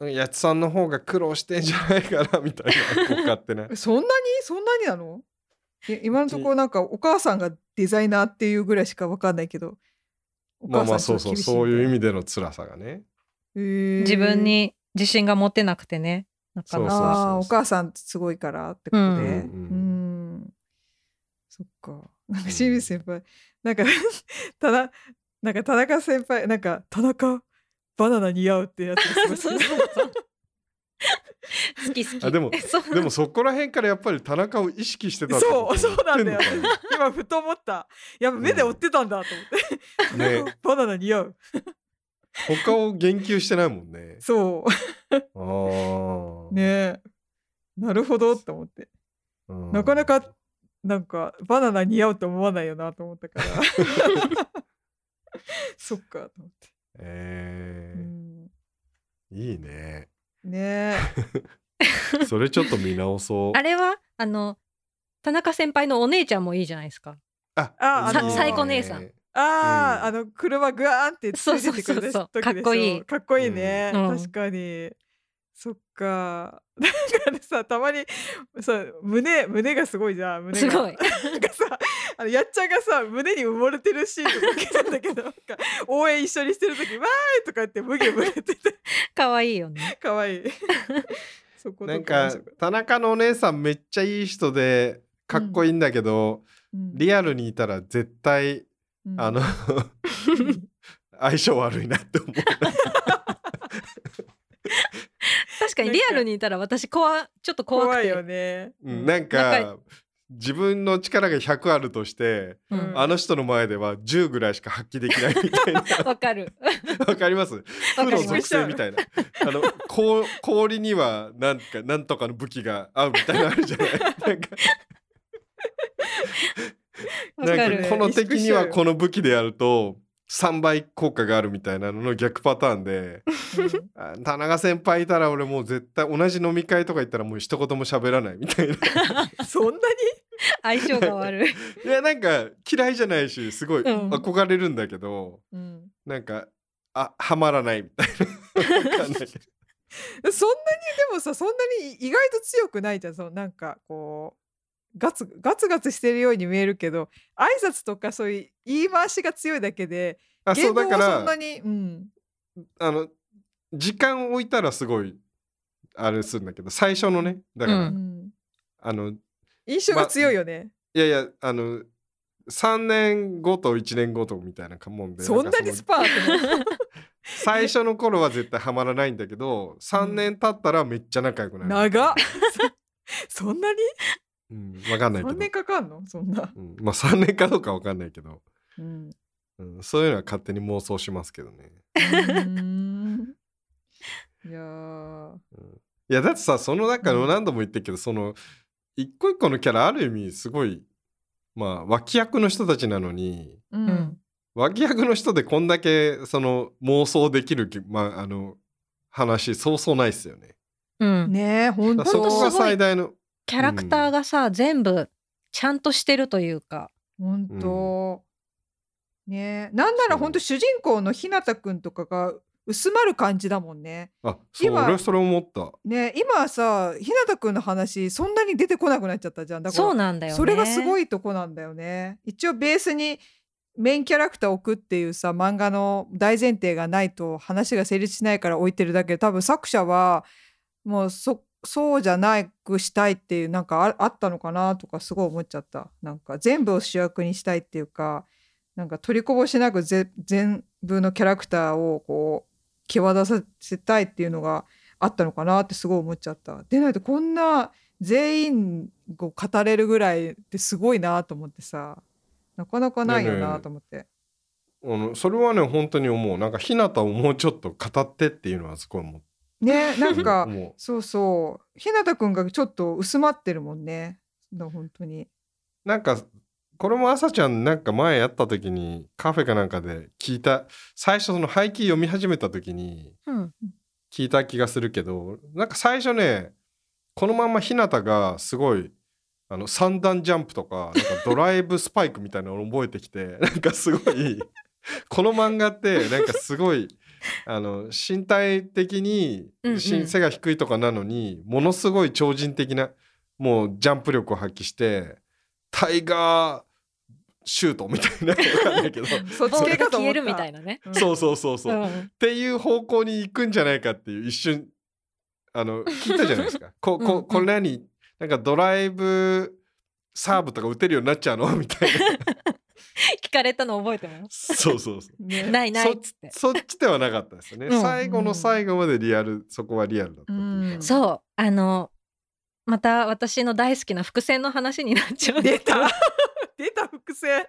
Speaker 3: ー、八千さんの方が苦労してんじゃないかなみたいなこう勝手な
Speaker 1: そんなにそんなになのい今のところなんかお母さんがデザイナーっていうぐらいしかわかんないけど。 *laughs* お
Speaker 3: まあ
Speaker 1: 母
Speaker 3: ま
Speaker 1: さ
Speaker 3: あ
Speaker 1: ん
Speaker 3: そう
Speaker 1: ち
Speaker 3: そ
Speaker 1: ょっと
Speaker 3: う
Speaker 1: 厳し
Speaker 3: そういう意
Speaker 1: み
Speaker 3: 味での辛さがね
Speaker 1: たいな。へー
Speaker 2: 自分に自信が持てなくてねなかな
Speaker 3: そう
Speaker 2: か
Speaker 3: そうそうそう
Speaker 1: ああーお母さんすごいからってことで、う
Speaker 2: う
Speaker 1: ん
Speaker 2: ん
Speaker 3: う
Speaker 1: そっかなんか清水先輩なんか *laughs* ただなんか田中先輩なんか田中バナナ似合うってやつがすごい好き
Speaker 2: 好き好き
Speaker 3: あでも
Speaker 2: そう
Speaker 3: でもそこら辺からやっぱり田中を意識してたって
Speaker 1: そうそうなんだよ
Speaker 3: 言ってのか
Speaker 1: 今ふと思ったやっぱ目で追ってたんだと思って、
Speaker 3: な
Speaker 1: 田
Speaker 3: ね
Speaker 1: 中 *laughs* バナナ似合う
Speaker 3: 他を言及してないもん
Speaker 1: *laughs*
Speaker 3: ね
Speaker 1: そ
Speaker 3: あー
Speaker 1: うねなるほどって思って
Speaker 3: うん
Speaker 1: なかなかなんかバナナ似合うと思わないよなと思ったから
Speaker 3: *laughs*
Speaker 1: そっかと思って。
Speaker 3: え
Speaker 1: うん
Speaker 3: ーいいね
Speaker 1: ね
Speaker 3: それちょっと見直そう
Speaker 2: あれはあの田中先輩のお姉ちゃんもいいじゃないですか。
Speaker 3: あ
Speaker 1: あ
Speaker 2: さ
Speaker 3: いいね
Speaker 2: 最高姉さん
Speaker 1: え、ああ、
Speaker 3: うん
Speaker 1: あの車グワーンってついててくる時でし
Speaker 2: そうそうそうそ
Speaker 1: ょ
Speaker 2: うかっこいい
Speaker 1: かっこいいね、
Speaker 2: うんうん
Speaker 1: 確かにそっか *laughs* なんかねさたまにさ胸胸がすごいじゃん胸
Speaker 2: す
Speaker 1: が
Speaker 2: ご
Speaker 1: *laughs*
Speaker 2: い。
Speaker 1: なんかさあのやっちゃんがさ胸に埋もれてるシーンとか受けたんだけどなんか *laughs* 応援一緒にしてる時「わーい!」とかってブゲブゲってて
Speaker 2: 可愛いよね。
Speaker 1: かわい *laughs* いそこと
Speaker 3: なんか田中のお姉さんめっちゃいい人でかっこいいんだけど、リアルにいたら絶対、あの *laughs* 相性悪いなって思う
Speaker 2: 確かにリアルにいたら私怖ちょっと怖く
Speaker 1: 怖
Speaker 2: て
Speaker 1: いよね、
Speaker 3: うん
Speaker 2: な
Speaker 3: なん
Speaker 2: ん
Speaker 3: か自分の力が100あるとして
Speaker 2: う
Speaker 1: うん
Speaker 2: ん
Speaker 3: あの人の前では10ぐらいしか発揮できないみ *laughs* たいな
Speaker 2: *laughs* わかる。
Speaker 3: わかります
Speaker 2: わ
Speaker 3: プ
Speaker 2: か
Speaker 3: ロ
Speaker 2: りま
Speaker 3: 属
Speaker 2: す。
Speaker 3: 性みたいなあのこう氷にはなんかなんとかの武器が合うみたいなのあるじゃない *laughs* なんか
Speaker 2: わ
Speaker 3: な
Speaker 2: か
Speaker 3: ん
Speaker 2: る
Speaker 3: か。この
Speaker 1: 意識
Speaker 3: 敵
Speaker 1: し
Speaker 3: に
Speaker 1: ちゃう
Speaker 3: はこの武器でやると3倍効果があるみたいなのの逆パターンで
Speaker 1: うん *laughs*
Speaker 3: あ田中先輩いたら俺もう絶対同じ飲み会とか行ったらもう一言も喋らないみた
Speaker 1: *laughs*
Speaker 3: いな
Speaker 1: そんなに
Speaker 2: 相性が
Speaker 1: *laughs*
Speaker 2: 悪い。
Speaker 3: いやなんか嫌いじゃないしすごい
Speaker 2: うん
Speaker 3: 憧れるんだけど、
Speaker 1: うん
Speaker 3: なんかあはまらないみたい
Speaker 1: *laughs*
Speaker 3: なわかんない
Speaker 1: そ
Speaker 3: けど
Speaker 1: んなにでもさそんなに意外と強くないじゃんそのなんかこうガツガツガツしてるように見えるけど挨拶とかそういう言い回しが強いだけで
Speaker 3: あそ
Speaker 1: 言
Speaker 3: う
Speaker 1: 動
Speaker 3: だか
Speaker 1: はそんな
Speaker 3: ら
Speaker 1: にうん
Speaker 3: あの時間を置いたらすごいあれするんだけど最初のねだから、
Speaker 2: う
Speaker 1: うん
Speaker 3: あのい
Speaker 1: 印象が強いよね、
Speaker 3: やいやあの3年後と1年後とみたいなもんで
Speaker 1: そんな
Speaker 3: か
Speaker 1: に
Speaker 3: の
Speaker 1: スパーっても
Speaker 3: 最初の頃は絶対ハマらないんだけど3年経ったらめっちゃ仲良くなる
Speaker 1: 長っ *laughs* そそんなに
Speaker 3: うん、分かん *laughs* ないけ
Speaker 1: 3
Speaker 3: ど
Speaker 1: 年かかんのそん
Speaker 3: *laughs*
Speaker 1: な、
Speaker 3: うん、まあ3年かどうか分かんないけど、
Speaker 1: *laughs* うん
Speaker 3: うん、そういうのは勝手に妄想しますけどね、
Speaker 1: うーん *laughs* いやー
Speaker 3: うん、いやだってさその中
Speaker 1: う
Speaker 3: の
Speaker 1: ん
Speaker 3: 何度も言ってるけど、その一個一個のキャラある意味すごいまあ脇役の人たちなのに
Speaker 1: うん
Speaker 2: ん
Speaker 3: 脇役の人でこんだけその妄想できるき、まあ、あの話そうそうないっすよね。
Speaker 2: うん。
Speaker 1: ねえ本
Speaker 3: だ
Speaker 1: 当
Speaker 3: からそこが
Speaker 2: すごい
Speaker 3: 最大の
Speaker 2: キャラクターがさ全部ちゃんとしてるというか。
Speaker 1: 本当、ねえなんなら本当主人公のひなたくんとかが薄まる感じだもんね
Speaker 3: あそう
Speaker 1: 今
Speaker 3: 俺はそれ思った。
Speaker 1: ねえ今さひなたくんの話そんなに出てこなくなっちゃったじゃんだから
Speaker 2: そうなんだよね。
Speaker 1: それがすご
Speaker 2: い。
Speaker 1: いとこなんだよね一応ベースにメインキャラクターを置くっていうさ漫画の大前提がないと話が成立しないから置いてるだけで多分作者はもうそそうじゃなくしたいっていうなんかああったのかなとかすごい思っちゃったなんか全部を主役にしたいっていうかなんか取りこぼしなくぜ全部のキャラクターをこう際立たせたいっていうのがあったのかなってすごい思っちゃったでないとこんな全員を語れるぐらいってすごいなと思ってさなかなかないよなと思って、
Speaker 3: あのそれはね本当に思うなんか日向をもうちょっと語ってっていうのはすごい思う
Speaker 1: ねなん
Speaker 3: *laughs*
Speaker 1: か
Speaker 3: も
Speaker 1: そうそう日向くんがちょっと薄まってるもんねの本当に
Speaker 3: うなんかこれも朝ちゃんなんか前やった時にカフェかなんかで聞いた最初その俳句読み始めた時に
Speaker 2: うん
Speaker 3: 聞いた気がするけどなんか最初ねこのまんま日向がすごいあの三段ジャンプとかなんかドライブスパイクみたいなのを覚えてきて *laughs* なんかすごいこの漫画ってなんかすごいあの身体的に
Speaker 2: うんうん
Speaker 3: 身背が低いとかなのにものすごい超人的なもうジャンプ力を発揮してタイガーシュートみたいなわかんないけど
Speaker 1: そっ
Speaker 2: ボ
Speaker 1: ち
Speaker 2: ー
Speaker 1: 系
Speaker 2: ル
Speaker 1: か
Speaker 2: が
Speaker 1: と思
Speaker 2: 消
Speaker 1: った
Speaker 2: えるみたいなね
Speaker 1: うん
Speaker 3: そうそうそうそう。
Speaker 2: うん
Speaker 3: っていう方向に行くんじゃないかっていう一瞬あの聞いたじゃないで
Speaker 2: *laughs*
Speaker 3: すか。こ
Speaker 2: うんう
Speaker 3: こ
Speaker 2: ん
Speaker 3: これ何なんかドライブサーブとか打てるようになっちゃうのみたい
Speaker 2: *laughs*
Speaker 3: な。
Speaker 2: 聞かれたの覚えてま
Speaker 3: そうそうそう。
Speaker 1: ね
Speaker 2: すないないっつって
Speaker 3: そっちではなかったですね。
Speaker 2: うん
Speaker 3: 最後の最後までリアルそこはリアルだったっていううんか。
Speaker 2: そうあのまた私の大好きな伏線の話になっちゃうんだ
Speaker 1: 出
Speaker 2: けど
Speaker 1: た出た伏線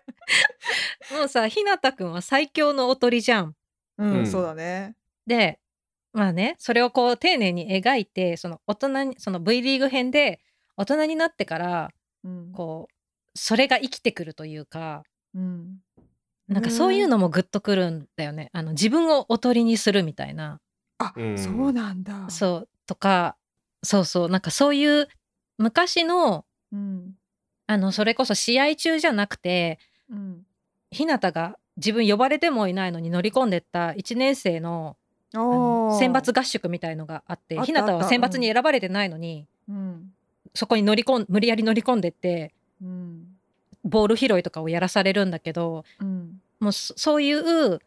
Speaker 2: もうさひなたくんは最強のおとりじゃん。
Speaker 1: うん、
Speaker 3: うん
Speaker 1: そうだね
Speaker 2: でまあねそれをこう丁寧に描いてその大人にその V リーグ編で大人になってから
Speaker 1: うん
Speaker 2: こうそれが生きてくるというか
Speaker 1: うん
Speaker 2: なんかそういうのもグッとくるんだよね。あの自分をおとりにするみたいな
Speaker 1: あ、
Speaker 3: うん
Speaker 1: そうなんだ
Speaker 2: そうとかそうそうなんかそういう昔の
Speaker 1: うん
Speaker 2: あのそれこそ試合中じゃなくて
Speaker 1: うん
Speaker 2: ひなたが自分呼ばれてもいないのに乗り込んでった1年生の
Speaker 1: あ
Speaker 2: あの
Speaker 1: ー
Speaker 2: 選抜合宿みたいのがあって
Speaker 1: あった
Speaker 2: ひなたは選
Speaker 1: あった
Speaker 2: 抜に選ばれてないのに、
Speaker 1: うん
Speaker 2: そこに乗り込ん無理やり乗り込んでって
Speaker 1: うん
Speaker 2: ボール拾いとかをやらされるんだけど
Speaker 1: うん
Speaker 2: もうそそういう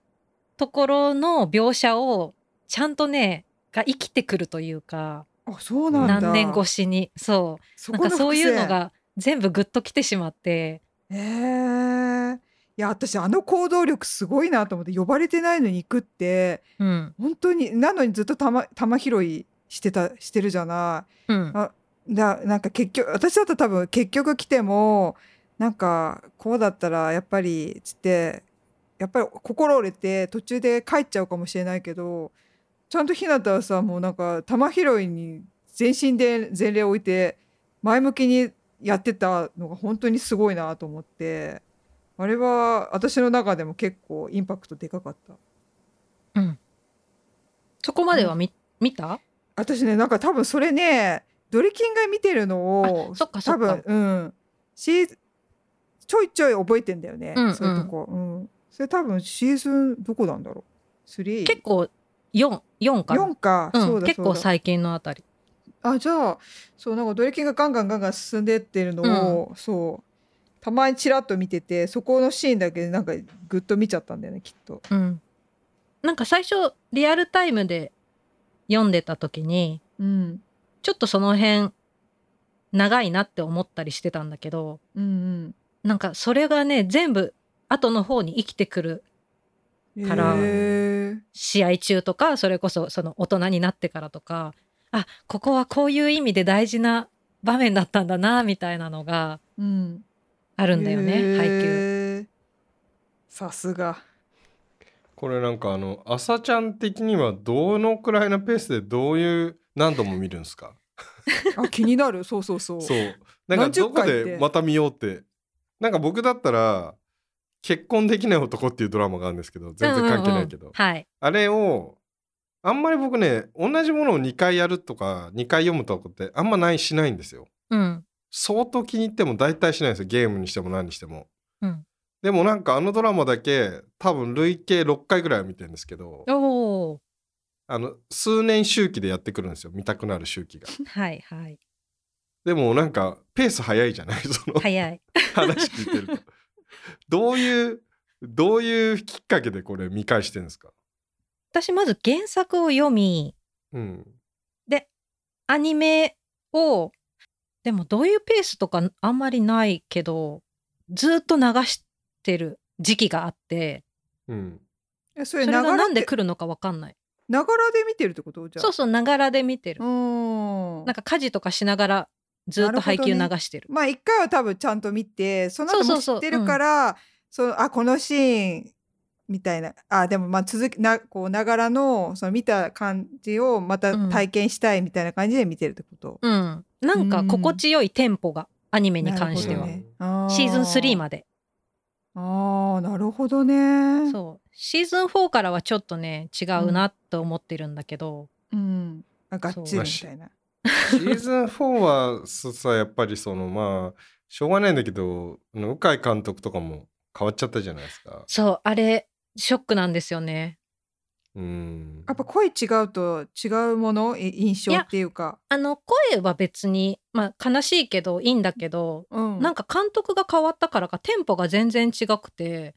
Speaker 2: ところの描写をちゃんとねが生きてくるというか
Speaker 1: あそうなんだ
Speaker 2: 何年越しにそ
Speaker 1: そうこ
Speaker 2: なんかそういうの
Speaker 1: 伏線
Speaker 2: が全部グッときてしまって
Speaker 1: えー、いや私あの行動力すごいなと思って呼ばれてないのに行くって
Speaker 2: うん
Speaker 1: 本当になのにずっと玉玉拾いしてたしてるじゃない。
Speaker 2: うん
Speaker 1: あだなんか結局私だと多分結局来てもなんかこうだったらやっぱりつってやっぱり心折れて途中で帰っちゃうかもしれないけどちゃんとひなたはさもうなんか玉拾いに全身で前例を置いて前向きにやってたのが本当にすごいなと思ってあれは私の中でも結構インパクトでかかった。
Speaker 2: そこまでは見,、見た
Speaker 1: 私ねなんか多分それねドリキンが見てるのを
Speaker 2: あそっかそっか
Speaker 1: 多分うんシーちょいちょい覚えてんだよね、
Speaker 2: うんうん
Speaker 1: そういうとこ、うん、それ多分シーズンどこなんだろう3
Speaker 2: 結構4四かな
Speaker 1: 4か、
Speaker 2: うん
Speaker 1: そうだ
Speaker 2: 結
Speaker 1: そう
Speaker 2: 構
Speaker 1: だ
Speaker 2: 最近のあたり
Speaker 1: あじゃあそうなんかドリキンがガンガンガンガン進んでってるのを、そうたまにちらっと見ててそこのシーンだけなんかグッと見ちゃったんだよねきっと。
Speaker 2: うん、なんか最初リアルタイムで読んでた時に
Speaker 1: うん
Speaker 2: ちょっとその辺長いなって思ったりしてたんだけど
Speaker 1: うん
Speaker 2: なんかそれがね全部後の方に生きてくる
Speaker 1: うん、
Speaker 2: から
Speaker 1: へー
Speaker 2: 試合中とかそれこそその大人になってからとかあここはこういう意味で大事な場面だったんだなみたいなのが
Speaker 1: うん、
Speaker 2: あるんだよね配給。
Speaker 1: へーさすが。
Speaker 3: これなんかあの朝ちゃん的にはどのくらいのペースでどういう何度も見るんですか
Speaker 1: あ気にな
Speaker 2: *laughs*
Speaker 1: るそうそうそう
Speaker 3: そうなんか
Speaker 1: 何十
Speaker 3: どこ
Speaker 1: 回って
Speaker 3: でまた見ようってなんか僕だったら「結婚できない男」っていうドラマがあるんですけど全然関係ないけ
Speaker 2: うんうん
Speaker 3: ど、
Speaker 2: うんはい
Speaker 3: あれをあんまり僕ね同じものを2回やるとか2回読むとかってあんまないしないんですよ
Speaker 2: うん
Speaker 3: 相当気に入っても大体しないんですよゲームにしても何にしても、
Speaker 2: うん
Speaker 3: でもなんかあのドラマだけ多分累計6回ぐらいは見てるんですけど
Speaker 2: おー
Speaker 3: あの数年周期でやってくるんですよ見たくなる周期が
Speaker 2: はいはい
Speaker 3: でもなんかペース早いじゃない *laughs* その
Speaker 2: 早い。
Speaker 3: 話聞いてるとどういうどういうきっかけでこれ見返してるんですか
Speaker 2: 私まず原作を読み
Speaker 3: うん
Speaker 2: アニメをでもどういうペースとかあんまりないけどずっと流してる時期があって
Speaker 3: うん
Speaker 1: えそ
Speaker 2: そ
Speaker 1: れ
Speaker 2: れ
Speaker 1: な
Speaker 2: が
Speaker 1: が
Speaker 2: な
Speaker 1: ら
Speaker 2: ん
Speaker 1: で
Speaker 2: で来るのかわかんない
Speaker 1: ながらで見てるってことじゃあ
Speaker 2: そうそうながらで見てる
Speaker 1: うーん
Speaker 2: なんか家事とかしながらずっと配給流してる
Speaker 1: まあ一回は多分ちゃんと見てその後
Speaker 2: そう
Speaker 1: も
Speaker 2: そうそ
Speaker 1: 知
Speaker 2: う
Speaker 1: ってるからそのあこのシーンみたいなあでもまあ続きなこうながらのその見た感じをまた
Speaker 2: うん
Speaker 1: 体験したいみたいな感じで見てるってこと、
Speaker 2: うん、なんか心地よいテンポがアニメに関しては、
Speaker 3: なる
Speaker 2: シーズン3
Speaker 1: で
Speaker 2: まで
Speaker 1: あーなるほどね
Speaker 2: そうシーズン4からはちょっとね違うなと思ってるんだけど、
Speaker 1: う、ん、あがっちりみたいな
Speaker 3: シーズン4はそさやっぱりそのまあしょうがないんだけどあの鵜飼監督とかも変わっちゃったじゃないですか。
Speaker 2: そうあれショックなんですよね
Speaker 3: うん、
Speaker 1: やっぱ声違うと違うものい印象っていうか
Speaker 2: あの声は別にまあ悲しいけどいいんだけど、
Speaker 1: うん、
Speaker 2: なんか監督が変わったからかテンポが全然違くて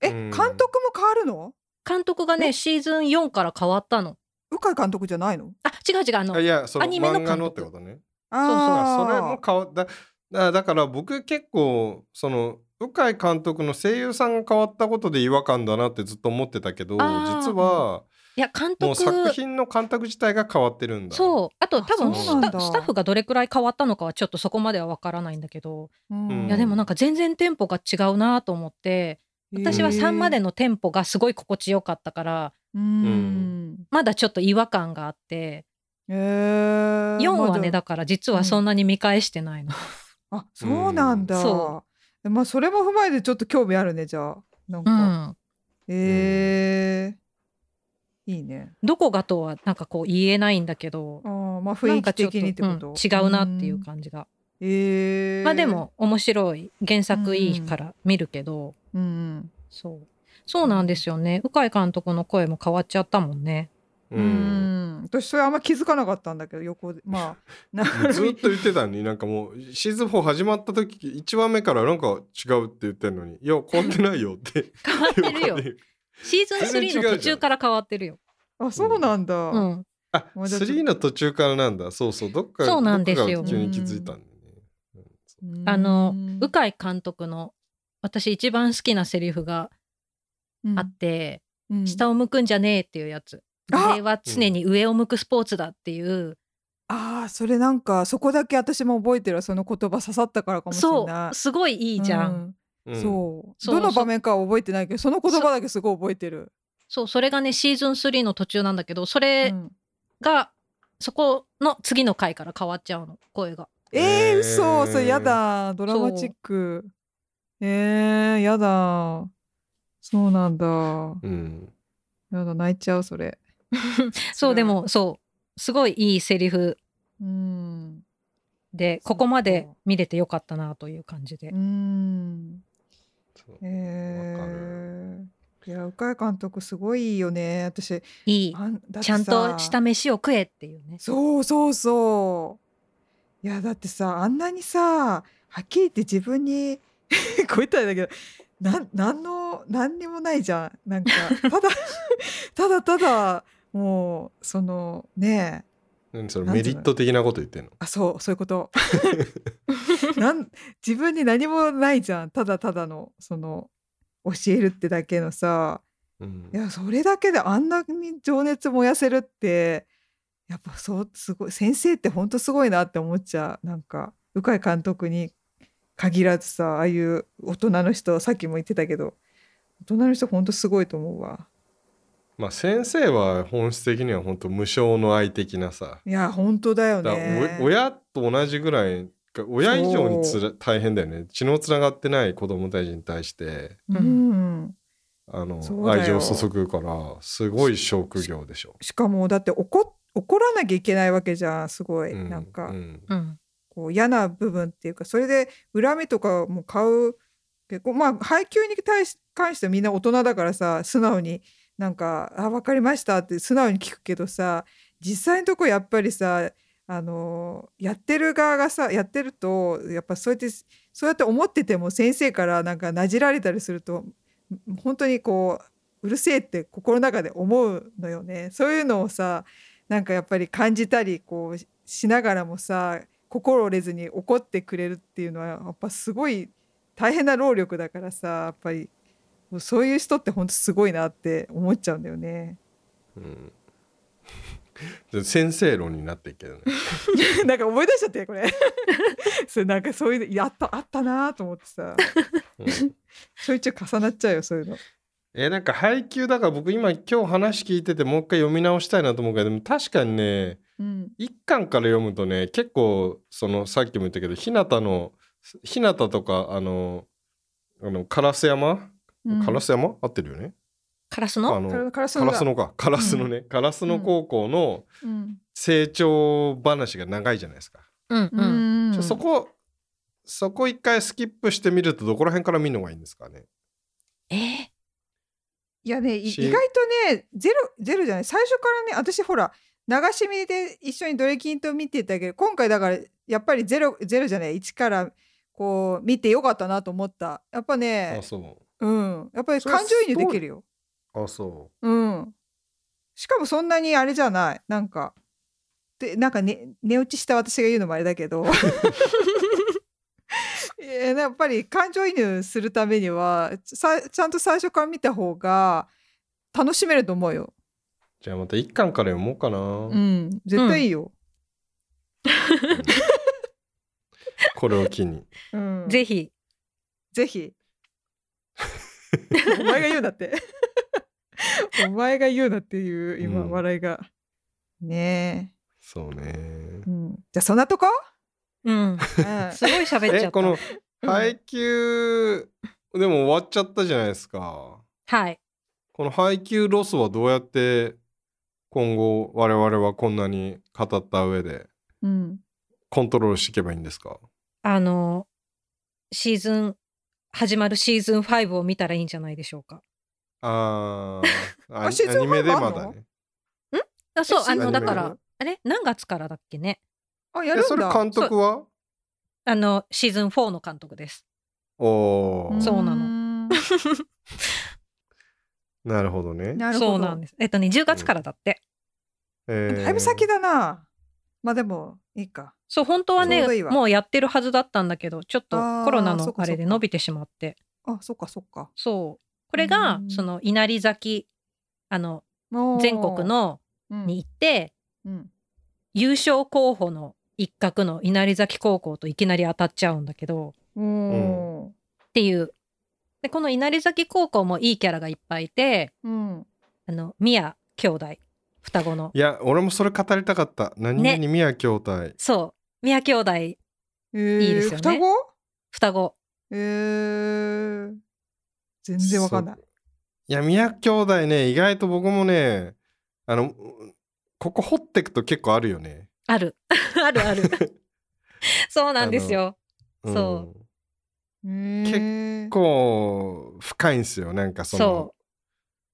Speaker 1: え
Speaker 3: うん
Speaker 1: 監督も変わるの
Speaker 2: 監督がねシーズン4から変わったの
Speaker 1: 鵜飼監督じゃないの
Speaker 2: あ違う違うあの
Speaker 3: あいやその
Speaker 2: アニメの
Speaker 3: 漫画の
Speaker 2: 監
Speaker 3: って
Speaker 2: 督
Speaker 3: ことね。
Speaker 1: あ
Speaker 3: あ
Speaker 1: ー
Speaker 3: それも変わだだだから僕結構その鵜飼監督の声優さんが変わったことで違和感だなってずっと思ってたけど
Speaker 2: あー
Speaker 3: 実はい
Speaker 2: や監
Speaker 3: も
Speaker 2: 督
Speaker 3: う作品の監督自体が変わってるんだ。
Speaker 2: そうあと
Speaker 1: あ
Speaker 2: 多分
Speaker 3: そう
Speaker 2: ス
Speaker 3: なん
Speaker 1: だ
Speaker 2: タスタッフがどれくらい変わったのかはちょっとそこまではわからないんだけど、
Speaker 1: うん
Speaker 3: うん
Speaker 2: いやでもなんか全然テンポが違うなと思って私は3までのテンポがすごい心地よかったから
Speaker 1: うん、
Speaker 2: まだちょっと違和感があって
Speaker 1: えー、
Speaker 2: 4はね
Speaker 1: まあ
Speaker 2: だから実はそんなに見返してないの。
Speaker 1: でもあそうなんだ、
Speaker 2: うんそ
Speaker 1: まあそれも踏まえてちょっと興味あるねじゃあなん
Speaker 2: う
Speaker 1: か、
Speaker 2: ん、
Speaker 1: えー、いいね
Speaker 2: どこがとはなんかこう言えないんだけど
Speaker 1: あーまあ雰囲気的にってこ
Speaker 2: なん
Speaker 1: と
Speaker 2: かちょっとうん違うなっていう感じが、
Speaker 1: じ、えー、
Speaker 2: まあでも面白い原作いいから見るけど、
Speaker 1: うん
Speaker 2: そうそうなんですよね鵜飼監督の声も変わっちゃったもんね。
Speaker 1: うん、うん私それあんま気づかなかったんだけど
Speaker 3: *laughs*
Speaker 1: 横でまあな
Speaker 3: もう *laughs* ずっと言ってたのになんかもうシーズン4始まった時1話目からなんか違うって言ってんのにいや変わってないよって
Speaker 2: 変わってるよ
Speaker 3: 言うからね
Speaker 2: シーズン3の途中から変わってるよ。
Speaker 1: あそうなんだ、
Speaker 2: うん、
Speaker 3: *laughs* あ
Speaker 1: もうちょっと
Speaker 3: 3の途中からなんだそうそうどっか
Speaker 2: そうなんですよ
Speaker 3: どっかが急に気づいたんだよね。
Speaker 1: うん
Speaker 2: あの鵜飼監督の私一番好きなセリフがあって
Speaker 1: う
Speaker 2: 「
Speaker 1: ん
Speaker 2: 下を向くんじゃねえ」っていうやつ「
Speaker 1: あ
Speaker 2: 俺は常に上を向くスポーツだ」っていう
Speaker 1: ああそれなんかそこだけ私も覚えてるわその言葉刺さったからかもしれ
Speaker 2: そ
Speaker 1: な
Speaker 2: う
Speaker 1: い
Speaker 2: すごいいいじゃん。
Speaker 1: ん
Speaker 3: うん
Speaker 1: そう
Speaker 2: そう
Speaker 1: どの場面かは覚えてないけどその言葉だけすごい覚えてる
Speaker 2: そうそれがねシーズン3の途中なんだけどそれ
Speaker 1: うん
Speaker 2: がそこの次の回から変わっちゃうの声が。
Speaker 1: えー、
Speaker 3: えー
Speaker 1: 嘘それやだドラマチックえー、やだそうなんだ
Speaker 3: うん
Speaker 1: やだ泣いちゃうそれ
Speaker 2: そうでもそうすごいいいセリフ
Speaker 1: うん
Speaker 2: で
Speaker 1: そう
Speaker 2: ここまで見れてよかったなという感じで
Speaker 1: う。ん
Speaker 3: そうわか
Speaker 1: えー、いや鵜飼監督すごいよね私
Speaker 2: いい
Speaker 1: あんだって
Speaker 2: ちゃんと
Speaker 1: さ
Speaker 2: した飯を食えっていうね。
Speaker 1: そうそうそういやだってさあんなにさはっきり言って自分に *laughs* こう言ったらだけどなんなんの何にもないじゃんなんかた
Speaker 2: *laughs*
Speaker 1: だただただもうそのねえ
Speaker 3: 何それメリット的なこと言ってんの
Speaker 1: あそうそういうこと
Speaker 2: *laughs*
Speaker 1: なん自分に何もないじゃんただただのその教えるってだけのさ
Speaker 3: うん
Speaker 1: いやそれだけであんなに情熱燃やせるってやっぱそうすごい先生ってほんとすごいなって思っちゃうなんか鵜飼監督に限らずさああいう大人の人さっきも言ってたけど大人の人ほんとすごいと思うわ
Speaker 3: まあ先生は本質的には本当無償の愛的なさ
Speaker 1: いや本当だよ
Speaker 3: だ
Speaker 1: ね
Speaker 3: お親と同じぐらいか親以上につら大変だよね血のつながってない子供たちに対して
Speaker 1: うん、
Speaker 3: あの
Speaker 1: そうだよ
Speaker 3: 愛情を注ぐからすごい職業でしょ。
Speaker 1: しかもだって怒怒らなきゃいけないわけじゃんすごい、
Speaker 3: う
Speaker 1: なんか、
Speaker 3: うん
Speaker 2: うん、
Speaker 1: こう嫌な部分っていうかそれで恨みとかも買う結構まあ配給に対し関してはみんな大人だからさ素直になんか「あ分かりました」って素直に聞くけどさ実際のとこやっぱりさあのーやってる側がさやってるとやっぱそうやってそうやって思ってても先生からなんかなじられたりすると本当にこううるせえって心の中で思うのよね。そういうのをさなんかやっぱり感じたりこうししながらもさ心折れずに怒ってくれるっていうのはやっぱすごい大変な労力だからさやっぱりもうそういう人って本当すごいなって思っちゃうんだよね。
Speaker 3: うん *laughs* で先生論になっていけるね
Speaker 1: *laughs* なんか思い出しちゃってこれ *laughs* それなんかそういうのやったあったなと思ってさ *laughs*
Speaker 3: うん
Speaker 1: ちょいちょい重なっちゃうよそういうの
Speaker 3: えなんか配給だから僕今今日話聞いててもう一回読み直したいなと思うけどでも確かにね
Speaker 1: うん
Speaker 3: 一巻から読むとね結構そのさっきも言ったけど日向の日向とかあのあの烏山烏山、合ってるよね
Speaker 2: カラス
Speaker 3: あ
Speaker 2: の
Speaker 3: の
Speaker 1: カラス
Speaker 3: カ
Speaker 1: の
Speaker 3: ラスのかカラスのね、カラスの高校の
Speaker 1: うん
Speaker 3: 成長話が長いじゃないですか、
Speaker 2: うん
Speaker 1: う
Speaker 2: うん
Speaker 1: ん
Speaker 3: じゃあそこそこ一回スキップしてみるとどこら辺から見るのがいいんですかね
Speaker 2: えー
Speaker 1: いやねい
Speaker 3: し
Speaker 1: 意外とねゼロゼロじゃない最初からね私ほら流し見で一緒にドレキンと見てたけど今回だからやっぱりゼロゼロじゃない1からこう見てよかったなと思ったやっぱね
Speaker 3: あそう
Speaker 1: うんやっぱり
Speaker 3: それは
Speaker 1: 感情移入できるよ
Speaker 3: あそ
Speaker 1: うんしかもそんなにあれじゃないなんかでなんか、ね、寝落ちした私が言うのもあれだけ *laughs* どいややっぱり感情移入するためにはさちゃんと最初から見た方が楽しめると思うよ。
Speaker 3: うじゃあまた一巻から読もうかな、
Speaker 1: うん、絶対いいよ。
Speaker 3: これを機に
Speaker 1: うん
Speaker 2: ぜひ
Speaker 1: ぜひ。 *laughs* お前が言うなって。 *laughs* お前が言うなっていう今
Speaker 3: うん
Speaker 1: 笑いが。ね
Speaker 3: そうね
Speaker 1: え、うん。じゃあそんなとこ、
Speaker 2: うん
Speaker 1: うん *laughs*
Speaker 2: *laughs* すごい喋っちゃ
Speaker 3: え
Speaker 2: った
Speaker 3: この
Speaker 1: うん
Speaker 3: 配給、でも終わっちゃったじゃないですか
Speaker 2: はい
Speaker 3: この配給ロスはどうやって今後我々はこんなに語った上で
Speaker 1: うん
Speaker 3: コントロールしていけばいいんですか
Speaker 2: あのシーズン始まるシーズン5を見たらいいんじゃないでしょうか
Speaker 3: あ *laughs* ーあ
Speaker 1: あシーズン
Speaker 3: アニメで
Speaker 1: ファイブ
Speaker 3: ま
Speaker 1: あんの
Speaker 3: だね
Speaker 2: あそう
Speaker 1: え
Speaker 2: あ
Speaker 1: シーズ
Speaker 2: の
Speaker 1: ン
Speaker 2: だから
Speaker 1: ファイ
Speaker 2: あれ何月からだっけね
Speaker 1: あや
Speaker 3: え
Speaker 1: る
Speaker 3: そ
Speaker 1: ん
Speaker 3: れ
Speaker 1: だ。
Speaker 3: 監督は
Speaker 2: あのシーズン4の監督です
Speaker 3: おー
Speaker 2: そうんなの
Speaker 1: の。
Speaker 2: *laughs*
Speaker 3: なるほどね
Speaker 1: なるほど。
Speaker 2: そうなんですえっとね10月からだって、
Speaker 3: えー
Speaker 1: だいぶ先だな。まあでもいいか。
Speaker 2: そう本当は
Speaker 1: ちょ
Speaker 2: ね
Speaker 1: うどいいわ
Speaker 2: もうやってるはずだったんだけどちょっと
Speaker 1: あー
Speaker 2: コロナ
Speaker 1: そっ
Speaker 2: の
Speaker 1: か
Speaker 2: あれで
Speaker 1: そっか
Speaker 2: 伸びてしまって
Speaker 1: あそっかそっか。
Speaker 2: そうこれが
Speaker 1: うん
Speaker 2: その稲荷崎あの
Speaker 1: もう
Speaker 2: 全国のに行って
Speaker 1: うん
Speaker 2: 優勝候補の一角の稲荷崎高校といきなり当たっちゃうんだけど
Speaker 1: うんおー
Speaker 2: っていうでこの稲荷崎高校もいいキャラがいっぱいいて
Speaker 1: うん
Speaker 2: あの宮兄弟双子の
Speaker 3: いや俺もそれ語りたかった何
Speaker 2: ね
Speaker 3: 々宮兄弟、
Speaker 2: そう宮兄弟
Speaker 1: えー
Speaker 2: いいですよね
Speaker 1: 双子？
Speaker 2: 双子
Speaker 1: えー、全然わかんない。
Speaker 3: いや宮兄弟ね意外と僕もねあのここ掘ってくと結構あるよね
Speaker 2: ある *laughs* あるある
Speaker 1: *laughs*
Speaker 2: そうなんですよそ
Speaker 3: うん
Speaker 1: 結
Speaker 3: 結構深いんですよなんかその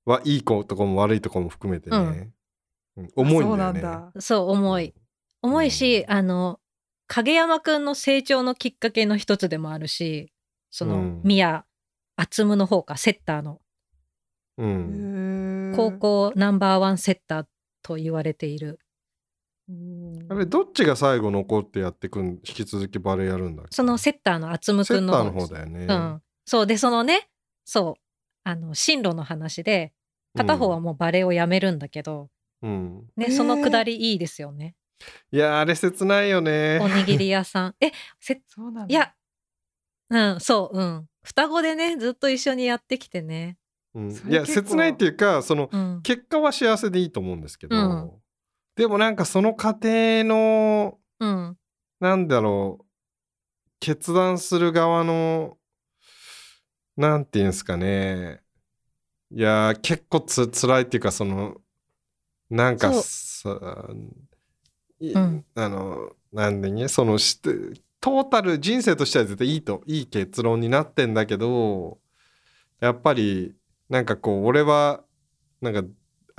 Speaker 2: そ
Speaker 3: はいい子とこも悪いとこも含めてね、うん重い
Speaker 1: そう
Speaker 3: んだよね
Speaker 1: なんだ。
Speaker 2: うそう重い重いし、あの影山くんの成長のきっかけの一つでもあるしその、
Speaker 3: うん
Speaker 2: 宮厚夢の方かセッターの
Speaker 3: う
Speaker 1: へ
Speaker 3: ん
Speaker 1: ー
Speaker 2: 高。校ナンバーワンセッターと言われている
Speaker 1: うん
Speaker 3: あれどっちが最後残ってやってくん引き続きバレーやるんだっけ
Speaker 2: そのセッターの厚夢
Speaker 3: セ
Speaker 2: くん
Speaker 3: ッ
Speaker 2: の
Speaker 3: ター
Speaker 2: 方
Speaker 3: の方だよね、
Speaker 2: うん、そうでそのねそうあの進路の話で片方はもうバレーをやめるんだけど、
Speaker 3: うん、うん
Speaker 2: ねそのくだりいいですよね、
Speaker 3: いやあれ切ないよ
Speaker 2: お
Speaker 3: ね
Speaker 2: にぎり屋さんえせ
Speaker 1: そうなんだ。
Speaker 2: いやうんそううん双子でねずっと一緒にやってきてね
Speaker 3: うん
Speaker 1: それ
Speaker 3: いや
Speaker 1: 結構
Speaker 3: 切ないっていうかその
Speaker 2: うん
Speaker 3: 結果は幸せでいいと思うんですけど、
Speaker 2: うん
Speaker 3: でもなんかその過程の
Speaker 2: うん
Speaker 3: なんだろう決断する側のなんていうんですかねいやー結構つ辛いっていうかそのなんかさい
Speaker 2: うん
Speaker 3: あのなんでねそのしてトータル人生としては絶対いいといい結論になってんだけどやっぱりなんかこう俺はなんか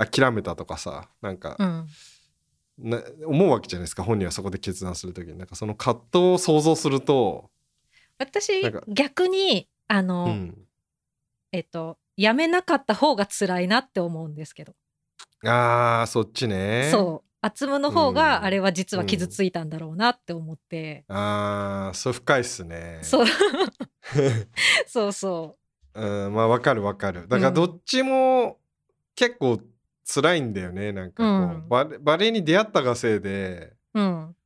Speaker 3: 諦めたとかさなんか
Speaker 2: うん
Speaker 3: な思うわけじゃないですか本人はそこで決断する時になんかその葛藤を想像すると、
Speaker 2: 私
Speaker 3: なんか
Speaker 2: 逆にあの、
Speaker 3: うん
Speaker 2: えっとやめなかった方が辛いなって思うんですけど、
Speaker 3: あーそっちね
Speaker 2: そう厚むの方
Speaker 3: う
Speaker 2: が
Speaker 3: ん
Speaker 2: あれは実は傷ついたんだろうなって思って、
Speaker 3: あーそれ深いっすね *laughs*
Speaker 2: そうそうそう
Speaker 3: うんまあわかるわかるだから
Speaker 2: うん
Speaker 3: どっちも結構辛いんだよねなんかこう、
Speaker 2: うん
Speaker 3: バレバレエに出会ったがせいで
Speaker 2: うん。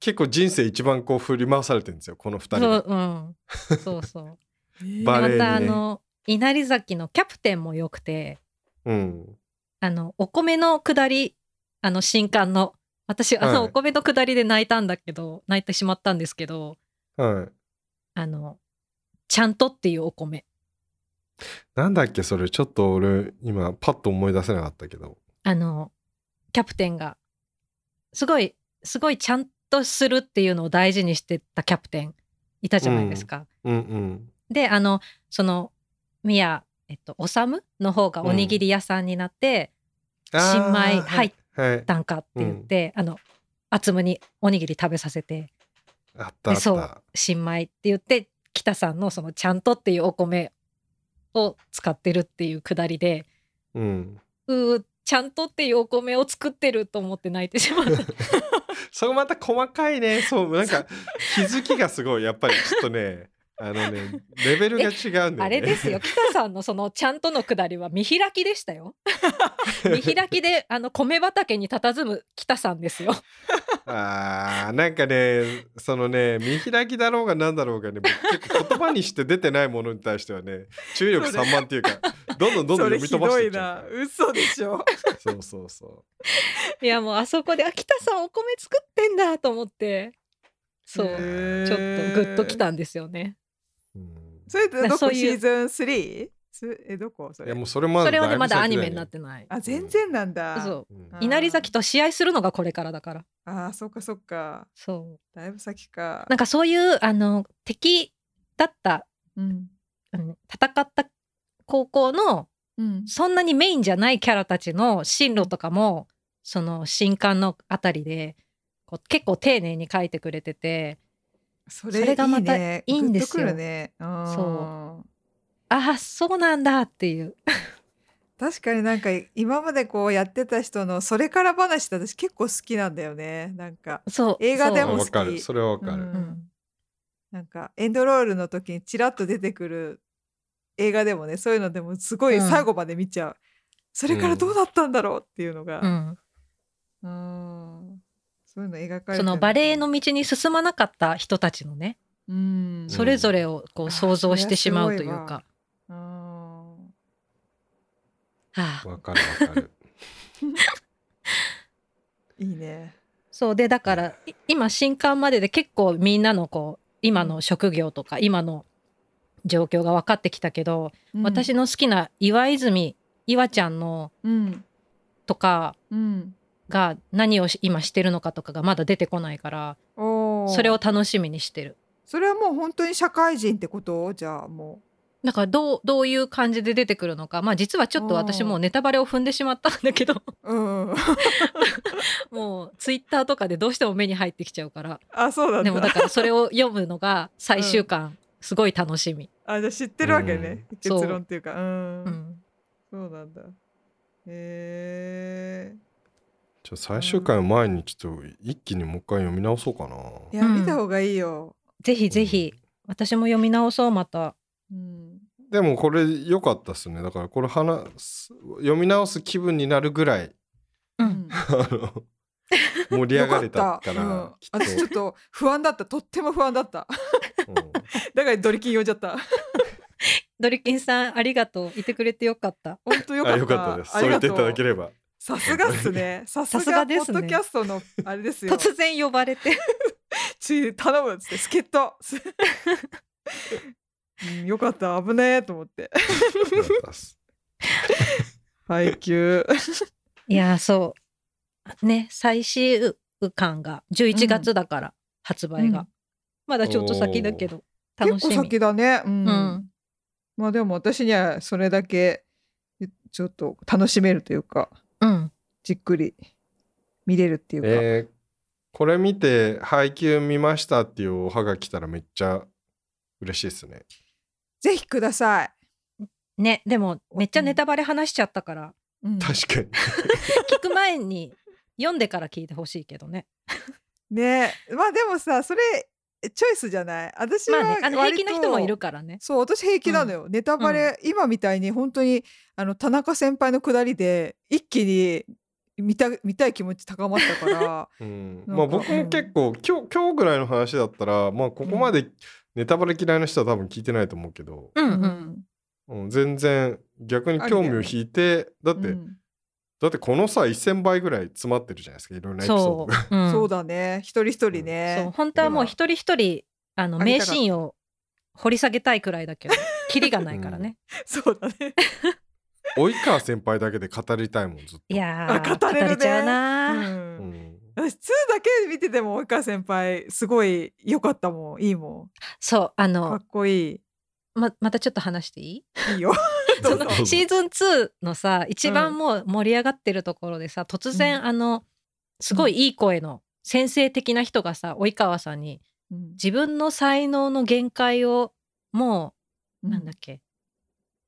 Speaker 3: 結構人生一番こう振り回されてるんですよこの2人
Speaker 2: そ
Speaker 3: が
Speaker 2: う、うん。そうそう。
Speaker 3: *laughs* バレ
Speaker 2: ま
Speaker 3: エにね
Speaker 2: たあの、稲荷崎のキャプテンも良くて、
Speaker 3: うん
Speaker 2: あの、お米の下り、あの、新刊の。私、あの、
Speaker 3: はい
Speaker 2: お米の下りで泣いたんだけど、泣いてしまったんですけど、
Speaker 3: はい
Speaker 2: あの、ちゃんとっていうお米。
Speaker 3: なんだっけそれちょっと俺今パッと思い出せなかったけど
Speaker 2: あの、キャプテンが、すごい、すごいちゃんとするっていうのを大事にしてたキャプテンいたじゃないですか。
Speaker 3: うんうん
Speaker 2: で、あの、その、宮、えっと、おさむの方がおにぎり屋さんになって、
Speaker 3: あー
Speaker 2: 新米入っ
Speaker 3: はい
Speaker 2: たんかって言って、あの、あつむにおにぎり食べさせて、
Speaker 3: あったあ
Speaker 2: で
Speaker 3: っ
Speaker 2: そう
Speaker 3: た
Speaker 2: 新米って言って、北さんのその、ちゃんとっていうお米を使ってるっていうくだりで、
Speaker 3: うん
Speaker 2: うーちゃんとっていうお米を作ってると思って泣いてしまった。
Speaker 3: そこまた細かいねそうなんか気づきがすごいやっぱりちょっとねあのねレベルが違うんだよね
Speaker 2: あれですよ北さんのそのちゃんとのくだりは見開きでした
Speaker 3: *laughs*
Speaker 2: よ見開きであの米畑に佇む北さんですよ
Speaker 3: あーなんかねそのね見開きだろうがなんだろうがね僕結構言葉にして出てないものに対してはね注力散漫っていうかどんどんどんどん
Speaker 1: それ
Speaker 3: 読み
Speaker 1: ひ
Speaker 3: 飛ばし
Speaker 1: ど
Speaker 3: て
Speaker 1: い
Speaker 3: っちゃ
Speaker 1: な
Speaker 3: う
Speaker 1: 嘘でしょ
Speaker 3: からそうそうそ
Speaker 2: *laughs* いやもうあそこであ北さんお米作ってんだと思ってそうちょっ
Speaker 1: へー
Speaker 2: とグッときたんですよね
Speaker 3: う、うん
Speaker 1: それってど
Speaker 2: なそ
Speaker 1: こ
Speaker 2: ういう
Speaker 1: シーズン 3? すえどこそ
Speaker 3: いや
Speaker 1: れ
Speaker 3: もうそれま
Speaker 2: そ
Speaker 3: だ
Speaker 2: れはね
Speaker 3: だいぶ
Speaker 2: まだア
Speaker 3: 先
Speaker 2: ニ
Speaker 3: よ
Speaker 2: メになってない
Speaker 1: あ全然なんだ
Speaker 2: そう
Speaker 3: うん
Speaker 1: あー
Speaker 2: 稲荷崎と試合するのがこれからだから
Speaker 1: あーそっかそっか
Speaker 2: そう
Speaker 1: だいぶ先か
Speaker 2: なんかそういうあの敵だった
Speaker 1: うん
Speaker 2: うん戦った高校の
Speaker 1: うん
Speaker 2: そんなにメインじゃないキャラたちの進路とかもその新刊のあたりでこう結構丁寧に書いてくれてて
Speaker 1: そ
Speaker 2: それがまた
Speaker 1: ね
Speaker 2: いいんですよ
Speaker 1: グッとくるねうん
Speaker 2: そああそうなんだっていう
Speaker 1: 確かになんか今までこうやってた人のそれから話って私結構好きなんだよねなんか
Speaker 2: そう
Speaker 1: 映画で
Speaker 3: あ
Speaker 1: も好
Speaker 3: わ
Speaker 1: き
Speaker 3: かるそれはわかる、
Speaker 1: うんなんかエンドロールの時にちらっと出てくる映画でもねそういうのでもすごい
Speaker 2: うん
Speaker 1: 最後まで見ちゃう、それからどうだったんだろうっていうのが、
Speaker 2: そううん、
Speaker 1: うんそういうの描かれてる
Speaker 2: そのバレエの道に進まなかった人たちのね
Speaker 1: うん
Speaker 2: それぞれをこ
Speaker 1: うん
Speaker 2: う想像してしまうとい
Speaker 1: あそ
Speaker 2: う
Speaker 1: れは
Speaker 2: か、
Speaker 1: うん
Speaker 2: はあ、
Speaker 3: わかるわかる
Speaker 1: いいね
Speaker 2: そうでだからい今新刊までで結構みんなのこう今の職業とか今の状況が分かってきたけど、私
Speaker 1: の
Speaker 2: の好きな岩泉岩ちゃんの
Speaker 1: うん
Speaker 2: とか
Speaker 1: うん
Speaker 2: が何をし今してるのかとかがまだ出てこないから
Speaker 1: おー
Speaker 2: それを楽しみにしてる
Speaker 1: それはもう本当に社会人ってことじゃあも
Speaker 2: だからどうどういう感じで出てくるのかまあ実はちょっと私
Speaker 1: おー
Speaker 2: もうネタバレを踏んでしまったんだけど *laughs*
Speaker 1: ううん *laughs*
Speaker 2: もうツイッターとかでどうしても目に入ってきちゃうから
Speaker 1: あそうなんだ
Speaker 2: でもだからそれを読むのが最終巻、すごい楽しみ、
Speaker 1: あじゃあ知ってるわけね、
Speaker 2: そう
Speaker 1: 結論っていうかうん
Speaker 2: うん、
Speaker 1: そうなんだへえ
Speaker 3: じゃあ最終回を前にちょっと一気にもう一回読み直そうかない
Speaker 1: や、
Speaker 2: うん
Speaker 1: 見た方がいいよ。
Speaker 2: ぜひぜひ私も読み直そうまた
Speaker 1: うん。
Speaker 3: でもこれ良かったっすねだからこれ話す読み直す気分になるぐらい
Speaker 2: うん、
Speaker 3: あの盛り上がれたから
Speaker 1: よか
Speaker 3: きっ
Speaker 1: ったうん、私ちょっと不安だった。とっても不安だった。 *laughs*
Speaker 3: と、
Speaker 1: だからドリキン呼んじゃった。
Speaker 2: ドリキンさんありがとういてくれてよか *laughs* った
Speaker 1: 本当
Speaker 3: う
Speaker 1: よ
Speaker 3: ん
Speaker 1: かっ
Speaker 3: あ
Speaker 1: た。
Speaker 3: よかったです
Speaker 1: あ
Speaker 3: そう
Speaker 1: り
Speaker 3: 言
Speaker 1: が
Speaker 3: って
Speaker 1: と
Speaker 3: いうただければ
Speaker 1: さすがっすね。さす
Speaker 2: さす
Speaker 1: が
Speaker 2: が
Speaker 1: ポ
Speaker 2: ですね
Speaker 1: ッドキャストのあれですよ。
Speaker 2: 突然呼ばれて
Speaker 1: ち頼むっつって助っ人。うん、よかった危ねえと思って
Speaker 3: よ
Speaker 1: *laughs*
Speaker 3: かったっす
Speaker 1: 配給
Speaker 2: いやーそうね最終巻が11月だから、発売が、
Speaker 1: うん
Speaker 2: まだちょっと先だけど楽
Speaker 1: 結構
Speaker 2: しみ
Speaker 1: 先だねうん、
Speaker 2: うん
Speaker 1: まあでも私にはそれだけちょっと楽しめるというか
Speaker 2: うん
Speaker 1: じっくり見れるっていうか、
Speaker 3: えーこれ見て配給見ましたっていうおはが来たらめっちゃ嬉しいですね
Speaker 1: ぜひください。
Speaker 2: ねでもめっちゃネタバレ話しちゃったから、
Speaker 1: うん
Speaker 3: 確かに
Speaker 2: 聞く前に読んでから聞いてほしいけどね
Speaker 1: ねまあでもさそれチョイ *laughs* スじゃない私は
Speaker 2: まあ
Speaker 1: 割と、
Speaker 2: ねあの平気な人もいるからね
Speaker 1: そう私平気なのよ、ネタバレ、今みたいに本当にあの田中先輩のくだりで一気に見た見たい気持ち高まったから
Speaker 3: うん、
Speaker 1: なんか
Speaker 3: まあ僕も結構今日今日ぐらいの話だったらまあここまでネタバレ嫌いな人は多分聞いてないと思うけど、
Speaker 2: *laughs* うんうん、
Speaker 3: うん、全然逆に興味を引いてだって、
Speaker 1: うん
Speaker 3: だってこのさ1,000倍ぐらい詰まってるじゃないですかいろんなエピソード
Speaker 2: そ
Speaker 3: が。
Speaker 2: う、うん
Speaker 1: そうだね一人一人
Speaker 2: そう
Speaker 1: ね、
Speaker 2: 本当はもう一人一人あの
Speaker 1: あげ
Speaker 2: 名
Speaker 1: たかった
Speaker 2: シーンを掘り下げたいくらいだ
Speaker 1: *laughs*
Speaker 2: けどキリがないからね、
Speaker 1: そうだ
Speaker 2: *laughs*
Speaker 1: ね
Speaker 3: 及川先輩だけで語りたいもんずっと。
Speaker 2: いやー
Speaker 1: あ語れるね
Speaker 2: 語れちゃう
Speaker 1: う
Speaker 2: なー、
Speaker 3: うんん
Speaker 1: 私2だけ見てても及川先輩すごい良かったもんいいも
Speaker 2: そうあ
Speaker 1: んか
Speaker 2: の
Speaker 1: っこい
Speaker 2: ままたちょっと話していい
Speaker 1: い
Speaker 2: *laughs*
Speaker 1: いいよ
Speaker 2: そ
Speaker 3: ど
Speaker 2: の
Speaker 3: うぞどうぞ
Speaker 2: シーズン2のさ一番もう盛り上がってるところでさ突然、
Speaker 1: うん
Speaker 2: あのすごいいい声の先生的な人がさ及川さんに
Speaker 1: うん
Speaker 2: 自分の才能の限界をもうなんだっけ、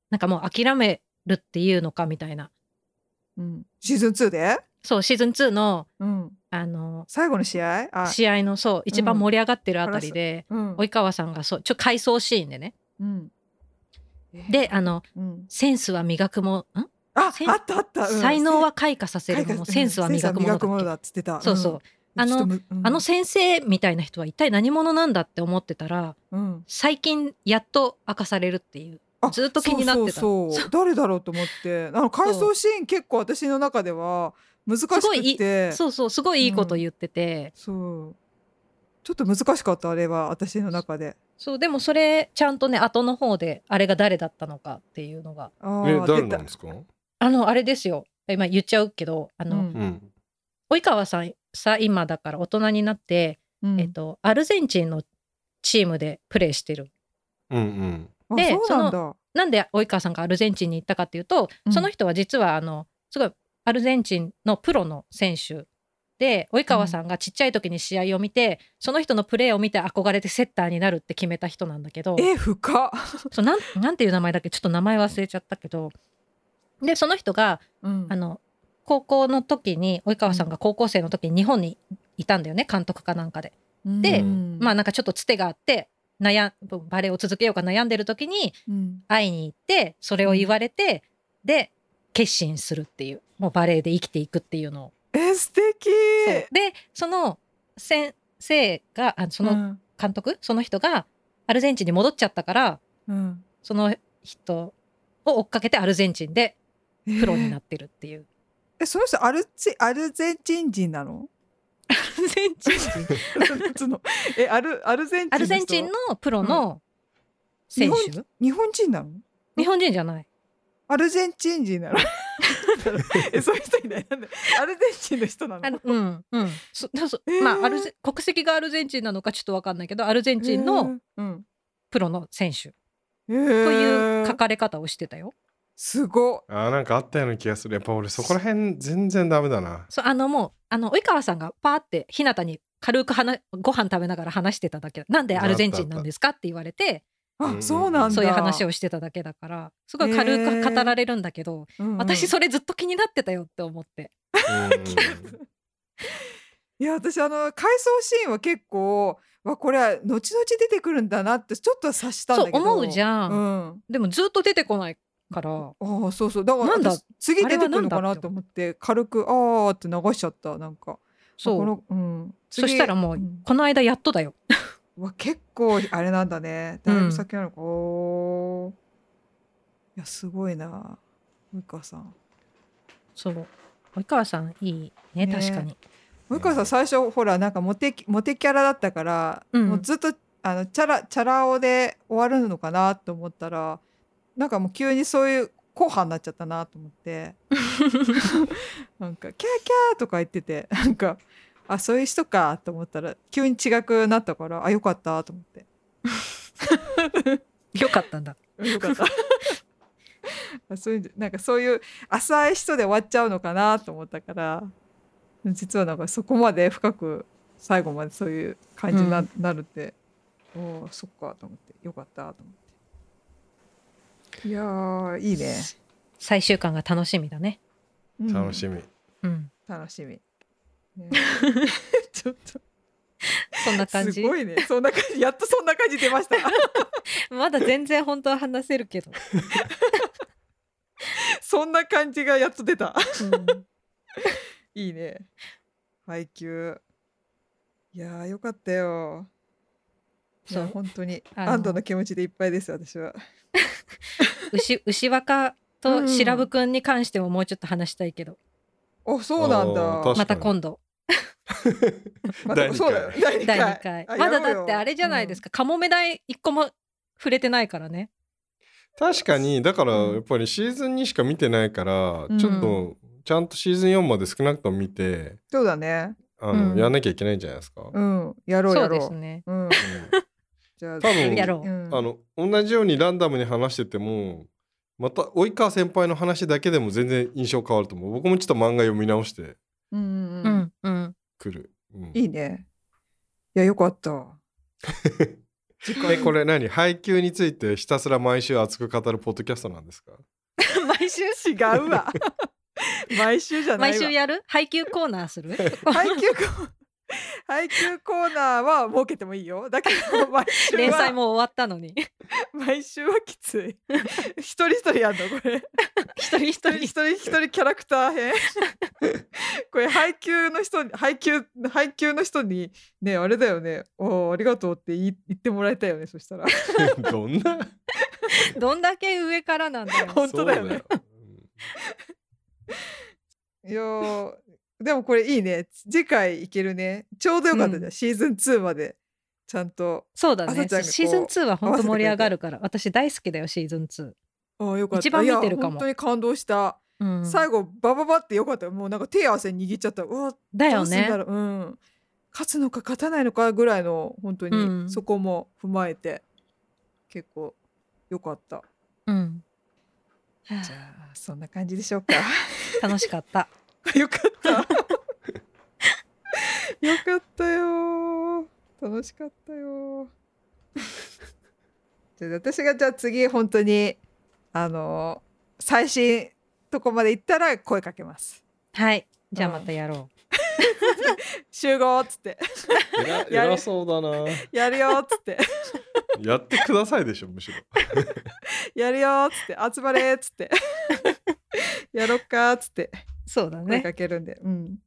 Speaker 2: なんかもう諦めるっていうのかみたいな
Speaker 1: うんシーズン2で、
Speaker 2: そうシーズン2の
Speaker 1: うん、
Speaker 2: あの
Speaker 1: 最後の試合あ
Speaker 2: 試合のそう一番盛り上がってるあたりで、
Speaker 1: うん
Speaker 2: 及川さんがそうちょ回想シーンでね
Speaker 1: うん、
Speaker 2: であの
Speaker 1: うん、
Speaker 2: センスは磨くもん
Speaker 1: あ
Speaker 2: せん
Speaker 1: あったあった、うん
Speaker 2: 才能は開花させ
Speaker 1: 開
Speaker 2: る
Speaker 1: 花
Speaker 2: ものセンスは磨く
Speaker 1: センスは磨く
Speaker 2: も
Speaker 1: も
Speaker 2: の
Speaker 1: の
Speaker 2: だ
Speaker 1: だ
Speaker 2: っ
Speaker 1: っつってた
Speaker 2: けそうそう、
Speaker 1: うん
Speaker 2: あの
Speaker 1: ちょっとむうん
Speaker 2: あの先生みたいな人は一体何者なんだって思ってたら
Speaker 1: うん
Speaker 2: 最近やっと明かされるっていう
Speaker 1: あ
Speaker 2: ずっと気になってた
Speaker 1: そうそうそう誰だろうと思ってあの回想シーン結構私の中では難しく
Speaker 2: すごいいい
Speaker 1: て
Speaker 2: そうそうすごいいいこと言ってて、
Speaker 1: そうちょっと難しかったあれは私の中で
Speaker 2: そうでもそれちゃんとね後の方であれが誰だったのかっていうのが
Speaker 1: あー
Speaker 3: え誰
Speaker 1: 出
Speaker 3: な
Speaker 1: た
Speaker 3: んですか、う
Speaker 2: あのあれですよ今言っちゃうけどあの、
Speaker 1: うん
Speaker 3: ん、
Speaker 2: 及川さんさ今だから大人になって、
Speaker 1: うん
Speaker 2: えっと、アルゼンチンのチームでプレーしてる
Speaker 3: うんうん
Speaker 1: あ
Speaker 2: で
Speaker 1: そうなんだ
Speaker 2: なんで及川さんがアルゼンチンに行ったかっていうと、
Speaker 1: うん
Speaker 2: その人は実はあのすごいアルゼンチンのプロの選手で及川さんがちっちゃい時に試合を見て、その人のプレーを見て憧れてセッターになるって決めた人なんだけど
Speaker 1: え深っ
Speaker 2: そうなんなんていう名前だっけちょっと名前忘れちゃったけどでその人が
Speaker 1: うん
Speaker 2: あの高校の時に及川さんが高校生の時に日本にいたんだよね監督かなんかで。で
Speaker 1: うん
Speaker 2: まあなんかちょっとつてがあって悩んバレーを続けようか悩んでる時に
Speaker 1: うん
Speaker 2: 会いに行ってそれを言われて、で決心するっていうもうバレエで生きていくっていうのを、
Speaker 1: え素敵
Speaker 2: そうでその先生があその
Speaker 1: の
Speaker 2: 監督、その人がアルゼンチンに戻っちゃったから
Speaker 1: うん
Speaker 2: その人を追っかけてアルゼンチンでプロになってるっていう、
Speaker 1: えその人アルチアルゼンチン人なの
Speaker 2: アルゼンチン
Speaker 1: *laughs* そのえアルアルゼンチンの人
Speaker 2: アルゼンチンのプロの選手、
Speaker 1: 日日本人なの
Speaker 2: 日本人じゃない
Speaker 1: アルゼンチン人
Speaker 2: *laughs*
Speaker 1: なのえそういう人いないなんでアルゼンチンの人なの
Speaker 2: あのうんうんそそ
Speaker 1: えー
Speaker 2: まあアルゼ国籍がアルゼンチンなのかちょっとわかんないけどアルゼンチンの
Speaker 1: うん
Speaker 2: プロの選手
Speaker 1: と
Speaker 2: という書かれ方をしてたよ。
Speaker 1: すご
Speaker 3: あーなんかあったような気がするやっぱ俺そこら辺全然ダメ
Speaker 2: *laughs*
Speaker 3: だな。
Speaker 2: そうあのもうあの及川さんがパーって日向に軽く話ご飯食べながら話してただけなんでアルゼンチンなんですかって言われて
Speaker 1: あ
Speaker 3: うん
Speaker 1: そうなんだ
Speaker 2: そういう話
Speaker 1: を
Speaker 2: をしてただけだからすごい軽く語られるんだけど、私それずっと気になってたよって思って。
Speaker 3: うん
Speaker 1: いや私あの回想シーンは結構わこれは後々出てくるんだなってちょっとは察したんだ
Speaker 2: そう
Speaker 1: けど
Speaker 2: 思うじ
Speaker 1: ん
Speaker 2: ゃん、
Speaker 1: うん
Speaker 2: でもずっと出てこないから
Speaker 1: ああそうそうだから
Speaker 2: なんだ
Speaker 1: 私次
Speaker 2: あれ
Speaker 1: 出てく
Speaker 2: はな
Speaker 1: る
Speaker 2: ん
Speaker 1: の
Speaker 2: だ
Speaker 1: かなと思って軽くあーって流しちゃったなんか
Speaker 2: そ
Speaker 1: こ
Speaker 2: う
Speaker 1: のうん
Speaker 2: そしたらもう、
Speaker 1: 次ん
Speaker 2: この間やっとだよ。
Speaker 1: わ結構あれなんだねだいぶ先なのか、おーいやすごいな及川さん
Speaker 2: そう及川さんいいね
Speaker 1: ね
Speaker 2: 確かに。
Speaker 1: 及川さん最初ほらなんかモテモテキャラだったから、
Speaker 2: うん
Speaker 1: もうずっとあのチャラチャラ男で終わるのかなと思ったらなんかもう急にそういう後半になっちゃったなと思って *laughs* なんか「キャーキャー」とか言っててなんかあそういう人かと思ったら急に違くなったからあよかったと思って。
Speaker 2: よかったんだ。
Speaker 1: よかった。 *laughs* あそういうんじゃなんかそういう浅い人で終わっちゃうのかなと思ったから実はなんかそこまで深く最後までそういう感じにな,、
Speaker 2: うん
Speaker 1: なるっておーそっかと思ってよかったと思っていやーいいね、
Speaker 2: 最終巻が楽しみだね。
Speaker 1: うん
Speaker 3: 楽しみ。
Speaker 2: うん。
Speaker 1: 楽しみ、ね *laughs* ちょっと
Speaker 2: そんな感
Speaker 1: す
Speaker 2: じ
Speaker 1: ごいね。そんな感じ。やっとそんな感じ出ました。 *laughs*
Speaker 2: まだ全然本当は話せるけど、
Speaker 1: そんな感じがやっと出た。
Speaker 2: うん
Speaker 1: いいね。配給。いやーよかったよ。い
Speaker 2: そ
Speaker 1: や
Speaker 2: う
Speaker 1: 本当に
Speaker 2: あの
Speaker 1: 安堵の気持ちでいっぱいです私は。
Speaker 2: 牛牛若
Speaker 1: う
Speaker 2: と
Speaker 1: ん
Speaker 2: 白ぶくんに関してももうちょっと話したいけど、
Speaker 1: あそうなん
Speaker 3: あー
Speaker 1: だ。
Speaker 3: 確か
Speaker 2: また今度
Speaker 1: ま
Speaker 3: 第
Speaker 1: た
Speaker 3: 二回
Speaker 1: そうだよ。第二
Speaker 2: 第
Speaker 1: 回。
Speaker 2: 2回
Speaker 1: あ
Speaker 2: まだ
Speaker 1: やろうよ
Speaker 2: だってあれじゃないですか、カモメ台一個も触れてないからね
Speaker 3: 確かにだから
Speaker 1: うん
Speaker 3: やっぱりシーズン2しか見てないから、
Speaker 1: うん
Speaker 3: ちょっとちゃんとシーズン4まで少なくとも見て
Speaker 1: そうだね。
Speaker 3: あの、
Speaker 2: うん
Speaker 3: やんなきゃいけないんじゃないですか。
Speaker 1: うん。やろう
Speaker 2: そ
Speaker 1: や
Speaker 2: う
Speaker 1: ろう。
Speaker 2: ですね
Speaker 1: うん。じゃあ
Speaker 3: 多分
Speaker 2: やろう
Speaker 1: うん
Speaker 3: あの同じようにランダムに話しててもまた及川先輩の話だけでも全然印象変わると思う僕もちょっと漫画読み直して
Speaker 1: うんうん
Speaker 2: う
Speaker 1: うん。
Speaker 2: んうん
Speaker 3: くる、うん
Speaker 1: いいね。いやよか
Speaker 3: *laughs*
Speaker 1: った。*laughs*
Speaker 3: でこれ何配給についてひたすら毎週熱く語るポッドキャストな
Speaker 2: *laughs*
Speaker 3: んですか
Speaker 2: 毎週
Speaker 1: 違う
Speaker 3: *laughs*
Speaker 1: わ。毎週じゃないわ。
Speaker 2: 毎週やる配給コーナー
Speaker 1: *laughs*
Speaker 2: する *laughs*
Speaker 1: 配給コー配給コーナーは設けてもいいよ。だけど毎週
Speaker 2: *laughs* 連載
Speaker 1: は
Speaker 2: も終わったのに
Speaker 1: 毎週はきつい。一人一人やんのこれ。
Speaker 2: 一人一
Speaker 1: 一人
Speaker 2: 人
Speaker 1: 一人一人キャラクター編。これ配給の人に配給配給の人にねあれだよね。おーありがとうって言い言ってもらいたいよね。そしたら。
Speaker 3: どんな
Speaker 2: どんだけ上からなんだよ
Speaker 1: 本当だよね
Speaker 3: そう
Speaker 1: いやーでもこれいいね。次回いけるね。ちょうどよかったじゃん。
Speaker 2: うん
Speaker 1: シーズン2までちゃんと。
Speaker 2: そうだ
Speaker 1: あさ
Speaker 2: ね
Speaker 1: ちゃんがこう
Speaker 2: シーズン2は本当盛り上がるから私大好きだよシーズン2、
Speaker 1: あーよかった。
Speaker 2: 一番
Speaker 1: いや
Speaker 2: 見てるかも
Speaker 1: 本当に感動した。
Speaker 2: うん、
Speaker 1: 最後バババってよかったよもうなんか手汗握っちゃったうわ
Speaker 2: だ
Speaker 1: ど
Speaker 2: よ
Speaker 1: うすんだ
Speaker 2: ね
Speaker 1: ろう、うん、勝つのか勝たないのかぐらいの本当
Speaker 2: うん
Speaker 1: にそこも踏まえて、結構よかった
Speaker 2: うんは
Speaker 1: じゃ
Speaker 2: あ
Speaker 1: あそんな感じでしょうか *laughs*
Speaker 2: 楽しかった
Speaker 1: よかった
Speaker 2: *laughs*
Speaker 1: よかったよ楽しかったよ *laughs* じゃあ私がじゃあ次本当にあの最新とこまで行ったら声かけます
Speaker 2: はいじゃあまたやろ
Speaker 1: 集合っつって
Speaker 3: えら
Speaker 1: やる
Speaker 3: 偉そうだな
Speaker 1: やるよっつって
Speaker 3: やってくださいでしょむしろ
Speaker 1: やるよーっつって集まれーっつって
Speaker 2: *laughs*
Speaker 1: やろっかーっつって
Speaker 2: う、そうだ
Speaker 1: 声
Speaker 2: ね
Speaker 1: かけるんで、うん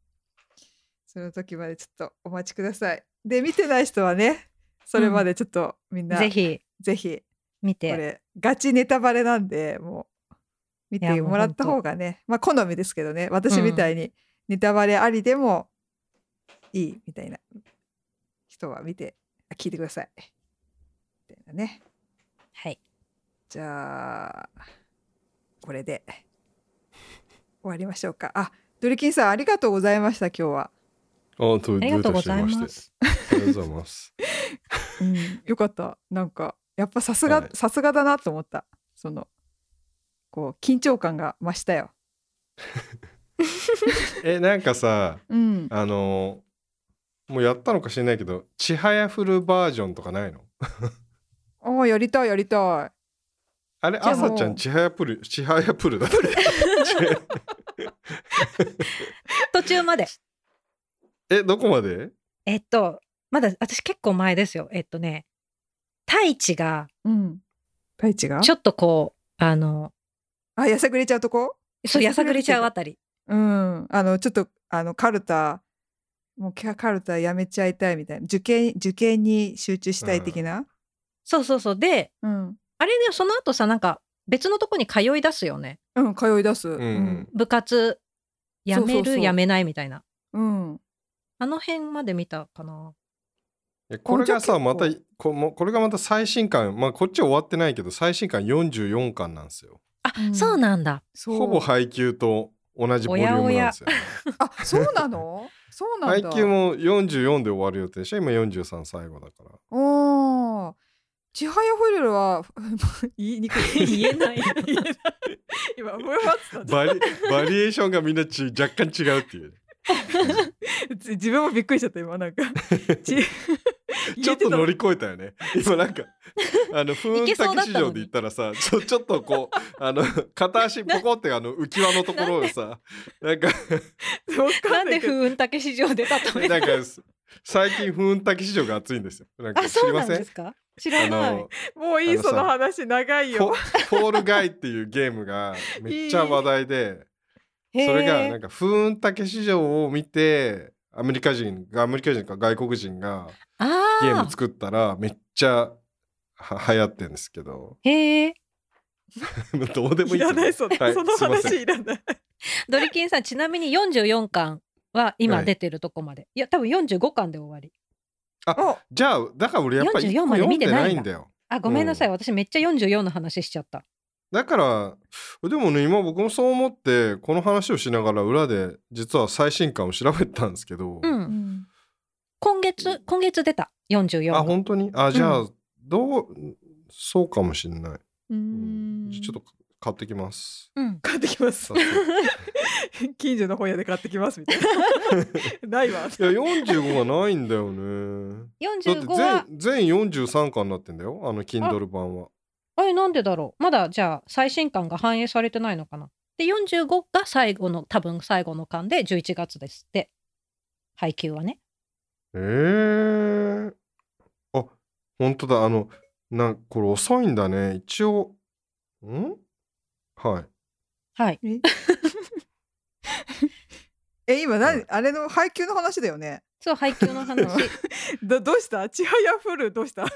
Speaker 1: その時までちょっとお待ちくださいで見てない人はねそれまでちょっとみんな、
Speaker 2: ぜひ
Speaker 1: ぜひ
Speaker 2: 見
Speaker 1: こ
Speaker 2: て
Speaker 1: れガチネタバレなんでもう見
Speaker 2: いや
Speaker 1: て
Speaker 2: もう
Speaker 1: もらった方がねまあ好みですけどね私みたいにネタバレありでもいいみたいな人は見てあ聞いてくださいみたいなね
Speaker 2: はい
Speaker 1: じゃあこれで終わりましょうか。あドリキンさんありがとうございました今日は。
Speaker 2: *laughs*
Speaker 3: あと
Speaker 2: ありがとうございま
Speaker 3: どういたし
Speaker 2: す
Speaker 3: てありがとうございます
Speaker 1: うん、よかったなんかやっぱさすが、
Speaker 3: はい
Speaker 1: さすがだなと思ったそのこう緊張感が増したよ。
Speaker 3: えなんかさ
Speaker 1: うん、
Speaker 3: あのもうやったのか知らないけど「ちはやふるバージョン」とかないの
Speaker 1: おーやりたいやりた
Speaker 3: あれ
Speaker 1: じゃあ
Speaker 3: 朝ちゃ
Speaker 1: もうん
Speaker 3: ちはやプルちはやプル
Speaker 1: *laughs*
Speaker 3: だったっけ
Speaker 2: 途中まで
Speaker 3: えどこまで
Speaker 2: えっとまだ私結構前ですよえっとね太一が
Speaker 1: い。うん。太一が
Speaker 2: ちょっとこうあの
Speaker 1: あやさぐれちゃうとこ
Speaker 2: そうやさぐれちゃうあたり
Speaker 1: うんあのちょっとあのカルタもうカカルタやめちゃいたいみたいな受験受験に集中したい的な。
Speaker 2: そうそうそうで
Speaker 1: うん、
Speaker 2: あれねその後さなんか別のとこに通い出すよね
Speaker 1: うん、通い出す。
Speaker 3: うん、
Speaker 2: 部活やめる
Speaker 1: そうそうそう
Speaker 2: やめないみたいな
Speaker 1: うん、うん
Speaker 2: あの辺まで見たかな
Speaker 3: えこれが
Speaker 1: あ
Speaker 3: さ
Speaker 1: じゃあ
Speaker 3: ま
Speaker 1: 結
Speaker 3: た
Speaker 1: 構
Speaker 3: こもこれがまた最新巻まあこっちは終わってないけど最新巻44巻なんですよ
Speaker 2: あ、
Speaker 1: うん
Speaker 2: そうなんだ
Speaker 1: そう
Speaker 3: ほぼ配給と同じボリュームなんですよ、ね、
Speaker 1: あそうなのそうなん
Speaker 3: 配
Speaker 1: だ。
Speaker 3: 給も44で終わる予定でしょ今43最後だから
Speaker 1: おーちはやふるは *laughs* 言いにくい
Speaker 2: *laughs* 言え *laughs* ない
Speaker 1: 言えない *laughs* 今思います
Speaker 3: バリバリエーションがみんなち若干違うっていうね
Speaker 1: *laughs* 自分もびっくりしちゃった今なん
Speaker 3: *laughs*
Speaker 1: かち
Speaker 3: ち
Speaker 1: 言
Speaker 3: ょ
Speaker 1: え
Speaker 3: ってと
Speaker 1: た
Speaker 3: 乗り越えた
Speaker 2: *laughs*
Speaker 3: よね今なんかあの
Speaker 2: い
Speaker 3: 風
Speaker 2: け
Speaker 3: 雲
Speaker 2: そうだったのに
Speaker 3: 滝市場で言ったらさちょちょっと
Speaker 2: *laughs*
Speaker 3: こうあの片足ポコってあの浮き輪のところをさなんか
Speaker 1: わか
Speaker 2: なん
Speaker 1: な
Speaker 2: んで
Speaker 1: いけど
Speaker 2: 風雲竹市場出たと思
Speaker 3: なんか最近ふんたき市場が熱いんですよ。なんか
Speaker 2: あ、
Speaker 3: 知
Speaker 2: そ
Speaker 3: り
Speaker 2: うな
Speaker 3: ま
Speaker 2: ん
Speaker 3: せん
Speaker 2: ですか知ら
Speaker 3: あ
Speaker 2: ない
Speaker 3: の。
Speaker 1: もうい
Speaker 3: あ
Speaker 1: い
Speaker 3: のさ
Speaker 1: その話長い
Speaker 3: フォ
Speaker 1: よ。
Speaker 3: フォールガイっていうゲームがめっちゃ話題で
Speaker 2: へー
Speaker 3: それがなんかふんたけ市場を見てアメリカ人がアメリカ人か外国人が
Speaker 2: あ
Speaker 3: ゲー
Speaker 2: あ
Speaker 3: ム作ったらめっちゃは流行ってんですけど
Speaker 2: へえ。
Speaker 3: *laughs* どうでもいい
Speaker 1: い
Speaker 3: けど
Speaker 1: らないそ,、
Speaker 3: はい
Speaker 1: その
Speaker 3: すいません
Speaker 1: 話いらない。
Speaker 2: *laughs* ドリキンさん、ちなみに44巻は今出てるとこまで。い、や、多分45巻で終わり。
Speaker 3: あじゃあだから俺やっぱり
Speaker 2: 44まで
Speaker 3: 読
Speaker 2: 見
Speaker 3: ん
Speaker 2: て
Speaker 3: で
Speaker 2: な
Speaker 3: ないい
Speaker 2: んだ
Speaker 3: んだよ
Speaker 2: あ、ごめんなさい。私めっちゃ44の話しちゃった。
Speaker 3: だからでもね今僕もそう思ってこの話をしながら裏で実は最新刊を調べてたんですけど、
Speaker 2: うん。今月、今月出た。44
Speaker 3: あ
Speaker 2: が。
Speaker 3: 本当にあじゃあ、どうそうかもしんない、
Speaker 1: う
Speaker 3: うん
Speaker 1: ん
Speaker 3: じゃあちょっと買ってきます
Speaker 2: うん。
Speaker 1: 買ってきます
Speaker 3: 早。速
Speaker 1: *laughs* 近所の本屋で買ってきますみたい
Speaker 3: *laughs*
Speaker 1: な。ないわ。
Speaker 3: いや45がないんだよねだって
Speaker 2: 45は、
Speaker 3: 全全43巻になってんだよあの Kindle 版は
Speaker 2: あれなんでだろう。まだじゃあ最新巻が反映されてないのかな。で、45が最後の、多分最後の巻で11月ですって。配給はね。
Speaker 3: えー、あ本当だあのなんこれ遅いんだね一応んはい
Speaker 2: はい。
Speaker 1: え今
Speaker 3: は
Speaker 1: 何、
Speaker 3: い
Speaker 1: あれの配給の話だよね。
Speaker 2: そう、配給の
Speaker 3: *laughs*
Speaker 2: 話。
Speaker 1: どどうした？ちはやふるどうした？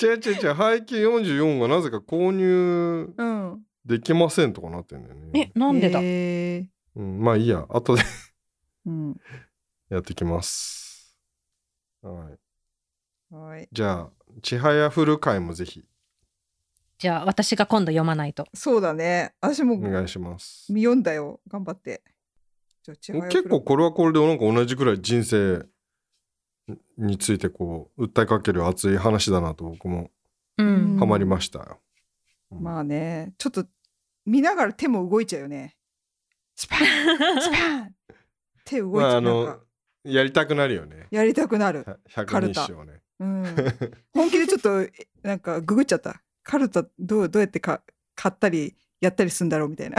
Speaker 3: 違う違う違う配給44がなぜか購入
Speaker 1: うん。
Speaker 3: できませんとかなってんだよ
Speaker 2: え
Speaker 3: ね、、
Speaker 2: なんでだ、
Speaker 1: えー
Speaker 3: うん、まあいいや後で *laughs*
Speaker 1: うん。
Speaker 3: やってきますはい
Speaker 1: はい。
Speaker 3: じゃあちはやふる会もぜひ
Speaker 2: じゃあ私が今度読まないと。
Speaker 1: そうだね。私も
Speaker 3: お願いします
Speaker 1: 見読んだよ。頑張って。じゃあちはやふる
Speaker 3: 結構これはこれでなんか同じくらい人生についてこう訴えかける熱い話だなと僕も
Speaker 2: うん。
Speaker 3: ハマりましたよ。うん
Speaker 1: まあね、ちょっと見ながら手も動いちゃうよね。ス
Speaker 3: *laughs*
Speaker 1: パンスパン手動いち
Speaker 3: まあ
Speaker 1: ゃ
Speaker 3: あ
Speaker 1: う。なん
Speaker 3: の
Speaker 1: か
Speaker 3: やりたくなるよね。
Speaker 1: やりたくなる。カ
Speaker 3: 百
Speaker 1: ル
Speaker 3: 人
Speaker 1: タ
Speaker 3: 一をね。
Speaker 1: うん、本気でちょっとえなんかググっちゃった。カルタどうどうやってか買ったりやったりするんだろうみたいな。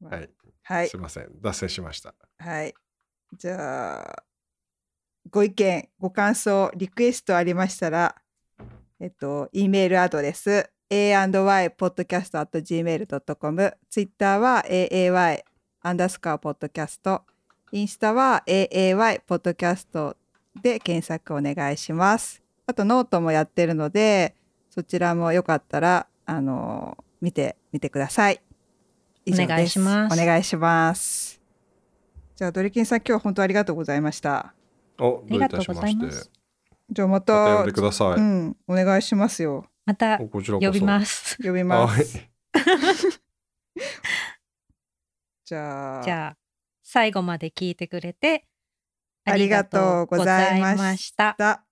Speaker 3: はい。
Speaker 1: はい
Speaker 3: すいません脱線しました。
Speaker 1: はい。じゃあ、ご意見、ご感想、リクエストありましたら、えっと、E メールアドレス、aypodcast.gmail.com、Twitter は aay アンダースコアポッドキャスト、インスタは aay ポッドキャストで検索お願いします。あと、ノートもやってるので、そちらもよかったら、あの見てみてください。以上です
Speaker 2: お願いします
Speaker 1: お願いします。じゃあドリキンさん今日は本当ありがとうございました。
Speaker 3: お
Speaker 2: あ
Speaker 3: ど
Speaker 2: り
Speaker 3: うい
Speaker 2: が
Speaker 3: た
Speaker 2: とう
Speaker 3: し
Speaker 2: ご
Speaker 3: ま
Speaker 2: ざい
Speaker 3: して。
Speaker 2: ま。
Speaker 3: ます
Speaker 1: じゃあま
Speaker 3: た
Speaker 1: た
Speaker 3: 呼んでくださ
Speaker 1: う
Speaker 3: い。
Speaker 1: んお願いしますよ。
Speaker 2: また
Speaker 3: おこちらこそ。
Speaker 2: 呼びます。
Speaker 1: 呼びま
Speaker 3: はい。
Speaker 1: す。じゃあ
Speaker 2: じゃあ最後まで聞いてくれて
Speaker 1: ありがとうございました
Speaker 2: ありがとうございました。
Speaker 1: だ